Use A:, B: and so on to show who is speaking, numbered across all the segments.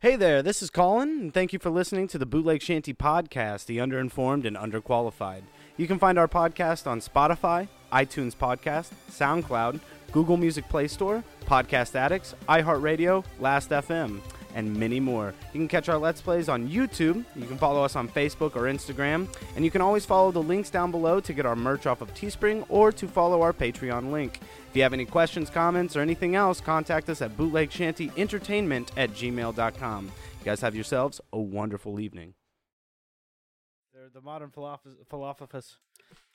A: Hey there, this is Colin, and thank you for listening to the Bootleg Shanty podcast, the underinformed and underqualified. You can find our podcast on Spotify, iTunes Podcast, SoundCloud, Google Music Play Store, Podcast Addicts, iHeartRadio, Last.fm, and many more. You can catch our Let's Plays on YouTube. You can follow us on Facebook or Instagram. And you can always follow the links down below to get our merch off of Teespring or to follow our Patreon link. If you have any questions, comments, or anything else, contact us at bootlegshantyentertainment at gmail.com. You guys have yourselves a wonderful evening.
B: They're the modern falafel- falafelfus.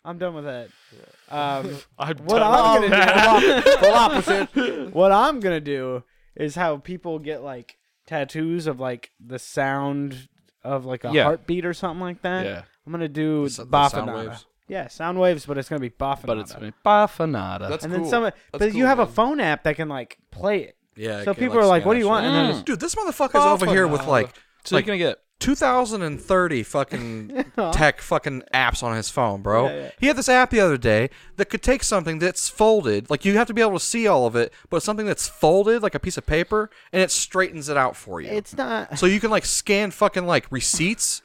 B: I'm done with that. Um,
C: I'm
B: what
C: done Oh,
B: I'm
C: with
B: gonna do,
C: that.
B: what I'm gonna do is how people get like tattoos of like the sound of like a
A: Yeah.
B: heartbeat or something like that.
C: yeah,
B: I'm gonna do
D: The s- the sound
B: bafanada.
D: waves.
B: Yeah, sound waves, but it's gonna be bafanada.
C: but it's bafanada.
D: That's
B: and
D: cool.
B: then some, but you
D: cool,
B: have a
D: man.
B: phone app that can like play it.
D: Yeah.
B: So
D: it can,
B: people are like, "What do you
D: scan
B: want?"
D: that
B: And then
C: Mm.
D: shit. Dude, this motherfucker's over here with like
C: so
D: like
C: you're gonna get
D: 2030 fucking
B: Yeah.
D: tech fucking apps on his phone, bro.
B: Yeah, yeah.
D: He had this app the other day that could take something that's folded, like you have to be able to see all of it, but it's something that's folded like a piece of paper and it straightens it out for you.
B: It's not.
D: so you can like scan fucking like receipts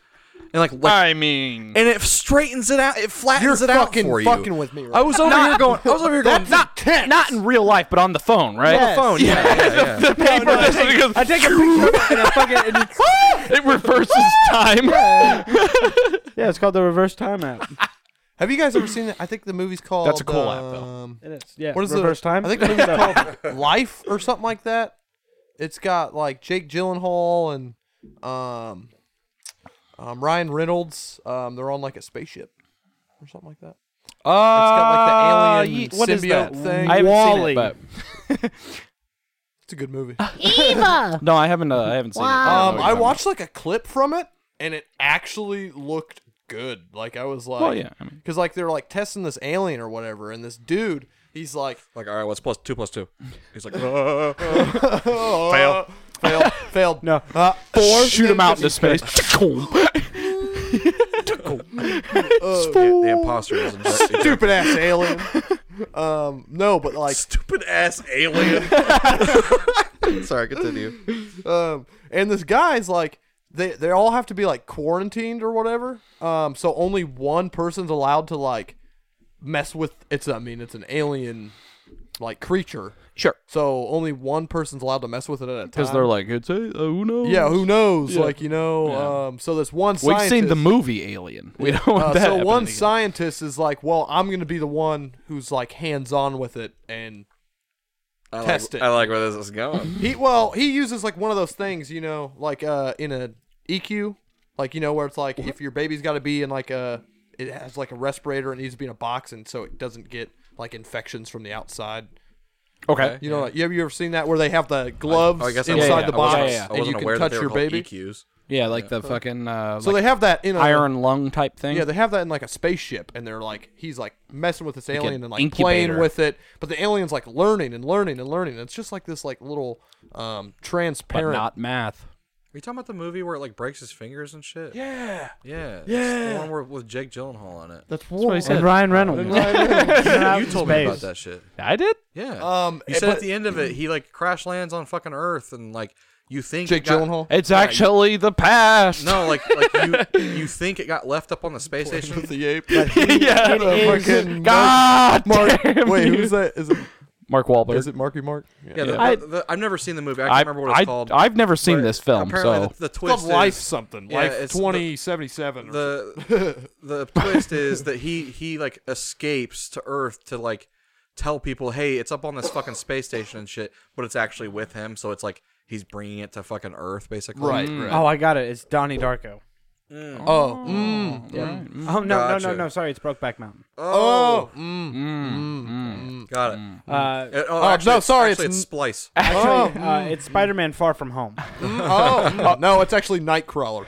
D: and like, like
C: I mean,
D: and it straightens it out, it flattens
E: You're
D: it out
E: fucking
D: for you.
E: fucking with me right
D: I was over here going, I was over here going,
C: not not in real life, but on the phone, right?
B: Yes.
D: phone. Yeah, yeah, yeah.
C: The paper
B: I
C: just goes-
B: I take a picture and I fucking. And it's,
C: it reverses time.
B: yeah, it's called the reverse time app.
E: Have you guys ever seen it? I think the movie's called.
C: That's a cool app, though.
E: um,
B: It is. Yeah.
E: What is the
B: reverse time?
E: I think the movie's called Life or something like that. It's got like Jake Gyllenhaal and um, um, Ryan Reynolds. Um, they're on like a spaceship or something like that.
C: Uh,
E: it's got like the alien
C: ye- what is
E: symbiote
C: that?
E: thing.
C: I haven't
B: Wall-E.
C: seen it,
E: It's a good movie.
C: but no, I haven't. Uh, I haven't seen it.
E: Um,
C: don't know what
E: I
C: you're
E: watched like a clip from it, and it actually looked good. Like I was like,
C: Well, yeah, I mean-
E: because like they're like testing this alien or whatever, and this dude, he's like,
D: Like, all right, what's plus two plus two? He's like, "Oh,
E: fail, fail, failed.
B: No.
E: uh,
C: talking about. Shoot him out into space.
D: the, the imposter is
E: stupid ass alien. Um, no, but like,
D: stupid ass alien. Sorry, continue.
E: um, and this guy's like, they they all have to be like quarantined or whatever. Um, so only one person's allowed to like mess with. It's I mean, it's an alien like creature.
C: Sure.
E: So only one person's allowed to mess with it at a time.
C: Because they're like, it's a, uh, who knows?
E: yeah, who knows?
C: Yeah.
E: Like you know,
C: Yeah.
E: um, so this one
C: We've
E: scientist,
C: seen the movie Alien. We don't want
E: uh,
C: that.
E: so one
C: happening again.
E: scientist is like, well, I'm gonna be the one who's like hands on with it, and
D: I like,
E: Test it.
D: I like where this is going.
E: he well he uses like one of those things, you know, like uh in a EQ, like you know where it's like if your baby's got to be in like a it has like a respirator and needs to be in a box, and so it doesn't get like infections from the outside.
C: Okay.
E: You know, like, you have you ever seen that where they have the gloves
D: I guess I
E: inside
D: wasn't-
E: the
D: I wasn't-
E: box
C: Yeah, yeah, yeah.
D: I
E: and you
D: wasn't
E: can
D: aware that
E: touch
D: they were
E: your
D: called E
E: baby?
D: EQs.
C: Yeah, like the fucking uh,
E: So
C: like
E: they have that in a
C: iron lung type thing.
E: Yeah, they have that in like a spaceship, and they're like he's like messing with this
C: an
E: alien and like playing
C: incubator.
E: with it, but the alien's like learning and learning and learning. It's just like this like little um
C: but
E: transparent.
C: not math.
D: Are you talking about the movie where it like breaks his fingers and shit?
E: yeah,
D: yeah, yeah. The one where, with Jake Gyllenhaal on it.
E: that's what
B: and Ryan Reynolds.
D: you told me about that shit.
C: I did.
D: Yeah.
E: Um,
D: you
E: eh,
D: said
E: but-
D: at the end of it, he like crash lands on fucking Earth, and like you think
E: Jake
D: it got-
E: Gyllenhaal.
C: It's actually the past.
D: No, like like you you think it got left up on the space station.
E: With the ape.
C: yeah.
E: What a fucking
C: God
E: Mark,
C: damn
E: wait,
C: you.
E: who's that? Is it, oh,
C: Mark Wahlberg.
E: is it Marky Mark?
D: Yeah, the,
C: I-
D: the- the- I've never seen the movie. I
C: I,
D: can't remember what it's
C: I,
D: called.
C: I've never seen this film,
D: Apparently
C: so
D: the, the twist is
E: something.
D: yeah, it's the-
E: seventy seven.
D: the the twist is that he he like escapes to Earth to like tell people, hey, it's up on this fucking space station and shit, but it's actually with him, so it's like he's bringing it to fucking Earth, basically.
E: Right,
B: Oh, I got it. It's Donnie Darko.
E: Oh, mm,
B: Oh no, no, no,
D: Gotcha.
B: no. Sorry, it's Brokeback Mountain.
E: oh, mm,
D: Got it.
B: Uh,
D: Uh, oh,
E: Oh,
D: actually,
E: no,
D: it's-
E: sorry,
D: actually,
E: it's
D: it's, Splice.
B: actually, uh, it's Spider-Man: Far From Home.
E: mm, oh, mm. no, it's actually Nightcrawler.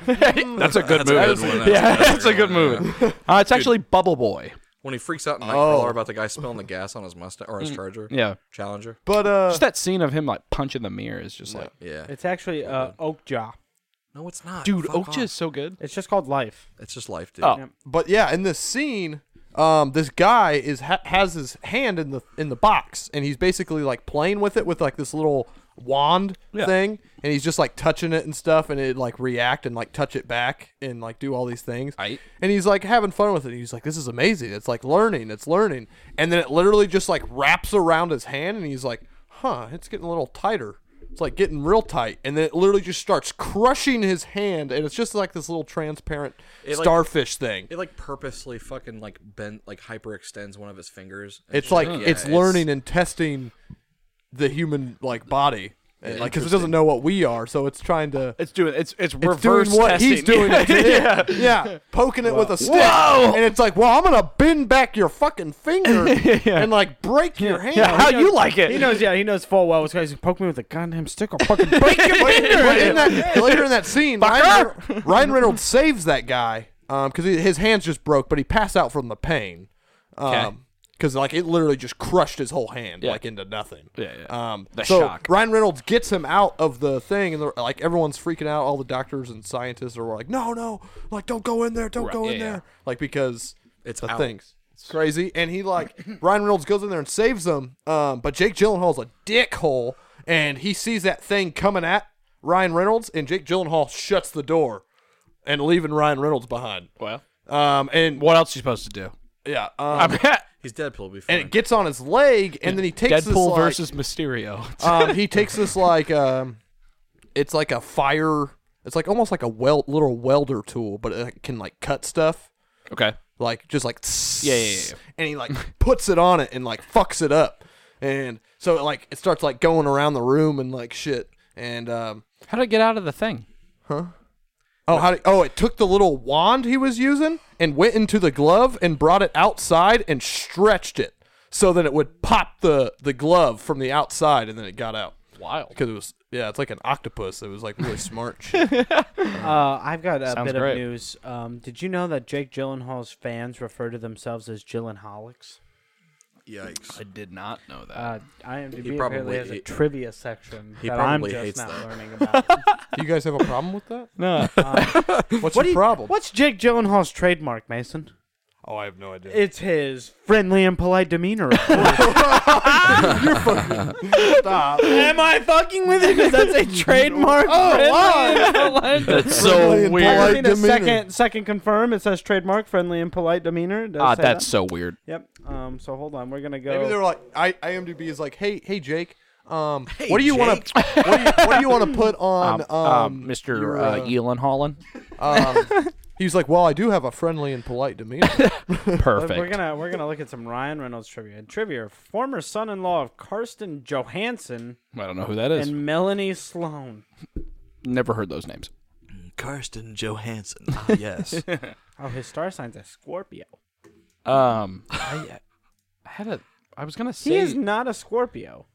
C: that's a good
D: That's a good one. That's-
C: yeah,
D: that's a
C: that's a
D: good
C: good movie. Uh, it's actually Bubble Boy.
D: When he freaks out in
E: Oh. Mm.
D: Nightcrawler about the guy spilling the gas on his Mustang or his Charger,
C: Yeah,
D: Challenger.
E: But uh,
C: just that scene of him like punching the mirror is just like,
D: Yeah.
B: It's actually uh, Oakjaw.
D: no, it's not.
C: dude,
D: Fuck
C: Ocha is
D: off.
C: so good.
B: It's just called Life.
D: It's just life, dude.
C: Oh,
E: but yeah, in this scene, um, this guy is ha- has his hand in the in the box, and he's basically like playing with it with like this little wand
C: Yeah.
E: thing, and he's just like touching it and stuff, and it like react and like touch it back and like do all these things.
C: Aight.
E: And he's like having fun with it. He's like, "This is amazing. It's like learning. It's learning." And then it literally just like wraps around his hand, and he's like, "Huh, it's getting a little tighter." It's like getting real tight, and then it literally just starts crushing his hand, and it's just like this little transparent
D: It, like-
E: starfish thing.
D: It like purposely fucking like bent like hyperextends one of his fingers. and
E: it's
D: shit.
E: like
D: Yeah,
E: it's learning and testing the human like body, and, like because it
D: interesting.
E: doesn't know what we are, so it's trying to.
C: It's doing it's it's reverse
E: It's doing what he's doing. to it. yeah, poking it with a stick,
C: Whoa.
E: and it's like, well, I'm gonna bend back your fucking finger and like break your hand.
C: Yeah, how you like it?
B: He knows, yeah, he knows full well what's going to poke me with a goddamn stick or fucking break your
E: But- but in
B: finger.
E: that, later in that scene, Ryan, Reynolds- Ryan Reynolds saves that guy because his hands just broke, but he passed out from the pain.
C: Okay.
E: Um, because like it literally just crushed his whole hand like into nothing.
C: Yeah, yeah.
E: Um,
C: The
E: so
C: shock.
E: Ryan Reynolds gets him out of the thing, and they're- like everyone's freaking out. All the doctors and scientists are like, "No, no, like don't go in there, don't
C: Right,
E: go in
C: yeah, yeah.
E: there," like because
D: It's
E: the
D: out.
E: things. It's crazy, and he like Ryan Reynolds goes in there and saves them. Um, but Jake Gyllenhaal's a dickhole, and he sees that thing coming at Ryan Reynolds, and Jake Gyllenhaal shuts the door, and leaving Ryan Reynolds behind.
C: Well,
E: Um, and
C: what else are you supposed to do?
E: yeah,
C: I
E: um,
C: bet
D: he's Deadpool before.
E: and it gets on his leg, and then he takes this,
C: Deadpool
E: like-
C: versus Mysterio.
E: um, he takes this like um, it's like a fire. It's like almost like a weld, little welder tool, but it can like cut stuff,
C: okay.
E: like just like
C: Yeah, yeah, yeah, yeah.
E: And he like puts it on it and like fucks it up, and so it, like it starts like going around the room and like shit. And um,
C: How did I get out of the thing?
E: oh, how? do- oh, it took the little wand he was using and went into the glove and brought it outside and stretched it so that it would pop the the glove from the outside, and then it got out.
C: Wild.
E: Because it was yeah, it's like an octopus. It was like really smart. shit.
B: Uh, I've got a
C: Sounds
B: bit
C: great.
B: of news. Um, did you know that Jake Gyllenhaal's fans refer to themselves as Gyllenhaalics?
D: Yikes!
C: I did not know that.
B: Uh, IMDb
D: He
B: apparently
D: probably-
B: has a
D: he-
B: trivia section
D: he
B: that I'm
D: probably
B: just
D: hates
B: not
D: that.
B: learning about.
E: Do you guys have a problem with that?
C: no.
E: What's
B: What do
E: your
B: you-
E: problem?
B: What's Jake Gyllenhaal's trademark, Mason?
E: Oh, I have no idea.
B: It's his friendly and polite demeanor.
E: Stop.
B: Am I fucking with you? Because that's a trademark. oh,
C: That's
E: Friendly
C: so
E: and
C: weird.
E: polite.
B: I've seen a
E: demeanor.
B: second, second confirm. It says trademark, friendly and polite demeanor. It does
C: Ah,
B: say
C: that's
B: that.
C: so weird.
B: Yep. Um. So hold on. We're gonna go.
E: Maybe they were like, I, IMDb is like, hey, hey, Jake. Um, what do you want
D: Jake.
E: to? What do you, what do you want to put on?
C: Um,
E: Um,
C: um, Mr.
E: your,
C: uh, Elon Holland.
E: um, he's like, well, I do have a friendly and polite demeanor.
B: But
C: Perfect.
B: We're gonna we're gonna look at some Ryan Reynolds trivia. Trivia: Former son-in-law of Karsten Johansson
C: I don't know who that is.
B: and Melanie Sloan.
C: Never heard those names.
D: Karsten Johansson. Ah, yes.
B: Oh, his star sign's a Scorpio.
C: Um, I, I had a. I was gonna say.
B: He is not a Scorpio.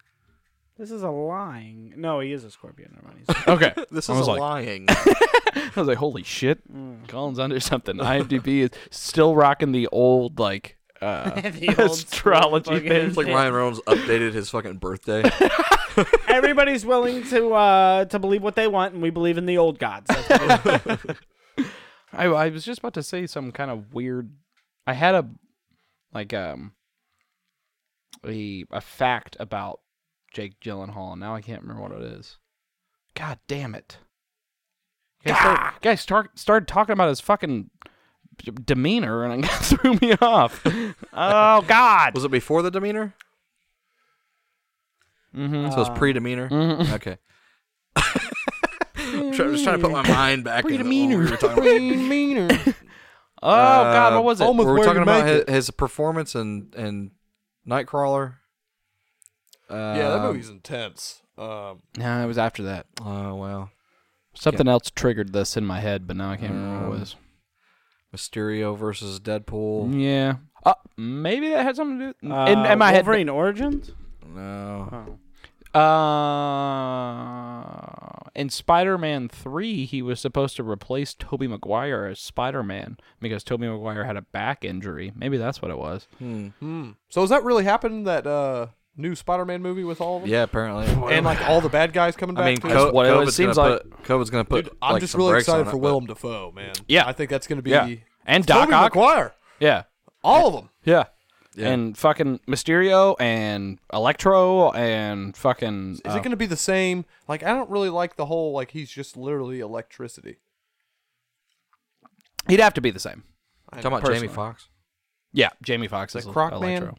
B: This is a lying. No, he is a Scorpio. Never mind. He's-
C: okay.
D: this
C: I
D: is
C: was
D: a
C: like,
D: lying.
C: I was like, holy shit,
B: Mm.
C: Colin's under something. IMDb is still rocking the old like uh,
B: The old
C: astrology
B: fucking-
C: thing.
D: It's like Ryan Reynolds updated his fucking birthday.
B: Everybody's willing to uh, to believe what they want, and we believe in the old gods. That's what it is.
C: I, I was just about to say some kind of weird. I had a like um a a fact about Jake Gyllenhaal. and Now I can't remember what it is. God damn it! Guys, start, guys start, started talking about his fucking d- demeanor, and it threw me off. oh God!
D: Was it before the demeanor? Mm-hmm. So it's pre-demeanor.
E: Mm-hmm.
D: Okay. I'm try- just trying to put my mind back. In
C: Pre-demeanor.
D: what we were talking about.
E: demeanor.
C: Oh God! What was it?
E: almost-
D: We
E: where
D: were
E: you
D: talking about his,
E: make
D: his performance in in Nightcrawler.
E: Yeah, that
D: Um,
E: movie's intense. Um,
C: No, it was after that.
D: Oh wow,
C: Something else triggered this in my head, but now I can't remember what it was.
D: Mysterio versus
E: Mm.
D: Deadpool.
C: Yeah. Uh, maybe that had something to do.
B: Uh,
C: in, in my head,
B: Wolverine Origins.
D: No,
C: Uh, in Spider-Man Three, he was supposed to replace Tobey Maguire as Spider-Man because Tobey Maguire had a back injury. Maybe that's what it was.
E: so has that really happened? That uh, new Spider-Man movie with all of them,
D: yeah, apparently.
E: and like all the bad guys coming back.
D: I mean,
E: to
D: co-
C: what it
D: COVID's
C: seems
D: gonna
C: like.
D: Put, COVID's gonna put.
E: Dude, I'm
D: like,
E: just
D: some
E: really
D: brakes
E: excited
D: on it,
E: for
D: but-
E: Willem Dafoe, man.
C: Yeah.
E: I think that's going to be
C: Yeah. And Doc
E: Tobey
C: Ock.
E: McGuire.
C: Yeah.
E: All of them.
C: Yeah.
D: Yeah.
C: and fucking Mysterio and Electro and fucking
E: Is
C: uh,
D: Oh.
E: it going to be the same? Like, I don't really like the whole like he's just literally electricity.
C: he'd have to be the same.
D: Talking about Jamie Fox.
C: Yeah, Jamie Fox is
E: Croc Man?
C: Electro.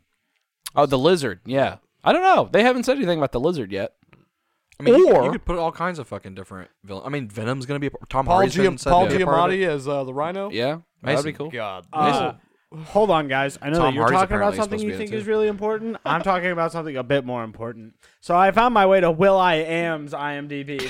C: Oh, the lizard. Yeah, I don't know. They haven't said anything about the lizard yet.
D: I mean, you,
C: Or-
D: you could put all kinds of fucking different villains. I mean, Venom's gonna be a, Tom
E: Paul,
D: Hardy's
E: Giam-
D: been said to
E: Paul
D: be a part of
E: Giamatti
D: it.
E: as uh, the Rhino.
C: Yeah, that'd be
D: Mason.
C: cool.
E: God,
B: Uh, hold on, guys. I know
D: Tom
B: that you're
D: Hardy's
B: talking about
D: apparently
B: something
D: supposed to
B: you
D: be in it,
B: think
D: too.
B: is really important. I'm talking about something a bit more important. So I found my way to Will I Am's IMDb.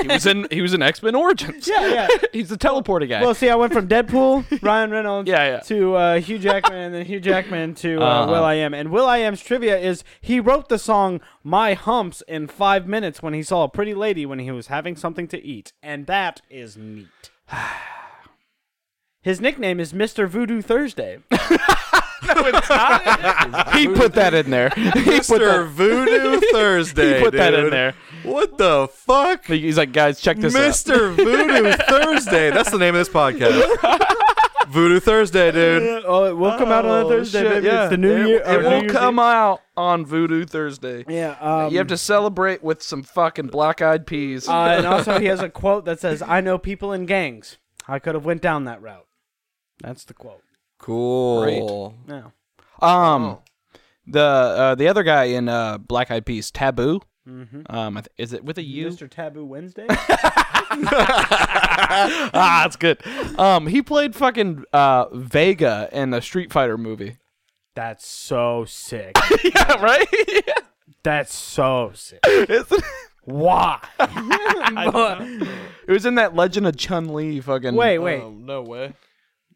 C: He was in he was in X Men Origins.
B: yeah, yeah.
C: he's the teleporter guy.
B: Well, see, I went from Deadpool, Ryan Reynolds,
C: Yeah, yeah.
B: to uh, Hugh Jackman, and then Hugh Jackman to uh,
C: Uh-huh.
B: Will I Am. And Will I Am's trivia is he wrote the song "My Humps" in five minutes when he saw a pretty lady when he was having something to eat, and that is neat. His nickname is Mister Voodoo Thursday.
C: he put that in there. He put
D: Mr.
C: that,
D: Voodoo Thursday.
C: he put that in
D: dude.
C: there.
D: What the fuck?
C: He's like, guys, check this out.
D: Mr. Voodoo Thursday. That's the name of this podcast. Voodoo Thursday, dude.
B: oh, it will come out on a
C: Oh,
B: Thursday,
C: shit,
B: baby.
C: yeah.
B: It's the new
C: it,
B: year. Oh.
C: It
B: or New
C: will
B: Year's
C: come
B: Eve.
C: out on Voodoo Thursday.
B: Yeah, um,
C: you have to celebrate with some fucking black eyed peas.
B: uh, and also, he has a quote that says, "I know people in gangs. I could have went down that route." That's the quote.
D: Cool.
B: No.
C: um, the uh, the other guy in uh, Black Eyed Peas, Taboo.
B: Mm-hmm.
C: Um, I th- is it with a U?
B: Mr. Taboo Wednesday.
C: ah, that's good. Um, he played fucking uh, Vega in the Street Fighter movie.
B: That's so sick.
C: yeah, right.
B: That's so sick.
C: Isn't
B: Why?
C: it? it was in that Legend of Chun Li fucking.
B: Wait, wait.
E: Um, no way.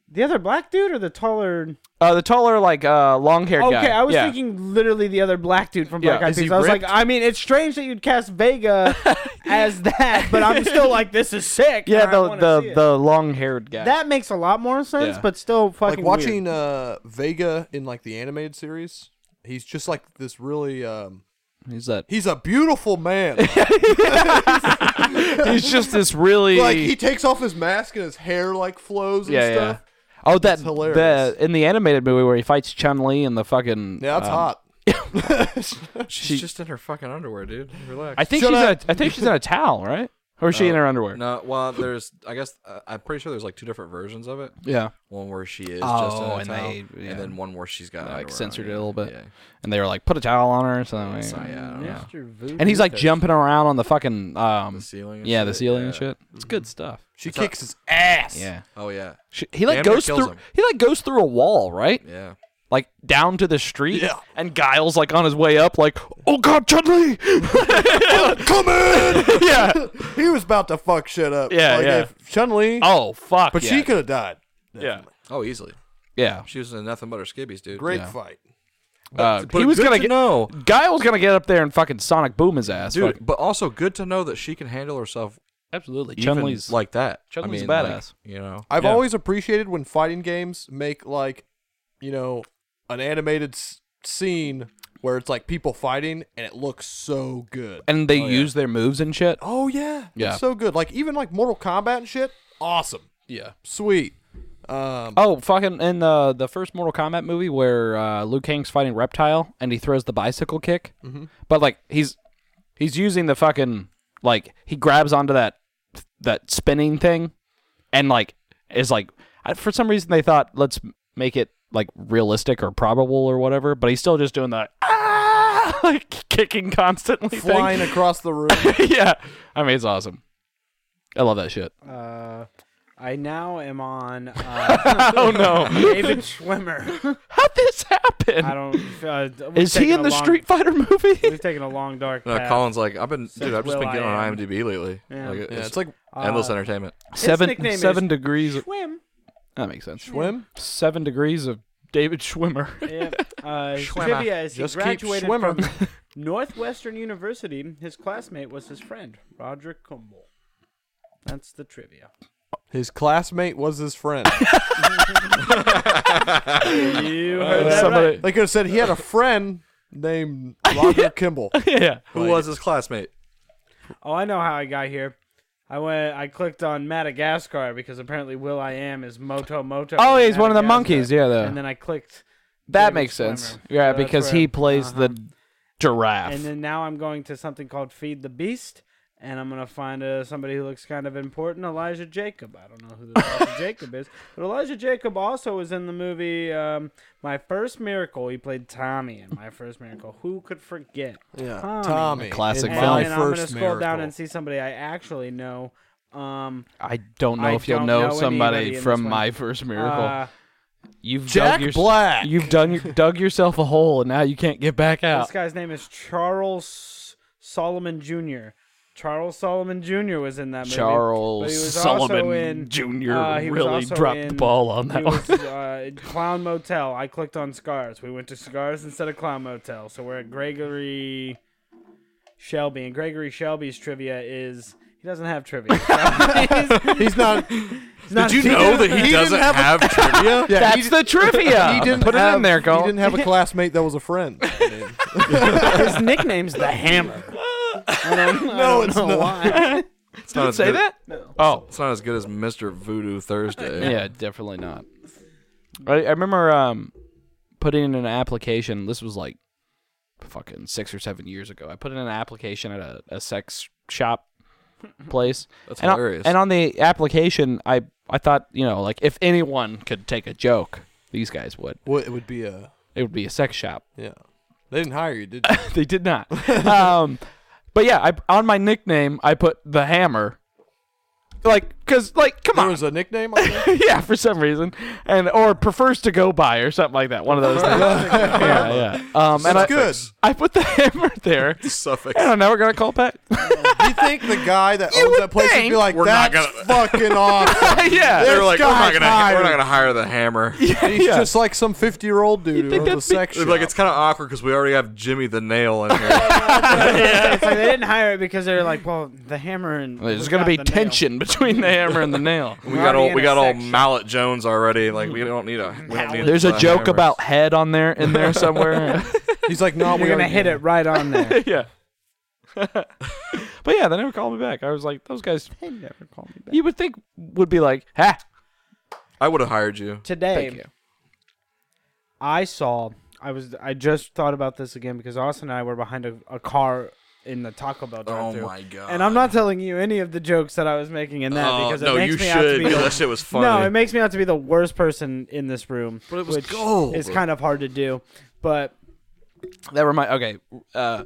B: the other black dude or the taller?
C: Uh, the taller, like uh, long haired guy.
B: Okay, I was
C: Yeah.
B: thinking literally the other black dude from Black
C: Yeah,
B: Eyed
C: is he
B: Peas. I was like,
C: ripped?
B: I mean, it's strange that you'd cast Vega as that, but I'm still like, this is sick.
C: Yeah,
B: and I
C: the
B: wanna see
C: the,
B: it.
C: the long haired guy.
B: that makes a lot more sense,
C: Yeah.
B: but still fucking
E: Like watching
B: weird.
E: uh, Vega in like the animated series. He's just like this really. Um,
C: he's that.
E: he's a beautiful man.
C: He's just this really.
E: like he takes off his mask and his hair like flows and
C: yeah, yeah.
E: stuff.
C: Oh, that
E: It's hilarious.
C: the in the animated movie where he fights Chun Li and the fucking.
E: Yeah, that's
C: um,
E: hot.
D: She's
C: She-
D: just in her fucking underwear, dude. Relax.
C: I think
E: Shut
C: she's in a,
E: up.
C: I think she's in a towel, right? Or is she in her underwear?
D: no, well, there's. I guess uh, I'm pretty sure there's like two different versions of it.
C: Yeah.
D: One where she is just in
C: Oh,
D: a
C: and
D: towel,
C: they- yeah.
D: and then one where she's got
C: Like,
D: underwear on,
C: censored it
D: yeah.
C: a little bit.
D: Yeah.
C: And they were like, put a towel on her or something.
D: So, yeah, I don't know.
C: And he's like jumping around on the fucking um,
D: The ceiling. and
C: yeah,
D: shit,
C: the ceiling and
D: yeah.
C: shit. It's good stuff.
E: She kicks his ass.
C: Yeah,
D: Oh yeah,
C: She, he like
D: Damn near
C: goes
D: kills
C: through.
D: him.
C: He like goes through a wall, right?
D: yeah.
C: Like down to the street.
E: Yeah.
C: And Giles like on his way up, like, oh god, Chudley.
E: Come in.
C: yeah.
E: he was about to fuck shit up.
C: Yeah, yeah.
E: Chun Li,
C: Oh fuck.
E: but
C: yeah.
E: she could have died.
C: Yeah.
D: Oh, easily.
C: Yeah.
D: She was in nothing but her skibbies, dude.
E: Great
C: Yeah.
E: fight.
C: Uh,
D: But
C: he was
D: good
C: gonna
D: to
C: get.
D: know,
C: Guile was gonna get up there and fucking Sonic Boom his ass. Fuck.
D: dude. But also good to know that she can handle herself
C: absolutely.
D: even
C: Chun Li's
D: like that. I
C: Chun-Li's a
D: mean, like,
C: badass.
D: you know.
E: I've
C: Yeah.
E: always appreciated when fighting games make like, you know, an animated s- scene where it's like people fighting and it looks so good.
C: and they use their moves and shit.
E: oh yeah,
C: Yeah.
E: it's so good. Like even like Mortal Kombat and shit. Awesome,
C: Yeah.
E: sweet. Um,
C: Oh, fucking in the the first Mortal Kombat movie where uh, Liu Kang's fighting Reptile and he throws the bicycle kick,
B: Mm-hmm.
C: but like he's he's using the fucking like he grabs onto that that spinning thing, and like is like I, for some reason they thought let's make it like realistic or probable or whatever, but he's still just doing the ah like kicking constantly thing.
E: flying across the room.
C: yeah, I mean it's awesome. I love that shit.
B: Uh, I now am on uh,
C: oh no,
B: David Schwimmer.
C: how'd this happen?
B: I don't. Uh, we've
C: Is he
B: taken
C: in
B: a
C: the
B: long-
C: Street Fighter movie?
B: We've taken a long dark.
D: No,
E: Uh,
B: path.
D: Colin's like I've been, dude. I've just
B: Will
D: been getting
B: I Am.
D: on IMDb lately.
B: Yeah.
D: Like, it's,
E: yeah, it's like
D: endless
B: Uh,
D: entertainment.
B: nickname
C: Seven
B: is-
C: seven degrees.
B: Schwim.
C: That makes sense.
E: swim.
C: Seven degrees of David Schwimmer.
B: Yep. Uh, his
D: Schwimmer.
B: trivia is he
E: Just keep
B: graduated
E: swimmer.
B: from Northwestern University. His classmate was his friend Roger Cumble. That's the trivia.
E: His classmate was his friend.
B: You heard that right.
C: Uh, Somebody.
E: they could have said he had a friend named Roger Kimball.
C: Yeah.
D: Who was his classmate?
B: Oh, I know how I got here. I went. I clicked on Madagascar because apparently Will I Am is Moto Moto.
C: Oh,
B: in
C: he's one of the
B: Madagascar.
C: monkeys. Yeah. The,
B: And then I clicked
C: That
B: David
C: makes sense.
B: Schwimmer.
C: Yeah,
B: That's
C: because
B: where-
C: he plays the giraffe.
B: And then now I'm going to something called Feed the Beast, and I'm gonna find uh, somebody who looks kind of important, Elijah Jacob. I don't know who this Elijah Jacob is, but Elijah Jacob also was in the movie um, My First Miracle. He played Tommy in My First Miracle. Who could forget?
E: Yeah,
B: Tommy.
E: Tommy.
C: Classic
E: in
B: And,
C: film.
B: then
E: My
B: I'm gonna
E: first
B: scroll down
E: Miracle.
B: and see somebody I actually know. Um,
C: I don't know
B: I
C: if you'll
B: don't
C: know,
B: know anybody in
C: somebody
B: this
C: from
B: one.
C: my first miracle.
B: uh,
C: you've
E: Jack
C: dug your,
E: Black.
C: You've done your, dug yourself a hole, and now you can't get back out.
B: This guy's name is Charles Solomon Jr. Charles Solomon Jr. was in that movie.
C: Charles
B: but he was also
C: Solomon
B: in,
C: Jr.
B: uh, he was
C: really
B: also
C: dropped the
B: in-
C: ball on
B: He
C: that one.
B: was uh, Clown Motel. I clicked on Scars. We went to Scars instead of Clown Motel. So we're at Gregory Shelby, and Gregory Shelby's trivia is he doesn't have trivia.
E: He's not.
D: Did you know that he, doesn't have, trivia?
E: Yeah,
C: That's the trivia.
E: he didn't
C: Put
E: have,
C: it in there, Cole.
E: He didn't have a classmate that was a friend. I mean,
B: His nickname's the Hammer. I don't, no, I don't
E: it's
B: know
E: not.
B: why.
D: It's not as
C: say
D: good-
C: that. Oh,
D: It's not as good as Mr. Voodoo Thursday.
C: yeah, definitely not. I, I remember um, putting in an application. This was like fucking six or seven years ago. I put in an application at a, a sex shop place.
D: That's
C: and on-
D: hilarious.
C: and on the application, I I thought you know like if anyone could take a joke, these guys would.
E: well, it would be a
C: It would be a sex shop.
E: yeah. They didn't hire you, did you?
C: they did not. Um, but yeah, I on my nickname I put the hammer. Like, cause like, come
E: There
C: on,
E: was a nickname on there.
C: yeah, for some reason, and or prefers to go by or something like that. One of those. things. yeah, yeah. Um, and I,
E: That's good.
C: I put the hammer there.
D: Suffix.
C: I don't know. We're gonna call back.
E: You think the guy that owns
C: would
E: that place would
C: think
E: be like,
D: we're not
E: "That's fucking awesome."
C: yeah.
D: They're
E: This
D: like, we're not
E: guy's
D: gonna, we're not gonna hire the hammer.
E: He's just like some fifty-year-old dude who
C: think
E: owns a
C: that'd be-
E: sex
D: It's
E: shop.
D: like it's kind of awkward because we already have Jimmy the Nail in here.
B: It's like they didn't hire it because they were like, well, the Hammer and
C: There's
B: we
C: gonna
B: got
C: be
B: the nail.
C: tension between the hammer and the nail.
D: we got
B: already
D: old,
B: in
D: we
B: a
D: got old
B: section.
D: Mallet Jones already. Like we don't need a. We don't need
C: There's a
D: the
C: joke
D: hammer.
C: about head on there in there somewhere.
E: He's like, "No,
B: We're
E: we're
B: gonna hit it right on there.
C: yeah. but yeah, they never called me back. I was like, those guys.
B: they never call me back.
C: You would think would be like, ha.
D: I would have hired you.
B: Today,
C: Thank you.
B: I saw. I was. I just thought about this again because Austin and I were behind a, a car in the Taco Bell
E: Oh
B: drive-thru.
D: Oh god.
B: And I'm not telling you any of the jokes that I was making in that
D: Oh,
B: because it
D: no,
B: makes
D: you
B: me out to
D: should.
B: be
D: because
B: the-
D: that shit was funny.
B: No, it makes me out to be the worst person in this room. But
D: it was
B: which
D: gold.
B: It's kind of hard to do, but
C: That remind. Okay, uh,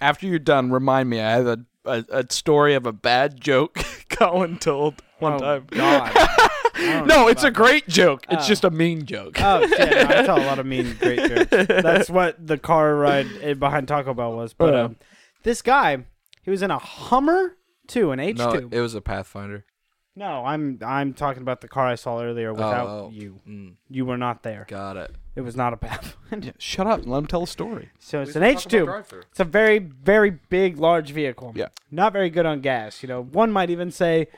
C: after you're done, remind me. I have a, a, a story of a bad joke Colin told one
B: oh
C: time.
B: God. I don't know
C: No, it's a
B: about-
C: great joke. It's
B: Oh.
C: just a mean joke.
B: Oh shit! I tell a lot of mean, great jokes. That's what the car ride in- behind Taco Bell was. But
C: Yeah.
B: um, this guy, he was in a Hummer two, an H
D: No,
B: two.
D: Oh, it was a Pathfinder.
B: No, I'm I'm talking about the car I saw earlier without
D: oh.
B: you.
D: Mm.
B: You were not there.
D: Got it.
B: It was not a path.
C: Yeah, shut up and let him tell a story.
B: so it's an H two. It's a very very big large vehicle.
C: Yeah.
B: Not very good on gas. You know, one might even say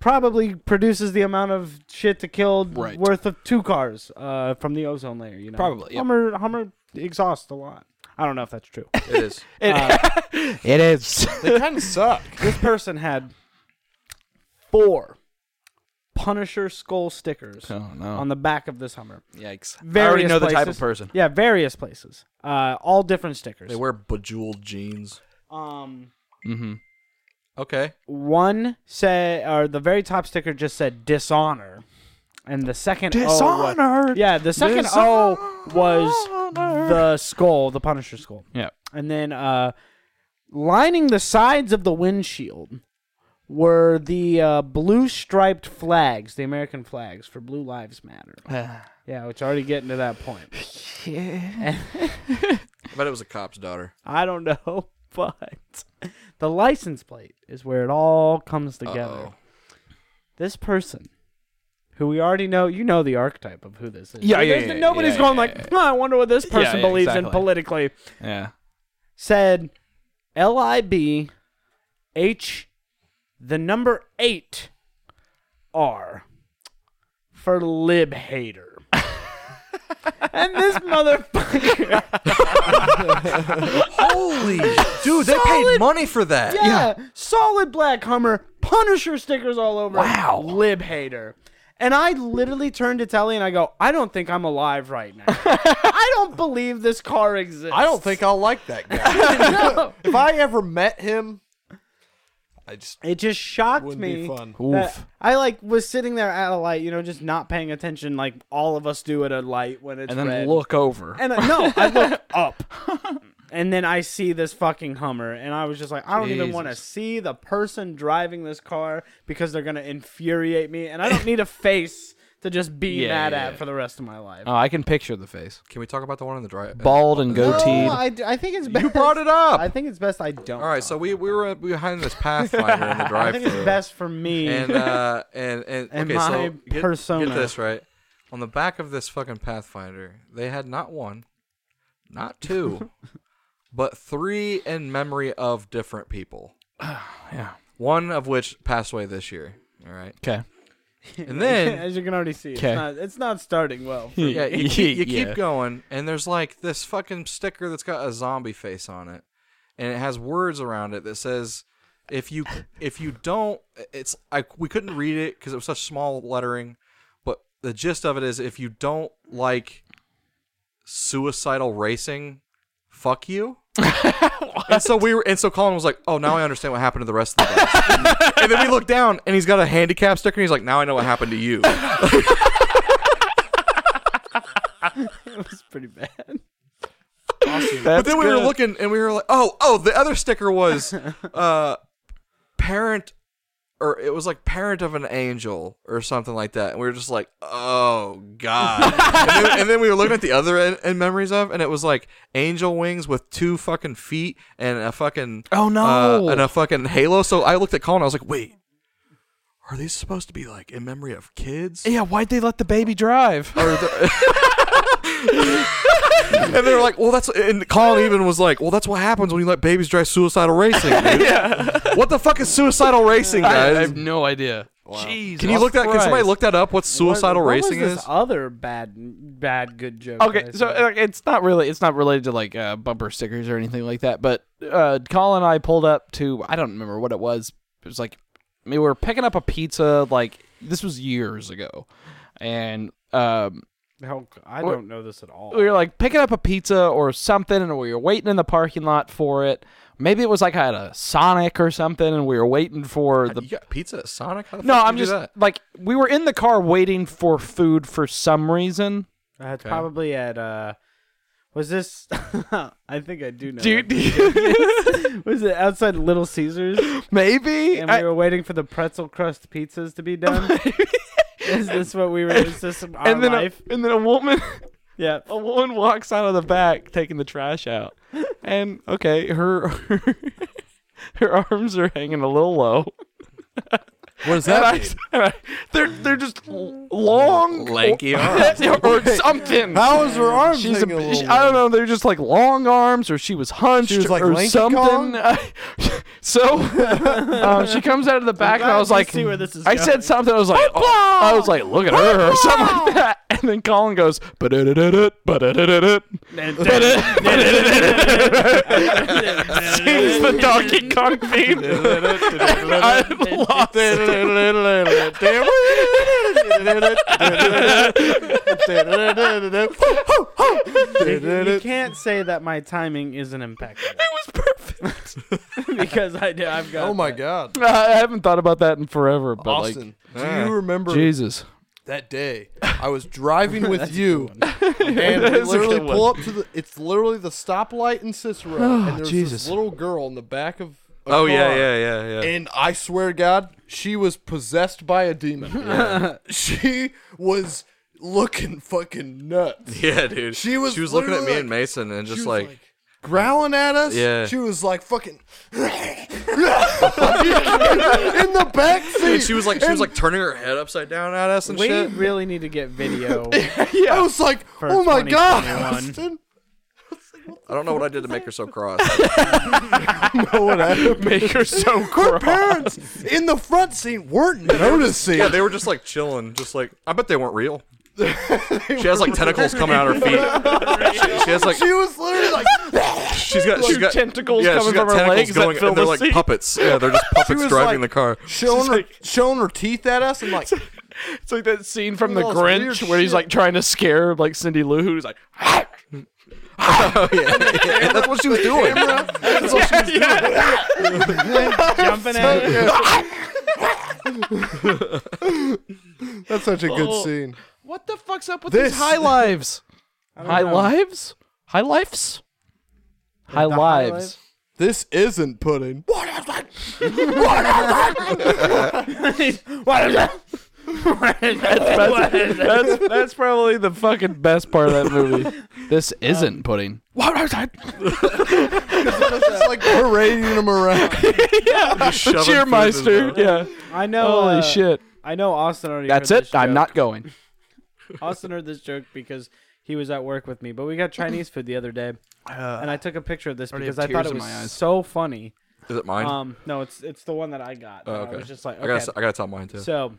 B: probably produces the amount of shit to kill
C: Right.
B: worth of two cars uh, from the ozone layer. You know,
C: Probably, yeah.
B: Hummer Hummer exhausts a lot. I don't know if that's true.
D: It is.
C: It is.
E: They kind of suck.
B: this person had four Punisher skull stickers
C: oh no!
B: on the back of this Hummer.
C: Yikes! I already
B: Various
C: know the type of
B: places.
C: person.
B: Yeah, various places. Uh, all different stickers.
D: They wear bejeweled jeans.
B: Um,
C: Mm-hmm.
D: Okay.
B: one said, or the very top sticker just said dishonor, and the second O was,
C: Dishonored.
B: yeah, the second O was the skull, the Punisher skull.
C: Yeah.
B: And then uh, lining the sides of the windshield were the uh, blue striped flags, the American flags for Blue Lives Matter. Yeah, which already getting to that point.
D: I bet it was a cop's daughter.
B: I don't know, but the license plate is where it all comes together.
D: Uh-oh.
B: This person. Who we already know, you know the archetype of who this is.
C: Yeah, yeah,
B: There's-
C: yeah,
B: Nobody's
C: yeah,
B: going
C: yeah,
B: like, "Huh, I wonder what this person
C: yeah,
B: believes in
C: exactly.
B: politically.
C: Yeah.
B: said L I B H the number eight R for lib hater. and this motherfucker
D: Holy dude, they paid money for that.
B: yeah, solid black hummer, Punisher stickers all over. Wow. Lib hater. And I literally turned to Telly and I go, I don't think I'm alive right now. I don't believe this car exists.
E: I don't think I'll like that guy. If I ever met him, I just
B: It just shocked
E: wouldn't
B: me.
E: be fun.
B: that I like was sitting there at a light, you know, just not paying attention, like all of us do at a light when it's
C: and then
B: red.
C: look over.
B: And I, no, I look up, and then I see this fucking Hummer, and I was just like, I don't even want to
C: Jesus.
B: see the person driving this car because they're gonna infuriate me, and I don't need a face to just be
C: Yeah,
B: mad
C: yeah,
B: at
C: yeah.
B: for the rest of my life.
C: oh, I can picture the face.
D: Can we talk about the one in the drive?
C: Bald and goateed.
B: No, I, d- I think it's best.
D: You brought it up.
B: I think it's best I don't.
D: All right, so we, we were behind this Pathfinder in the
B: I
D: drive
B: think it's
D: through
B: best for me.
D: and uh and and,
B: And
D: okay,
B: my
D: so get,
B: persona.
D: get this right. On the back of this fucking Pathfinder, they had not one, not two, but three in memory of different people.
C: yeah.
D: One of which passed away this year. All right,
C: Okay.
D: and then
B: as you can already see, it's
C: Okay.
B: not, it's not starting well.
D: yeah, you, keep, you
C: Yeah.
D: keep going, and there's like this fucking sticker that's got a zombie face on it, and it has words around it that says, "If you if you don't, it's I we couldn't read it because it was such small lettering, but the gist of it is if you don't like suicidal racing, fuck you." and so we were, and so Colin was like, "Oh, now I understand what happened to the rest of the guys." and then we look down, and he's got a handicap sticker. And he's like, "Now I know what happened to you."
B: it was pretty bad.
D: but then we were looking and we were like, oh, oh, the other sticker was uh parent or it was like parent of an angel or something like that. And we were just like, oh god. and, then, and then we were looking at the other end, end memories of and it was like angel wings with two fucking feet and a fucking
C: Oh, no.
D: uh, and a fucking halo. So I looked at Colin, I was like, wait. Are these supposed to be like in memory of kids?
C: Yeah, why'd they let the baby drive?
D: Or the- and they were like, "Well, that's." And Colin even was like, "Well, that's what happens when you let babies drive suicidal racing." dude." What the fuck is suicidal racing,
C: I, I
D: guys?
C: have no idea. Jeez.
D: can you look that? Can somebody look that up? What suicidal
B: What- what was
D: racing
B: this
D: is?
B: Other bad, bad good joke. that I
C: Okay, so
B: said?
C: uh, it's not really it's not related to like uh, bumper stickers or anything like that. But uh, Colin and I pulled up to I don't remember what it was. It was like we were picking up a pizza. Like this was years ago, and um,
B: Hell, I
C: What-
B: don't know this at all.
C: we were like picking up a pizza or something, and we were waiting in the parking lot for it. Maybe it was like I had a Sonic or something, and we were waiting for the
D: you got pizza at Sonic? How the
C: No,
D: fuck
C: I'm
D: did you
C: just
D: do that?
C: like we were in the car waiting for food for some reason.
B: That's probably at. uh Was this? I think I do know.
C: Dude,
B: it. was it outside Little Caesars?
C: maybe
B: And we were waiting for the pretzel crust pizzas to be done. is this what we were? Is this our
C: and then a,
B: life? Oh,
C: and then a woman
B: yeah.
C: a woman walks out of the back taking the trash out. And okay, her her, arms are hanging a little low.
E: What does
C: And
E: that
C: I-
E: mean?
C: and I- they're they're just l- long
D: Lanky
C: or,
D: arms.
C: or something.
E: How is her arm?
C: She's a,
E: thing a little
C: she- I don't know. They're just like long arms, or she was hunched,
E: oh, was, like,
C: or
E: Lanky
C: something. so um, she comes out of the back, and
B: glad
C: I was
B: you
C: like,
B: see where this is
C: I
B: going.
C: said something. I was like, oh, I was like, look at her, or something like that. And then Colin goes, "Ba-da-da-da-da, ba-da-da-da-da, ba-da-da-da-da." sings the Donkey Kong theme. I lost
E: Oh
B: you can't say that my timing isn't impeccable
C: It was perfect.
B: because I do. I've got.
E: Oh my god,
C: I haven't thought about that in forever, but like,
E: Austin, do you remember
C: Jesus.
E: that day I was driving with you, and we
C: That's a
E: literally
C: good Oh,
E: pull up to the. It's literally the stoplight in Cicero, and there's
C: Jesus.
E: this little girl in the back of. a
D: Oh yeah,
E: car,
D: yeah, yeah, yeah.
E: And I swear, to God, she was possessed by a demon. she was looking fucking nuts.
D: yeah, dude.
E: She was
D: She was looking at me
E: literally
D: and Mason and
E: She
D: just
E: was
D: like,
E: growling at us.
D: Yeah.
E: She was like fucking in the back seat.
D: and she was like, she was like turning her head upside down at us and
B: We
D: shit.
B: really need to get video.
E: I was like, oh my god,
B: 2021.
E: Austin.
D: I don't know what I did to make her so cross.
E: No one had-
C: Make her so
E: Her parents in the front seat weren't noticing.
D: yeah, they were just like chilling, just like I bet they weren't real. she has like tentacles coming out of her feet. she, she has like
E: she was literally like,
D: she's got she's
C: Two
D: got
C: tentacles
D: yeah, she's
C: coming
D: got
C: from her
D: tentacles
C: legs that
D: going,
C: fill
D: and they're
C: the
D: like
C: seat.
D: puppets. Yeah, they're just puppets
E: was
D: driving
E: like-
D: the car.
E: showing her showing her teeth at us and like
C: It's like that scene from The
E: All this weird
C: Grinch where he's
E: shit.
C: like trying to scare like Cindy Lou Who, who's like.
D: Yeah, that's what she was doing.
B: Jumping at it.
F: That's such a good
C: Oh.
F: scene.
C: What the fuck's up with
F: This-
C: these high lives?
B: don't
C: high
B: know.
C: lives? High lifes? High lives.
F: This isn't pudding. What?
B: What is that? What is that? What is that?
C: That's that's probably the fucking best part of that movie. This isn't pudding. What was that?
F: It's just like parading him around.
C: yeah, the
D: shoving food in his
C: cheermeister.
D: mouth.
C: Yeah.
B: I know.
C: Holy
B: uh,
C: shit.
B: I know Austin already.
C: That's
B: heard
C: it.
B: This
C: I'm
B: joke.
C: not going.
B: Austin heard this joke because he was at work with me, but we got Chinese food the other day, and I took a picture of this
C: already
B: because
C: have
B: I thought
C: tears
B: it
C: in my
B: was
C: eyes.
B: so funny.
D: Is it mine?
B: Um, no, it's it's the one that I got.
D: Oh,
B: and I
D: okay.
B: was just like,
D: I
B: okay.
D: gotta, I gotta tell mine too.
B: So,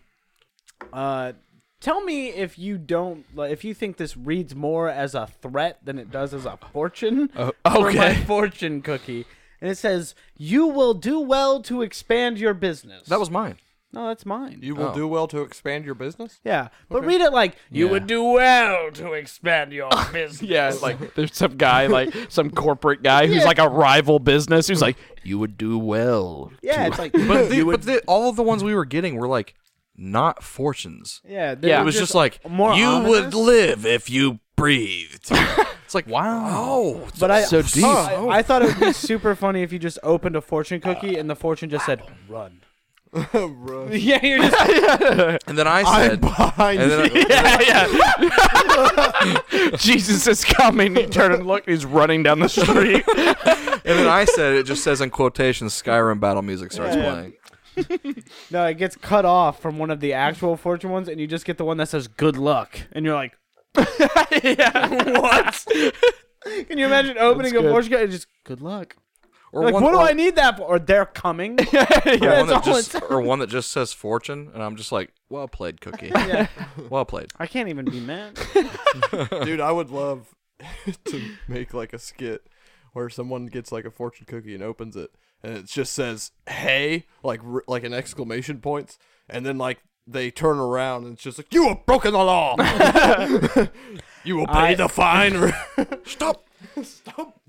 B: uh, tell me if you don't like, if you think this reads more as a threat than it does as a fortune. for my
C: Oh, okay.
B: fortune cookie, and it says you will do well to expand your business.
D: that was mine.
B: no, that's mine.
E: You will
D: Oh.
E: do well to expand your business.
B: yeah, but read it like you
C: Yeah.
B: would do well to expand your business.
C: Yeah, it's like there's some guy, like some corporate guy who's like a rival business who's like, you would do well.
B: Yeah, it's like
D: But, the, but the, all of the ones we were getting were like not fortunes.
B: yeah, they
C: Yeah,
B: were
D: It was just, like
B: more
D: you would
B: ominous.
D: live if you breathed. it's like wow. Oh,
B: But I,
C: So
B: I-
C: deep.
B: I, thought it would be super funny if you just opened a fortune cookie and the fortune just said run.
F: Run.
B: Yeah, you're just
D: and then I
F: I'm
D: said,
F: behind
D: and
F: you.
D: then I-
C: Yeah, yeah. Jesus is coming. He turned and looked. He's running down the street.
D: and then I said, it just says in quotations, Skyrim battle music starts playing.
B: no, it gets cut off from one of the actual fortune ones, and you just get the one that says good luck, and you're like, what? Can you imagine opening
C: That's
B: a
C: good.
B: fortune cookie and just good luck?
D: Or
B: Like,
D: one,
B: what do
D: or,
B: I need that for? Or they're coming.
D: Or one,
B: That's
D: that
B: all it
D: just, or one that just says fortune, and I'm just like, well played, Cookie. Well played.
B: I can't even be mad.
F: Dude, I would love to make like a skit where someone gets like a fortune cookie and opens it, and it just says "Hey!" like r- like an exclamation points, and then like they turn around and it's just like "You have broken the law. you will pay
B: I-
F: the fine." Stop.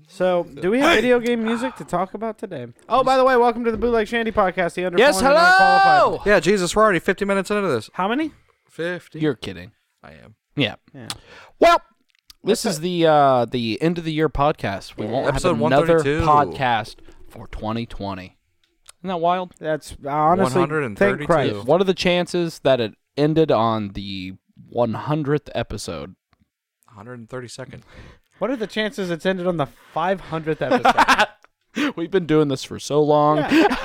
B: So, do we have video game music to talk about today? Oh, by the way, welcome to the Bootleg Shandy Podcast. The under
C: yes,
B: four and
C: hello.
B: unqualified.
D: Yeah, Jesus, we're already 50 minutes into this.
B: How many?
D: 50.
C: You're kidding.
D: I am.
C: Yeah.
B: Yeah.
C: Well, this is the uh the end of the year podcast. We won't
D: Episode
C: have another
D: 132.
C: podcast for 2020. Isn't that wild?
B: That's honestly thank
D: 132.
B: Christ.
D: Ew.
C: What are the chances that it ended on the 100th episode?
D: 132nd.
B: What are the chances it's ended on the 500th episode?
C: We've been doing this for so long.
B: and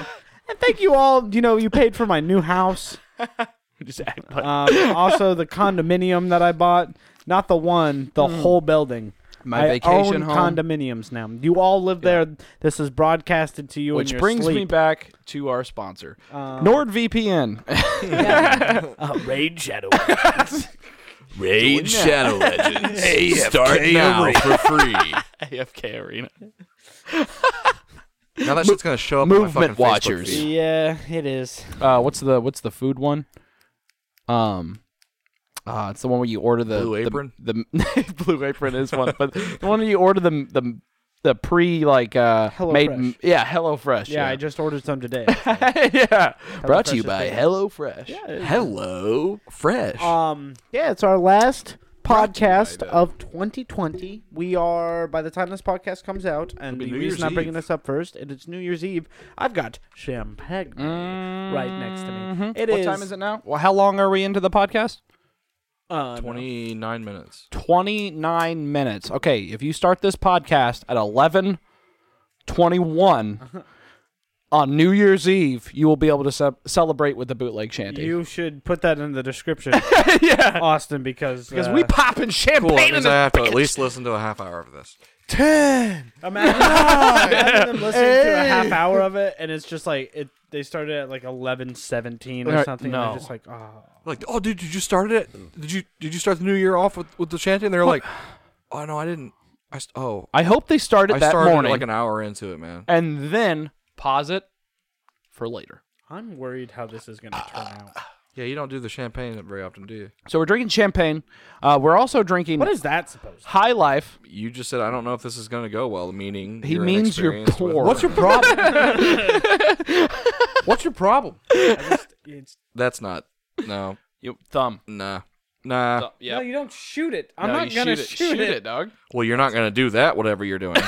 B: thank you all. You know, you paid for my new house.
C: Just act like-
B: Um, also, the condominium that I bought. Not the one, the whole building.
C: My
B: I
C: vacation
B: own
C: home.
B: condominiums now. You all live there. This is broadcasted to you in
C: Which
B: your
C: brings me
B: sleep. Um,
C: back to our sponsor, NordVPN.
B: Raid Shadow.
D: Raid Shadow Legends. Start now for free.
C: AFK Arena.
D: Now that shit's gonna show up. on my
C: Movement
D: fucking Facebook
C: watchers.
D: feed.
B: yeah, it is.
C: Uh, what's the what's the food one? Um, uh, it's the one where you order the
D: Blue
C: the-
D: Apron?
C: The, Blue Apron is one, but the one where you order the the the pre like uh
B: Hello
C: made
B: Fresh.
C: m- yeah Hello Fresh
B: Yeah, I just ordered some today. actually.
C: yeah brought to
B: Fresh
C: you
B: is
C: by
B: good.
C: Hello Fresh
D: Hello, fresh.
B: Um, yeah, it's our last
C: Brought to you by
B: podcast
C: the-
B: of 2020. We are by the time this podcast comes out, and the
D: It'll be New
B: reason
D: Year's
B: I'm bringing
D: Eve.
B: this up first, it is New Year's Eve. I've got champagne right next to me. It is
C: Mm-hmm. what time is it now? Well, how long are we into the podcast?
B: Uh,
D: Twenty nine minutes.
C: 29 minutes. Okay, if you start this podcast at 11:21 on New Year's Eve, you will be able to ce- celebrate with the bootleg shanty.
B: you should put that in the description, Austin, because
C: because
B: uh,
C: we popping champagne
D: Cool. That
C: in
D: means
C: the
D: I have to at least listen to a half hour of this.
F: Ten.
B: imagine, imagine them listening to a half hour of it, and it's just like it. They started at like 11:17 or
C: Alright,
B: something. And
C: no.
B: they're just like, oh.
D: Like, oh, dude, did you start it? Did you did you start the new year off with, with the chanting? They're like, oh no, I didn't. I st- oh,
C: I hope they started
D: I
C: that
D: started
C: morning
D: like an hour into it, man.
C: and then pause it for later. Ah.
B: I'm worried how this is going to turn out.
D: Yeah, you don't do the champagne very often, do you?
C: So we're drinking champagne. Uh, we're also drinking
B: What is that supposed? to
C: High Life.
D: You just said I don't know if this is going to go well. Meaning
C: He
D: you're
C: means you're
D: inexperienced with-
C: poor.
E: What's your problem? What's your problem?
B: It's,
D: That's not. No.
C: Your thumb?
D: Nah. Nah.
C: Yeah.
B: No, you don't shoot it. I'm
C: No,
B: not
C: you
B: gonna
C: shoot it.
B: shoot,
C: shoot
B: it.
C: dog.
D: Well, you're not going to do that. Whatever you're doing.
E: yeah,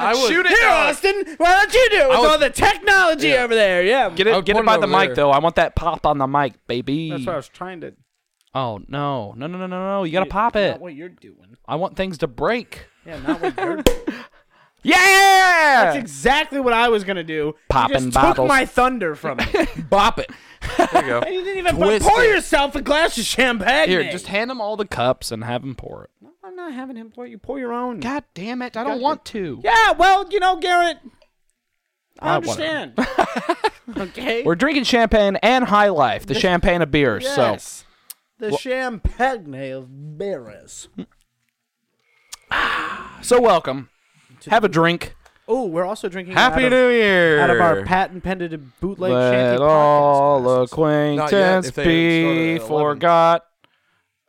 E: I would.
C: Shoot it.
B: Here, Austin, why don't you do it with all the technology over there? Yeah.
C: Get
E: I
C: it.
E: was
C: Get it
E: pointing
C: by the
E: over
C: mic
E: there.
C: though. I want that pop on the mic, baby.
B: That's what I was trying to.
C: Oh no, no, no, no, no, no! You gotta pop
B: Not
C: it.
B: what you're doing.
C: I want things to break.
B: Yeah, not what you're doing. That's
C: Yeah.
B: exactly what I was gonna do.
C: Popping
B: you just
C: bottles.
B: took my thunder from me. and
C: Bop it.
D: there you go.
B: you didn't even pour,
E: Twist
B: pour
E: it.
B: yourself a glass of champagne.
C: Here, just hand him all the cups and have him pour it.
B: No, I'm not having him pour. You pour your own.
C: God damn it! I don't want to.
B: Yeah, well, you know, Garrett, I
C: I
B: understand. okay.
C: We're drinking champagne and High Life, the champagne of beers. So
B: yes. The champagne of beers.
C: so welcome. Have a drink.
B: Oh, we're also drinking
D: Happy
B: out, of,
D: New Year.
B: out of our patent pendant bootleg
C: Let
B: shanty
C: all
B: podcast. glasses.
E: Not yet,
C: acquaintance
E: if they started
C: be
E: at 11.
C: forgot.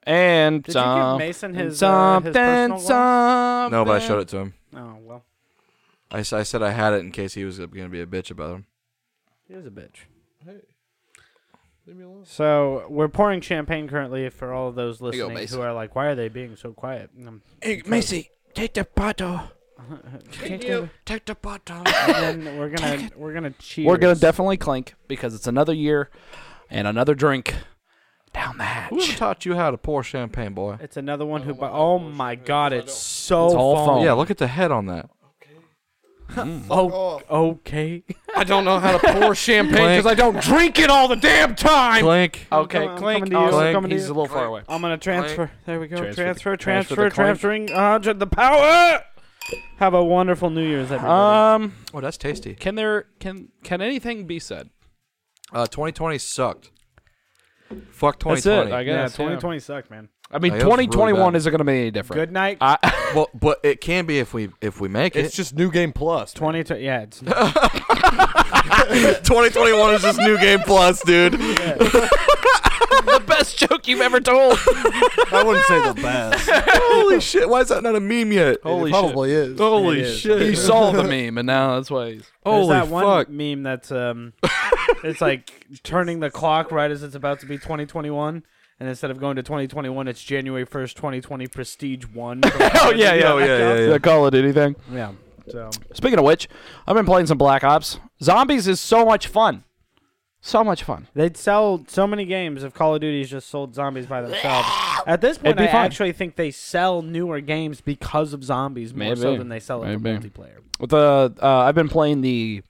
C: And
B: Did you give
C: some-
B: Mason
C: and
B: his, uh, his
C: something,
B: personal glass?
C: something.
D: No, but I showed it to him.
B: Oh well,
D: I, s- I said I had it in case he was going to be a bitch about him.
B: he is a bitch.
F: Leave me alone.
B: So we're pouring champagne currently for all of
C: you
B: those
C: go,
B: listening
C: Mason.
B: who are like, "Why are they being so quiet?" And I'm-
C: Hey, Macy, take the bottle.
D: Take the bottle.
B: and then we're gonna we're gonna cheers.
C: We're gonna definitely clink because it's another year and another drink down the hatch.
D: Whoever taught you how to pour champagne, boy?
B: It's another one who. bu- oh my god, it's so
C: It's all
B: foamy.
C: foam.
D: Yeah, look at the head on that.
B: Oh, okay.
E: I don't know how to pour champagne because I don't drink it all the damn time.
D: Clink.
C: Okay,
B: I'm coming- I'm
C: clink.
B: coming to you, I'm
C: Austin,
B: coming to
C: he's
B: you.
C: a little far away.
B: I'm gonna transfer. There we go.
C: Transfer
B: Transfer,
C: the- transfer
B: transfer,
C: the clink.
B: transferring. Uh, to the power. Have a wonderful New Year's, everybody.
C: Um,
D: Oh, that's tasty.
C: can there can can anything be said?
D: Uh, 2020 sucked. Fuck
C: That's
D: 2020.
C: it. I
B: yeah,
C: guess.
B: 2020 sucked, man.
C: I mean,
D: That was really
C: 2021
D: bad.
C: isn't going to be any different.
B: Good night.
C: I,
D: Well, but it can be if we if we make
F: It's just new game plus.
B: 2020. Yeah, it's.
D: it. 2021 is just new game plus, dude.
C: the best joke you've ever told.
F: I wouldn't say the best.
D: Holy shit! Why is that not a meme yet?
C: Holy
F: it
C: shit!
F: probably is.
C: Holy
B: It is.
C: shit! He saw the meme, and now that's why he's.
B: There's
D: Holy
B: that one
D: fuck!
B: meme that's um, it's like turning the clock right as it's about to be 2021, and instead of going to 2021, it's January 1st, 2020, Prestige One.
C: Oh yeah, yeah,
D: Oh, yeah, yeah, yeah.
C: The Call of Duty thing.
B: yeah. So
C: Speaking of which, I've been playing some Black Ops. Zombies is so much fun. So much fun.
B: they'd sell so many games if Call of Duty's just sold zombies by themselves. At this point,
C: It'd be
B: I
C: fun.
B: actually think they sell newer games because of zombies more so
C: Maybe.
B: than they sell it to
C: Maybe.
B: multiplayer.
C: With the uh, I've been playing the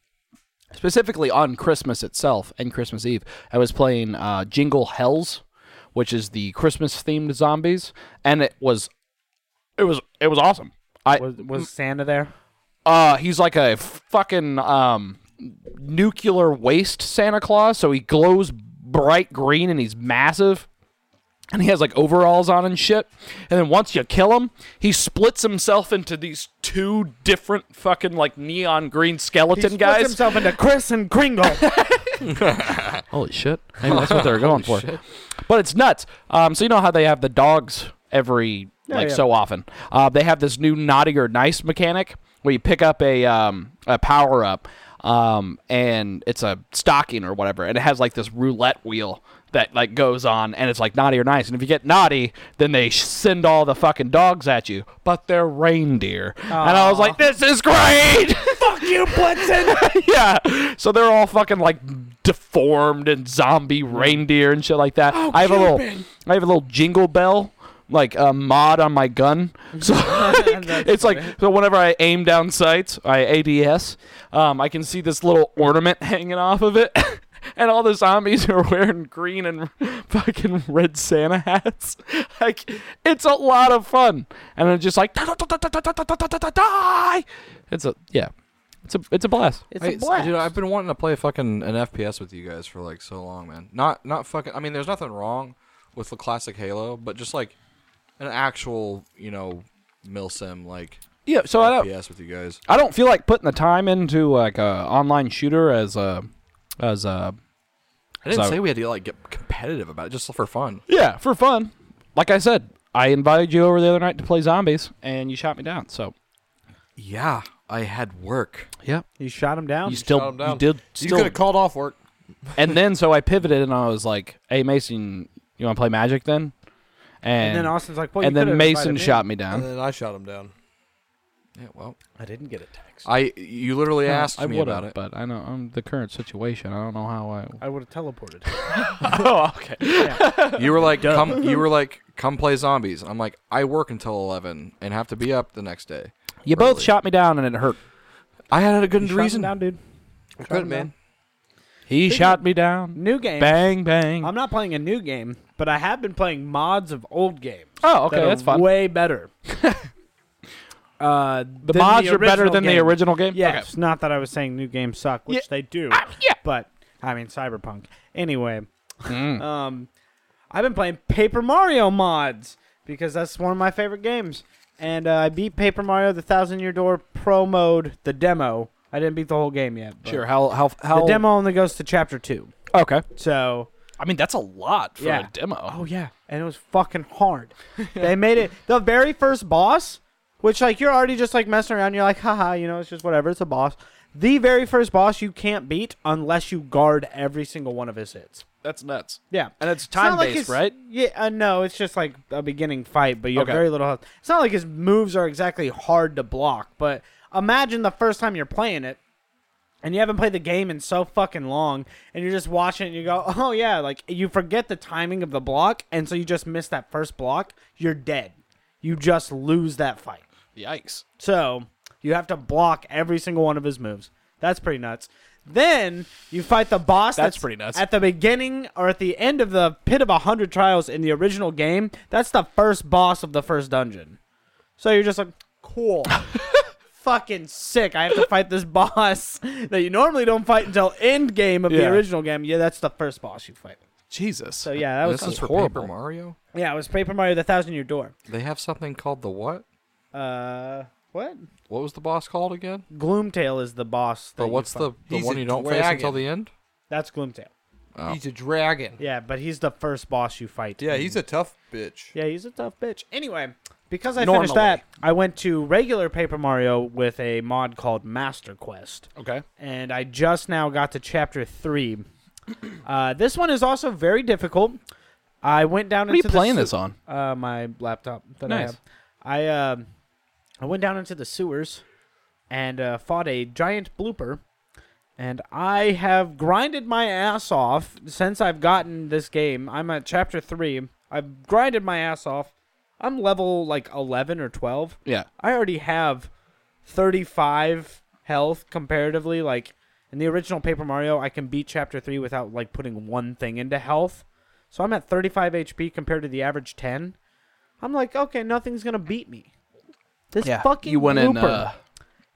C: specifically on Christmas itself and Christmas Eve. I was playing uh, Jingle Hells, which is the Christmas themed zombies, and it was it was it was awesome. I
B: Was, was Santa there?
C: Uh, he's like a fucking um, nuclear waste Santa Claus. So he glows bright green and he's massive. And he has like overalls on and shit. And then once you kill him, he splits himself into these two different fucking like neon green skeleton
B: He splits
C: guys.
B: himself into Chris and Kringle.
C: Holy shit! Maybe that's what they're going for. But it's nuts. Um, so you know how they have the dogs every like
B: yeah.
C: so often. Uh, they have this new naughty or nice mechanic where you pick up a um, a power up, um, and it's a stocking or whatever, and it has like this roulette wheel that like goes on, and it's like naughty or nice. And if you get naughty, then they sh- send all the fucking dogs at you, but they're reindeer. And I was like, this is great. Fuck you, Blitzen. yeah. So they're all fucking like deformed and zombie reindeer and shit like that. I have a little, I have a little jingle bell like a mod on my gun. So like, it's like so whenever I aim down sights, I ADS, um, I can see this little ornament hanging off of it. And all the zombies are wearing green and fucking red Santa hats. Like, it's a lot of fun. And I'm just like, die. It's a, yeah. It's a, it's a blast.
B: It's
D: Hey,
B: a
D: s-
B: blast.
D: Dude, I've been wanting to play fucking an FPS with you guys for like so long, man. Not not fucking. I mean, there's nothing wrong with the classic Halo, but just like an actual, you know, milsim like
C: Yeah, so I don't,
D: FPS with you guys.
C: I don't feel like putting the time into like a online shooter as a as a
D: I didn't
C: So-
D: say we had to like get competitive about it just for fun.
C: Yeah, for fun. Like I said, I invited you over the other night to play zombies, and you shot me down. So
D: Yeah, I had work.
C: yeah,
B: You shot him down.
C: you still
E: him down.
C: you did
E: You
C: still.
E: could have called off work.
C: and then so I pivoted and I was like, "Hey Mason, you want to play Magic then?"
B: and
C: And,
B: then Austin's like, well,
C: and
B: you
C: then
B: could've
C: Mason
B: invited me.
C: shot me
E: And
C: down.
E: then I shot him down.
D: Yeah, well,
B: I didn't get a text.
D: I you literally asked
C: I
D: me
C: would've,
D: about it.
C: but I know I'm the current situation. I don't know how I.
B: I would have teleported.
C: oh, okay.
D: You were like, come. You were like, come play zombies. I'm like, I work until eleven and have to be up the next day.
C: You both
D: Really?
C: shot me down and it hurt.
D: I had a
B: You
D: good
B: shot him
D: reason.
B: down, dude. Shot him
E: man.
B: down.
C: He
B: Speaking
C: shot
B: of-
C: me down.
B: New game.
C: Bang bang.
B: I'm not playing a new game, but I have been playing mods of old games.
C: oh, okay,
B: that are
C: that's fine.
B: Way better. uh,
C: the mods are better than the
B: game.
C: original game.
B: Yeah, it's not that I was saying new games suck, which
C: Yeah. Ah,
B: they do.
C: yeah.
B: But I mean, Cyberpunk. Anyway,
C: Okay. Mm.
B: um, I've been playing Paper Mario mods because that's one of my favorite games, and uh, I beat Paper Mario: The Thousand Year Door Pro Mode, the demo. I didn't beat the whole game yet. but
C: Sure. Oh. How how how?
B: The demo only goes to chapter two,
C: Okay.
B: so
C: I mean, that's a lot for
B: Yeah.
C: a demo.
B: Oh yeah, and it was fucking hard. they made it the very first boss, which like you're already just like messing around. You're like, haha, you know, it's just whatever. It's a boss. The very first boss you can't beat unless you guard every single one of his hits.
C: That's nuts.
B: Yeah,
C: And it's
B: It's not
C: time
B: like
C: based,
B: his-
C: right?
B: Yeah, uh, no, it's just like a beginning fight, but you have
C: Okay.
B: very little health. It's not like his moves are exactly hard to block, but imagine the first time you're playing it and you haven't played the game in so fucking long and you're just watching it and you go, oh yeah, like you forget the timing of the block and so you just miss that first block, you're dead. You just lose that fight.
C: Yikes.
B: So you have to block every single one of his moves. That's pretty nuts. Then you fight the boss.
C: That's pretty nuts.
B: At the beginning or at the end of the pit of a hundred trials in the original game, that's the first boss of the first dungeon. So you're just like, cool. Fucking sick. I have to fight this boss that you normally don't fight until end game of the
C: Yeah.
B: original game. Yeah, that's the first boss you fight.
C: Jesus.
B: So yeah, that was
D: this is for
C: horrible.
D: Paper Mario.
B: yeah, it was Paper Mario: The Thousand Year Door.
D: They have something called the what?
B: Uh, what?
D: What was the boss called again?
B: Gloomtail is the boss. that
D: But
B: you
D: what's
B: fight.
D: the the
E: He's
D: one
E: a
D: you don't face until
E: dragon.
D: the end?
B: That's Gloomtail.
E: He's a dragon.
B: Yeah, but he's the first boss you fight.
E: Yeah, he's a tough bitch.
B: yeah, he's a tough bitch. Anyway, because I
E: Normally.
B: finished that, I went to regular Paper Mario with a mod called Master Quest,
C: Okay.
B: and I just now got to chapter three. Uh, this one is also very difficult. I went down
C: What are you
B: into the
C: playing
B: sew-
C: this on?
B: Uh, my laptop that
C: Nice.
B: I have. I um, I went down into the sewers and uh, fought a giant blooper. And I have grinded my ass off since I've gotten this game. I'm at chapter three. I've grinded my ass off. I'm level like 11 or 12.
C: Yeah.
B: I already have 35 health comparatively. Like in the original Paper Mario, I can beat Chapter 3 without like putting one thing into health. So I'm at 35 HP compared to the average 10. I'm like, okay, nothing's going to beat me. This fucking
C: you went in
B: blooper,
C: uh,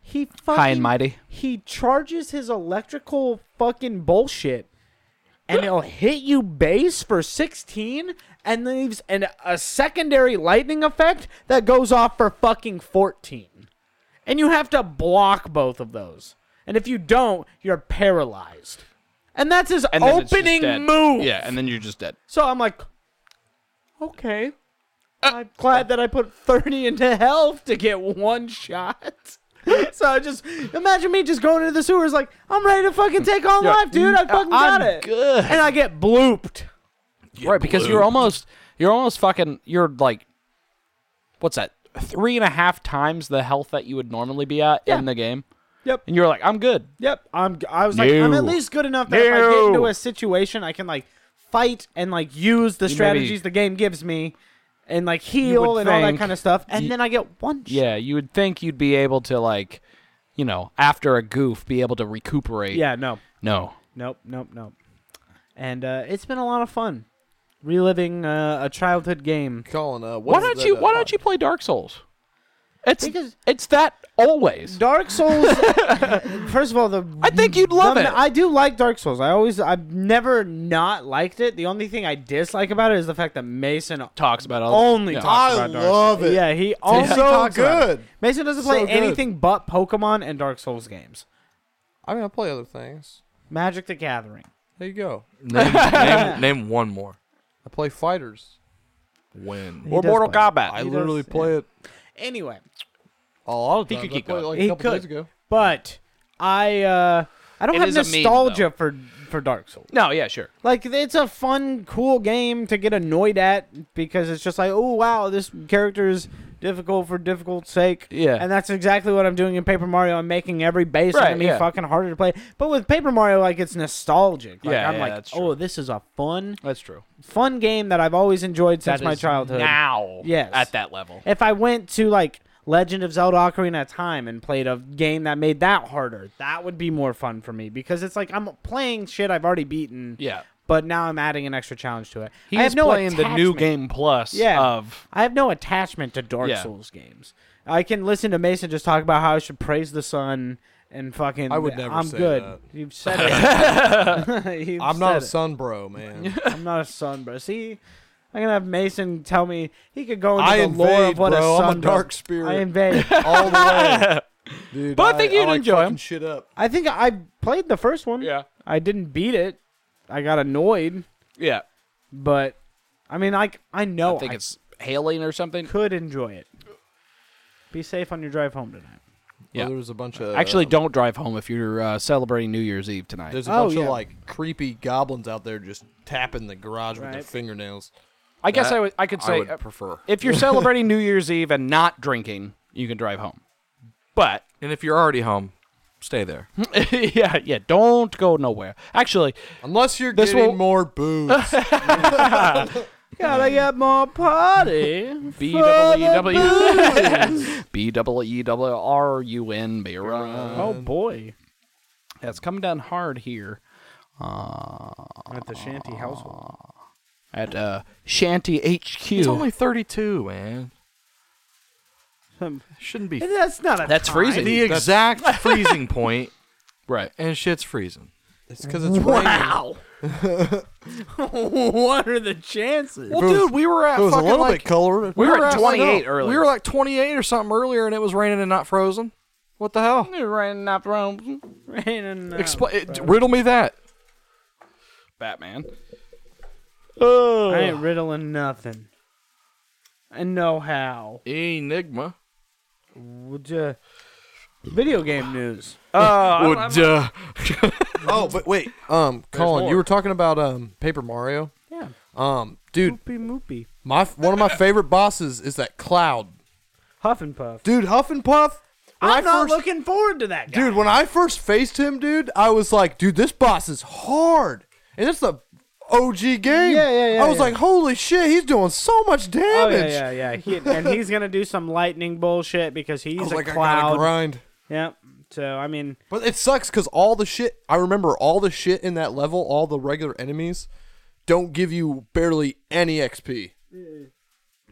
B: he fucking
C: high and mighty.
B: he charges his electrical fucking bullshit and it'll hit you base for 16 and leaves an, a secondary lightning effect that goes off for fucking 14 and you have to block both of those and if you don't you're paralyzed and that's his
C: And then it's just
B: opening
C: dead.
B: move
C: Yeah, and then you're just dead.
B: so i'm like okay i'm glad that i put 30 into health to get one shot so I just imagine me just going into the sewers like I'm ready to fucking take on
C: Yeah.
B: life, dude. I fucking got
C: I'm
B: it,
C: good.
B: and I get blooped.
C: right, because you're almost you're almost fucking you're like what's that? Three and a half times the health that you would normally be at
B: Yeah.
C: in the game.
B: Yep.
C: And you're like, I'm good.
B: Yep. I'm. I was like, I'm
C: No.
B: at least good enough that if I get
C: No.
B: into a situation, I can like fight and like use the
C: maybe-
B: strategies the game gives me, and like heal
C: would
B: and all that
C: think
B: kind of stuff. And
C: you-
B: then I get one. shot.
C: Yeah, you would think you'd be able to like, you know, after a goof, be able to recuperate.
B: Yeah. No.
C: No.
B: Nope. Nope. Nope. And uh, it's been a lot of fun reliving uh, a childhood game.
E: Calling uh,
C: Why don't you Why don't you play Dark Souls? It's
B: Because-
C: it's that always.
B: Dark Souls. first of all, the
C: I think you'd love
B: the-
C: it.
B: I do like Dark Souls. I always, I've never not liked it. The only thing I dislike about it is the fact that Mason
C: talks about all
B: only
C: yeah.
B: talks
F: I
B: about Dark
F: love
B: Souls.
F: it.
B: Yeah, he
F: It's
B: also
F: so
B: talks about it.
F: good.
B: Mason doesn't
F: So
B: play
F: good.
B: anything but Pokemon and Dark Souls games.
E: I mean, I play other things.
B: Magic the Gathering.
E: There you go.
D: Name, name, name one more.
E: I play fighters.
D: When?
B: Or Mortal Kombat.
E: I literally play it
B: Anyway,
E: a lot of
C: He
E: times.
C: could
E: I
C: keep
E: played it
C: going.
E: like
B: He
E: a couple
B: could.
E: days ago.
B: but I uh, I don't
C: It
B: have
C: is a meme,
B: nostalgia
C: though.
B: for for Dark Souls.
C: No, yeah, sure.
B: Like it's a fun, cool game to get annoyed at because it's just like, oh wow, this character is difficult for difficult sake.
C: Yeah.
B: And that's exactly what I'm doing in Paper Mario. I'm making every base
C: Right,
B: enemy
C: yeah.
B: fucking harder to play. But with Paper Mario, like it's nostalgic. Like
C: Yeah,
B: I'm
C: yeah,
B: like,
C: that's
B: oh,
C: true.
B: this is a fun,
C: That's true.
B: fun game that I've always enjoyed since
C: That
B: my
C: is
B: childhood.
C: Now,
B: Yes.
C: at that level.
B: If I went to like Legend of Zelda Ocarina of Time and played a game that made that harder, that would be more fun for me because it's like I'm playing shit I've already beaten
C: Yeah.
B: but now I'm adding an extra challenge to it.
C: He's
B: I have no
C: playing the new
B: attachment-
C: game plus
B: Yeah.
C: of
B: I have no attachment to Dark
C: Yeah.
B: Souls games. I can listen to Mason just talk about how I should praise the sun and fucking.
E: I would never
B: I'm
E: say
B: good.
E: that.
B: You've said it. You've
E: I'm not a
B: said
E: sun bro, man.
B: it. I'm not a sun, bro. See, I'm gonna have Mason tell me he could go into
E: I
B: the lore
E: invade,
B: of what
E: bro.
B: a
E: I'm a
B: sun bro-
E: dark spirit.
B: I invade.
E: all the way. Dude,
C: But I think you'd
E: like
C: enjoy 'em.
E: fucking Shit up.
B: I think I played the first one.
C: Yeah.
B: I didn't beat it. I got annoyed,
C: yeah.
B: but I mean, like I know
C: Oh, I think
B: I
C: it's hailing or something.
B: could enjoy it. Be safe on your drive home tonight.
C: Yeah.
E: Well, there was Oh, a bunch of
C: Actually, don't drive home if you're uh, celebrating New Year's Eve tonight.
E: There's a
B: Oh,
E: bunch
B: yeah.
E: of like creepy goblins out there just tapping the garage with their
B: Right.
E: fingernails.
C: I guess
D: That
C: I would. I could say
D: I would
C: uh,
D: prefer.
C: if you're celebrating New Year's Eve and not drinking, you can drive home. But
D: And if you're already home, stay there.
C: yeah, yeah, don't go nowhere. Actually,
E: Unless you're
C: This
E: getting
C: will-
E: more booze.
B: Gotta get more party.
C: B double E W B double E double R U N be around.
B: Oh boy.
C: That's coming down hard here
B: At the shanty household.
C: at uh, Shanty HQ.
D: He's only 32, man.
E: Hmm.
D: Shouldn't be
B: That's not a
C: That's
B: time.
C: freezing.
D: the
C: That's-
D: exact freezing point,
C: right.
D: and shit's freezing.
E: it's because it's raining.
B: what are the chances?
D: Well, dude, we were at
E: It was a
D: fucking
E: little
D: like
E: bit colder.
D: we
C: We were at
D: like,
C: 28
D: no, We
C: earlier.
D: were like 28 or something earlier, and it was raining and not frozen. What the hell?
C: Running up around
B: Raining out.
D: Expl- it- riddle me that.
C: Batman.
B: I ain't riddling nothing. And know how.
D: Enigma.
B: Would ya- Video game news.
D: Would, uh,
E: Oh, but wait, um, Colin,
C: more.
E: you were talking about um Paper Mario.
B: Yeah.
E: Um, dude,
B: Moopy moopy.
E: my one of my favorite bosses is that Cloud.
B: Huff and puff.
E: Dude, Huff and Puff. when
B: I'm
E: I
B: not
E: first-
B: looking forward to that guy.
E: Dude, when I first faced him, dude, I was like, dude, this boss is hard. And it's the OG game.
B: Yeah, yeah, yeah,
E: I was
B: yeah.
E: like, holy shit, he's doing so much
B: Oh
E: damage.
B: yeah, yeah, yeah. He, and he's gonna do some lightning bullshit because
E: I
B: he's
E: was
B: a
E: like, I gotta
B: cloud.
E: grind.
B: Yep. So I mean,
E: But it sucks because all the shit, I remember all the shit in that level, all the regular enemies, don't give you barely any XP.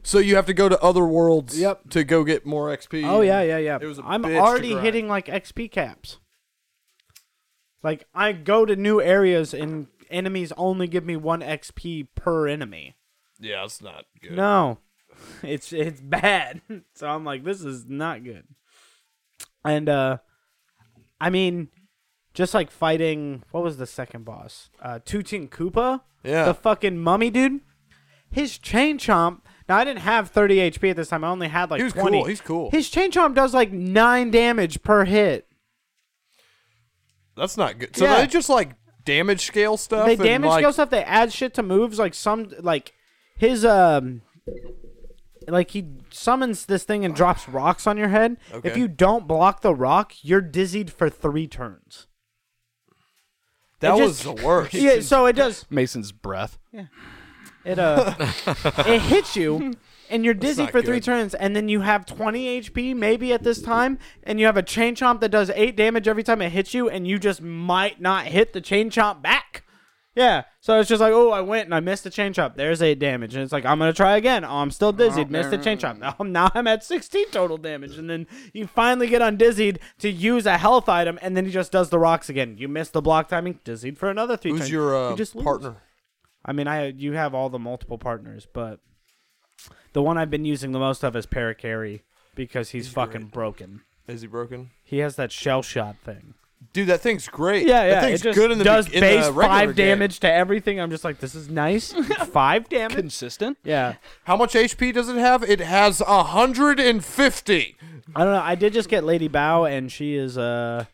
E: So you have to go to other worlds
B: Yep.
E: to go get more XP.
B: Oh yeah, yeah, yeah.
E: It was a
B: I'm
E: bitch to
B: already
E: grind.
B: hitting like XP caps. Like I go to new areas and enemies only give me one XP per enemy.
E: Yeah, it's not good.
B: No, it's it's bad. So I'm like, this is not good. And uh, I mean, just like fighting what was the second boss? Uh, Tootin Koopa.
E: Yeah.
B: The fucking mummy dude. His chain chomp. Now I didn't have 30 HP at this time. I only had like
E: He was
B: 20.
E: cool, he's cool.
B: His chain chomp does like nine damage per hit.
E: That's not good. So
B: Yeah.
E: they just like damage scale stuff.
B: They
E: and,
B: damage
E: like,
B: scale stuff. They add shit to moves. Like some, like his um, like he summons this thing and drops rocks on your head. If
E: Okay.
B: you don't block the rock, you're dizzied for three turns.
E: That
B: It
E: was
B: just-
E: the worst.
B: Yeah, so it does.
C: Mason's breath.
B: It uh, it hits you, and you're dizzy
E: not
B: for three
E: good.
B: turns, and then you have 20 HP maybe at this time, and you have a chain chomp that does eight damage every time it hits you, and you just might not hit the chain chomp back. Yeah, so it's just like, oh, I went and I missed the chain chomp. There's eight damage, and it's like I'm gonna try again. Oh, I'm still dizzied. Missed the chain chomp. Now, now I'm at 16 total damage, and then you finally get undizzied to use a health item, and then he just does the rocks again. You miss the block timing, dizzied for another three
E: Who's
B: turns.
E: your
B: You
E: uh,
B: just lose.
E: partner?
B: I mean, I you have all the multiple partners, but the one I've been using the most of is Paracarry because he's, fucking broken.
E: Is he broken?
B: He has that shell shot thing.
E: dude, that thing's great.
B: Yeah, yeah.
E: That thing's
B: it just
E: good in the
B: does
E: be- in the
B: base
E: regular
B: five
E: game.
B: damage to everything. I'm just like, this is nice. five damage.
C: Consistent.
B: Yeah.
E: How much HP does it have? It has hundred and fifty.
B: I don't know. I did just get Lady Bow, and she is uh,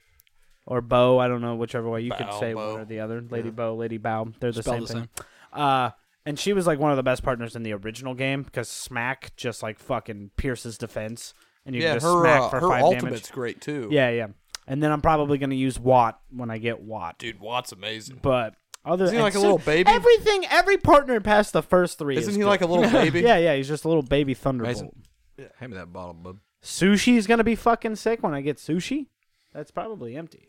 B: or Bow. I don't know whichever way you could
E: Bow,
B: say
E: Bow.
B: one or the other. Lady Bow, Lady Bow. They're the
C: Spelled
B: same
C: the
B: thing. Uh, and she was like one of the best partners in the original game because Smack just like fucking pierces defense, and you
E: Yeah,
B: can just
E: her
B: smack
E: uh,
B: for
E: her
B: five
E: ultimate's
B: damage.
E: great too.
B: Yeah, yeah. And then I'm probably gonna use Watt when I get Watt,
E: dude, Watt's amazing.
B: But other
E: Isn't he
B: and
E: like a
B: so-
E: little baby?
B: Everything, every partner past the first three.
E: Isn't
B: is
E: he
B: good.
E: like a little baby?
B: Yeah, yeah. He's just a little baby thunderbolt.
D: Amazing. Hand me that bottle, bub.
B: Sushi's gonna be fucking sick when I get sushi. That's probably empty.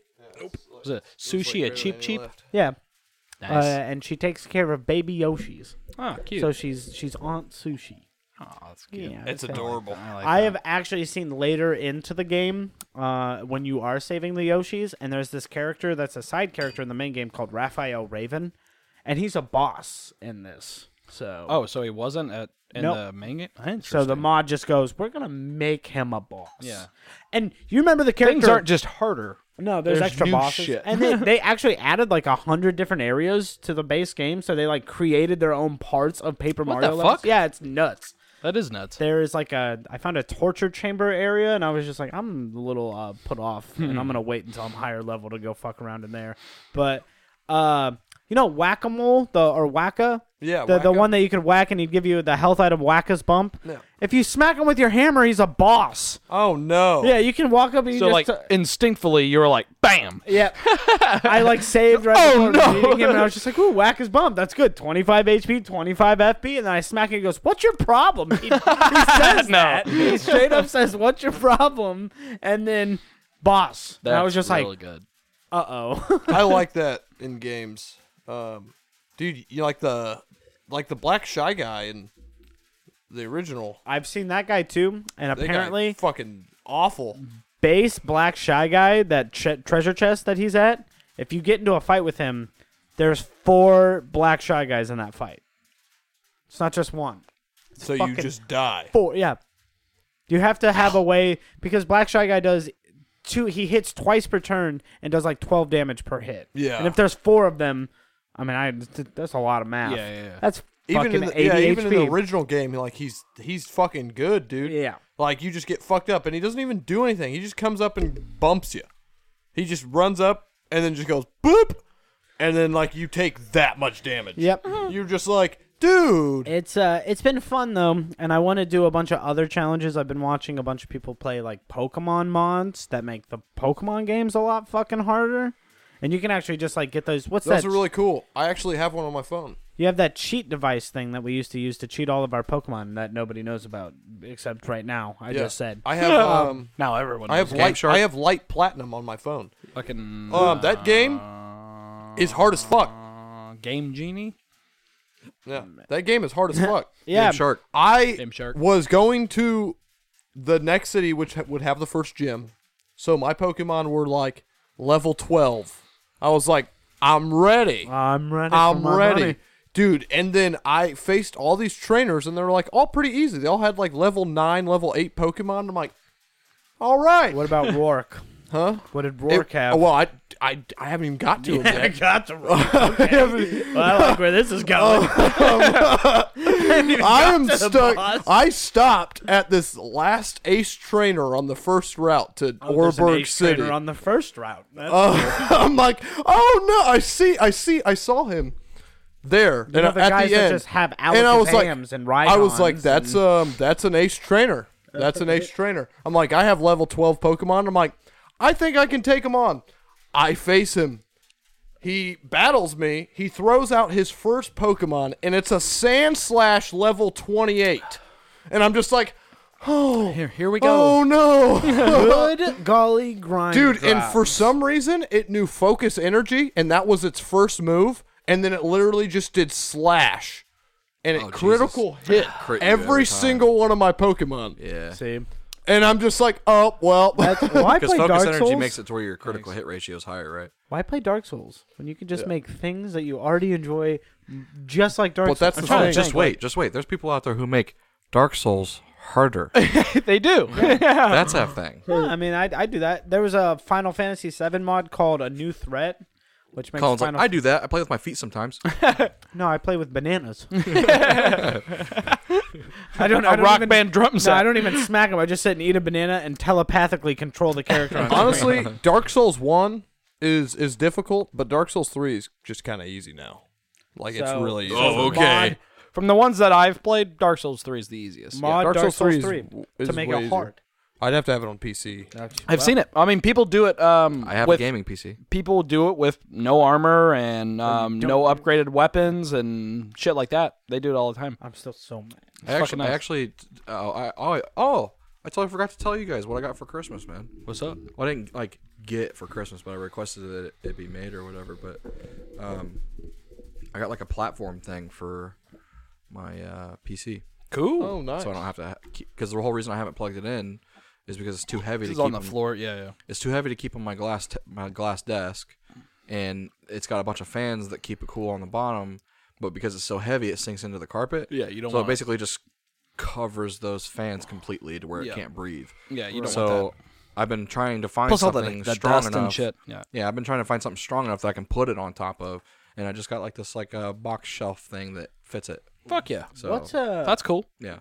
C: Was it sushi a cheap cheap?
B: Yeah,
C: Nice.
B: uh, and she takes care of baby Yoshis,
C: oh, cute.
B: so she's she's Aunt Sushi.
C: oh, that's cute.
B: Yeah,
E: It's
B: that's it.
E: adorable.
C: I like
B: I
C: that.
B: have actually seen later into the game uh, when you are saving the Yoshis, and there's this character that's a side character in the main game called Raphael Raven, and he's a boss in this. So
C: Oh, so he wasn't at in
B: Nope.
C: the main game. Interesting.
B: So the mod just goes, we're gonna make him a boss.
C: Yeah.
B: And you remember the character?
C: things aren't just harder.
B: no, there's,
C: there's
B: extra
C: new
B: bosses,
C: shit.
B: and they, they actually added like a hundred different areas to the base game. So they like created their own parts of Paper
C: What the
B: Mario. levels.
C: fuck?
B: Yeah, it's nuts.
C: That is nuts.
B: There is like a I found a torture chamber area, and I was just like, I'm a little uh, put off, and
C: Hmm.
B: I'm gonna wait until I'm higher level to go fuck around in there. But uh, you know, whack a mole, the or whacka,
E: Yeah,
B: the, the
E: Wacka.
B: one that you could whack and he'd give you the health item whacka's bump.
E: Yeah.
B: If you smack him with your hammer, he's a boss.
E: Oh no.
B: Yeah, you can walk up and you
C: so
B: just
C: like instinctively, you were like, "Bam!"
B: yeah. I like saved right
C: Oh, no.
B: before meeting him, and I was just like, "Ooh, whack his bump. That's good. Twenty five HP, twenty five FP." And then I smack him. He goes, "What's your problem?" He, he says
C: No.
B: that. He straight up says, "What's your problem?" And then, boss. And
C: That
B: I was just
C: really
B: like,
C: good.
B: "Uh oh."
E: I like that in games. Um, dude, you like the like the black shy guy in the original.
B: I've seen that guy too, and
E: That guy
B: apparently,
E: fucking awful.
B: base black shy guy that tre- treasure chest that he's at. If you get into a fight with him, there's four black shy guys in that fight. It's not just one.
E: So you
B: fucking-
E: just die.
B: four. Yeah, you have to have a way because Black Shy Guy does two. He hits twice per turn and does like twelve damage per hit.
E: Yeah.
B: and if there's four of them, I mean, I th- that's a lot of math.
C: Yeah, yeah, yeah.
B: That's
E: Even
B: fucking
E: in the,
B: 80
E: yeah, even in the
B: HP.
E: original game, like he's he's fucking good, dude.
B: Yeah.
E: Like you just get fucked up, and he doesn't even do anything. He just comes up and bumps you. He just runs up and then just goes boop, and then like you take that much damage. Mm-hmm.
B: Yep.
E: You're just like, dude.
B: It's uh, it's been fun though, and I want to do a bunch of other challenges. I've been watching a bunch of people play like Pokemon mods that make the Pokemon games a lot fucking harder, and you can actually just like get those. What's
E: Those
B: that?
E: are really cool. I actually have one on my phone.
B: You have that cheat device thing that we used to use to cheat all of our Pokemon that nobody knows about except right now. I
E: Yeah.
B: just said.
E: I have um
C: Now everyone.
E: I have light
C: knows.
E: I have light platinum on my phone.
C: fucking
E: Um that game is hard as fuck.
C: uh, game genie.
E: Yeah. That game is hard as fuck.
B: yeah,
D: Game shark.
E: I
C: Game Shark.
E: was going to the next city which ha- would have the first gym. So my Pokemon were like level 12. I was like I'm ready.
B: I'm ready.
E: I'm
B: for my
E: ready.
B: money.
E: Dude, and then I faced all these trainers and they were like all pretty easy. They all had like level 9, level 8 Pokemon. I'm like all right.
B: What about Rourke?
E: Huh?
B: What did
E: It-
B: Rourke have?
E: oh, well, I, I, I haven't even got to him
B: I
E: yet.
B: got to Rourke. Okay. well, I like where this is going.
E: Oh, I am
B: the
E: stuck.
B: boss.
E: I stopped at this last ace trainer on the first route to
B: Oh, There's an
E: Orberg
B: ace trainer
E: City.
B: on the first route. That's
E: Uh, I'm like, oh no! I see, I see, I saw him there,
B: you know,
E: and
B: the
E: at
B: guys
E: the
B: that
E: end,
B: just have
E: and I was like,
B: Alakazams and
E: I was like,
B: Rhydons
E: that's um, that's an ace trainer. That's an ace trainer. I'm like, I have level 12 Pokemon. I'm like, I think I can take him on. I face him. He battles me. He throws out his first Pokemon, and it's a Sand Slash level 28. And I'm just like, oh,
C: Here, here we go.
E: oh no.
B: Good golly grind.
E: Dude, and
B: drop.
E: for some reason, it knew Focus Energy, and that was its first move. And then it literally just did Slash. And it
D: Oh, Jesus.
E: critical hit
D: Crit you
E: every,
D: every time.
E: single one of my Pokemon.
D: Yeah.
B: See?
E: And I'm just like, oh, well.
B: That's, well, I
D: Because
B: play
D: focus
B: Dark
D: energy
B: Souls.
D: makes it to where your critical hit ratio is higher, right?
B: Why play Dark Souls when you can just make things that you already enjoy, just like Dark
E: Well,
B: Souls?
E: that's the
B: I'm trying to
E: thing.
D: Just
B: think,
D: wait, just wait. There's people out there who make Dark Souls harder.
C: they do. Yeah.
D: That's a thing.
B: Yeah, I mean, I I do that. There was a Final Fantasy VII mod called A New Threat, which makes
D: Colin's like,
B: Final.
D: I do that. I play with my feet sometimes.
B: no, I play with bananas.
C: I don't
B: know, I
C: A
B: don't
C: rock
B: even-
C: band drum
B: no,
C: set.
B: I don't even smack them. I just sit and eat a banana and telepathically control the character. on screen.
F: Honestly, Dark Souls one is is difficult, but Dark Souls three is just kind of easy now. Like it's
B: So-
F: really easy.
D: Oh, okay.
C: From the ones that I've played, Dark Souls 3 is the easiest.
B: mod
F: Dark Souls 3 is-
B: 3
F: is
B: to make
F: way
B: it
F: easier.
B: hard.
F: I'd have to have it on PC.
C: I've seen it. I mean, people do it. Um,
D: I have
C: with,
D: a gaming PC.
C: People do it with no armor and um, no upgraded weapons and shit like that. They do it all the time.
B: I'm still so mad.
D: I actually,
C: nice.
D: I actually, oh, I, oh, I, oh, I totally forgot to tell you guys what I got for Christmas, man.
C: What's up?
D: Well, I didn't like get for Christmas, but I requested that it, it be made or whatever. But um, I got like a platform thing for my uh, PC,
C: Cool.
F: Oh, nice.
D: so I don't have to. Because the whole reason I haven't plugged it in is because it's too heavy.
C: this
D: to
C: is
D: keep
C: on the
D: on-
C: floor. Yeah, yeah.
D: It's too heavy to keep on my glass t- my glass desk, and it's got a bunch of fans that keep it cool on the bottom. But because it's so heavy, it sinks into the carpet.
C: Yeah, you don't
D: So
C: want-
D: it basically just covers those fans completely to where
C: Yeah.
D: it can't breathe.
C: Yeah, you don't
D: so
C: want
D: I've been trying to find
C: that. Plus all
D: something
C: that, that
D: strong
C: dust
D: enough.
C: and shit. Yeah.
D: Yeah, I've been trying to find something strong enough that I can put it on top of, and I just got like this like a uh, box shelf thing that fits it.
C: Fuck yeah.
D: So
B: What's a
C: That's cool.
D: yeah,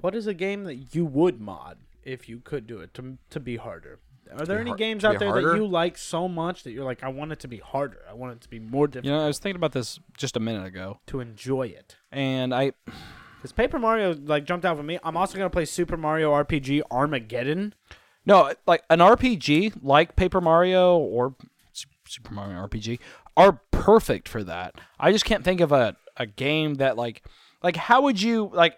B: what is a game that you would mod if you could do it to to be harder? Are there
D: be
B: any
D: har-
B: games
D: to be
B: out there that
D: harder?
B: you like so much that you're like, I want it to be harder. I want it to be more
C: You
B: difficult
C: know, I was thinking about this just a minute ago,
B: to enjoy it.
C: and I
B: Because Paper Mario like jumped out for me. I'm also gonna play Super Mario RPG Armageddon.
C: No, like an RPG like Paper Mario or Su- Super Mario RPG are perfect for that. I just can't think of a, a game that like like how would you like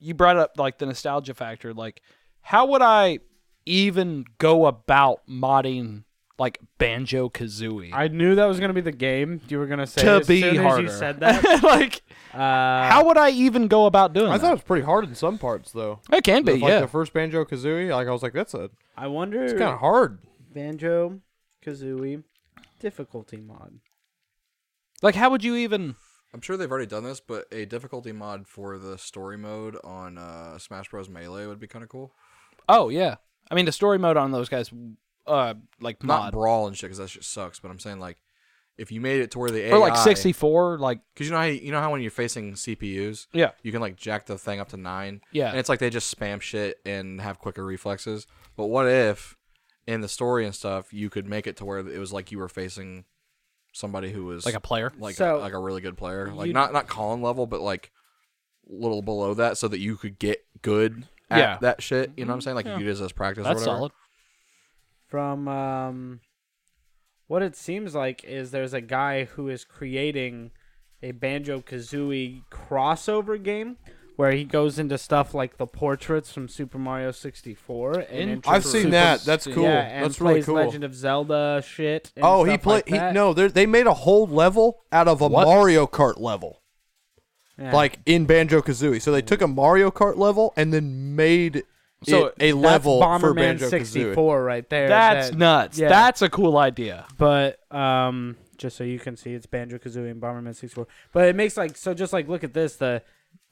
C: you brought up like the nostalgia factor like how would I even go about modding like Banjo Kazooie?
B: I knew that was gonna be the game you were gonna say
C: To
B: as
C: be
B: soon
C: harder.
B: As you said that.
C: like
B: Uh,
C: how would I even go about doing
F: I
C: that?
F: thought it was pretty hard in some parts though.
C: it can be,
F: like
C: yeah.
F: the first Banjo Kazooie, like I was like, that's a
B: I wonder.
F: it's kind of hard.
B: Banjo, Kazooie, difficulty mod.
C: like how would you even
D: I'm sure they've already done this, but a difficulty mod for the story mode on uh, Smash Bros. Melee would be kind of cool.
C: Oh, yeah. I mean the story mode on those guys uh like
D: Not
C: mod
D: brawl and shit, because that shit sucks. But I'm saying like, if you made it to where the AI,
C: or like 64 like
D: because you know how you know how when you're facing CPUs,
C: Yeah.
D: you can like jack the thing up to nine.
C: Yeah.
D: and it's like they just spam shit and have quicker reflexes. But what if in the story and stuff you could make it to where it was like you were facing somebody who was
C: like a player.
D: like
B: So,
D: a, like a really good player, like
B: you-
D: not not Colin level, but like little below that, so that you could get good at
C: Yeah.
D: that shit. You know what I'm saying? Like you could use it as practice.
C: That's
D: or whatever.
C: solid.
B: from um, what it seems like is there's a guy who is creating a banjo kazooie crossover game where he goes into stuff like the portraits from Super Mario 64 and
C: Interesting.
F: I've
B: introduces-
F: seen
C: Super-
F: that. That's
C: yeah,
F: cool.
B: Yeah, and
F: that's
B: plays
F: really cool.
B: Legend of Zelda shit. and
F: oh, he
B: stuff
F: played.
B: like that.
F: he, no, they're- they made a whole level out of a
C: What?
F: Mario Kart level,
B: Yeah.
F: like in Banjo Kazooie. So they took a Mario Kart level and then made
C: So
F: it a
B: That's
F: level for
B: Bomberman
F: Banjo 64.
B: 64 right there.
C: That's
B: That-
C: nuts.
B: yeah.
C: That's a cool idea.
B: but um, just so you can see, it's Banjo Kazooie and Bomberman 64. But it makes like so. Just like look at this, the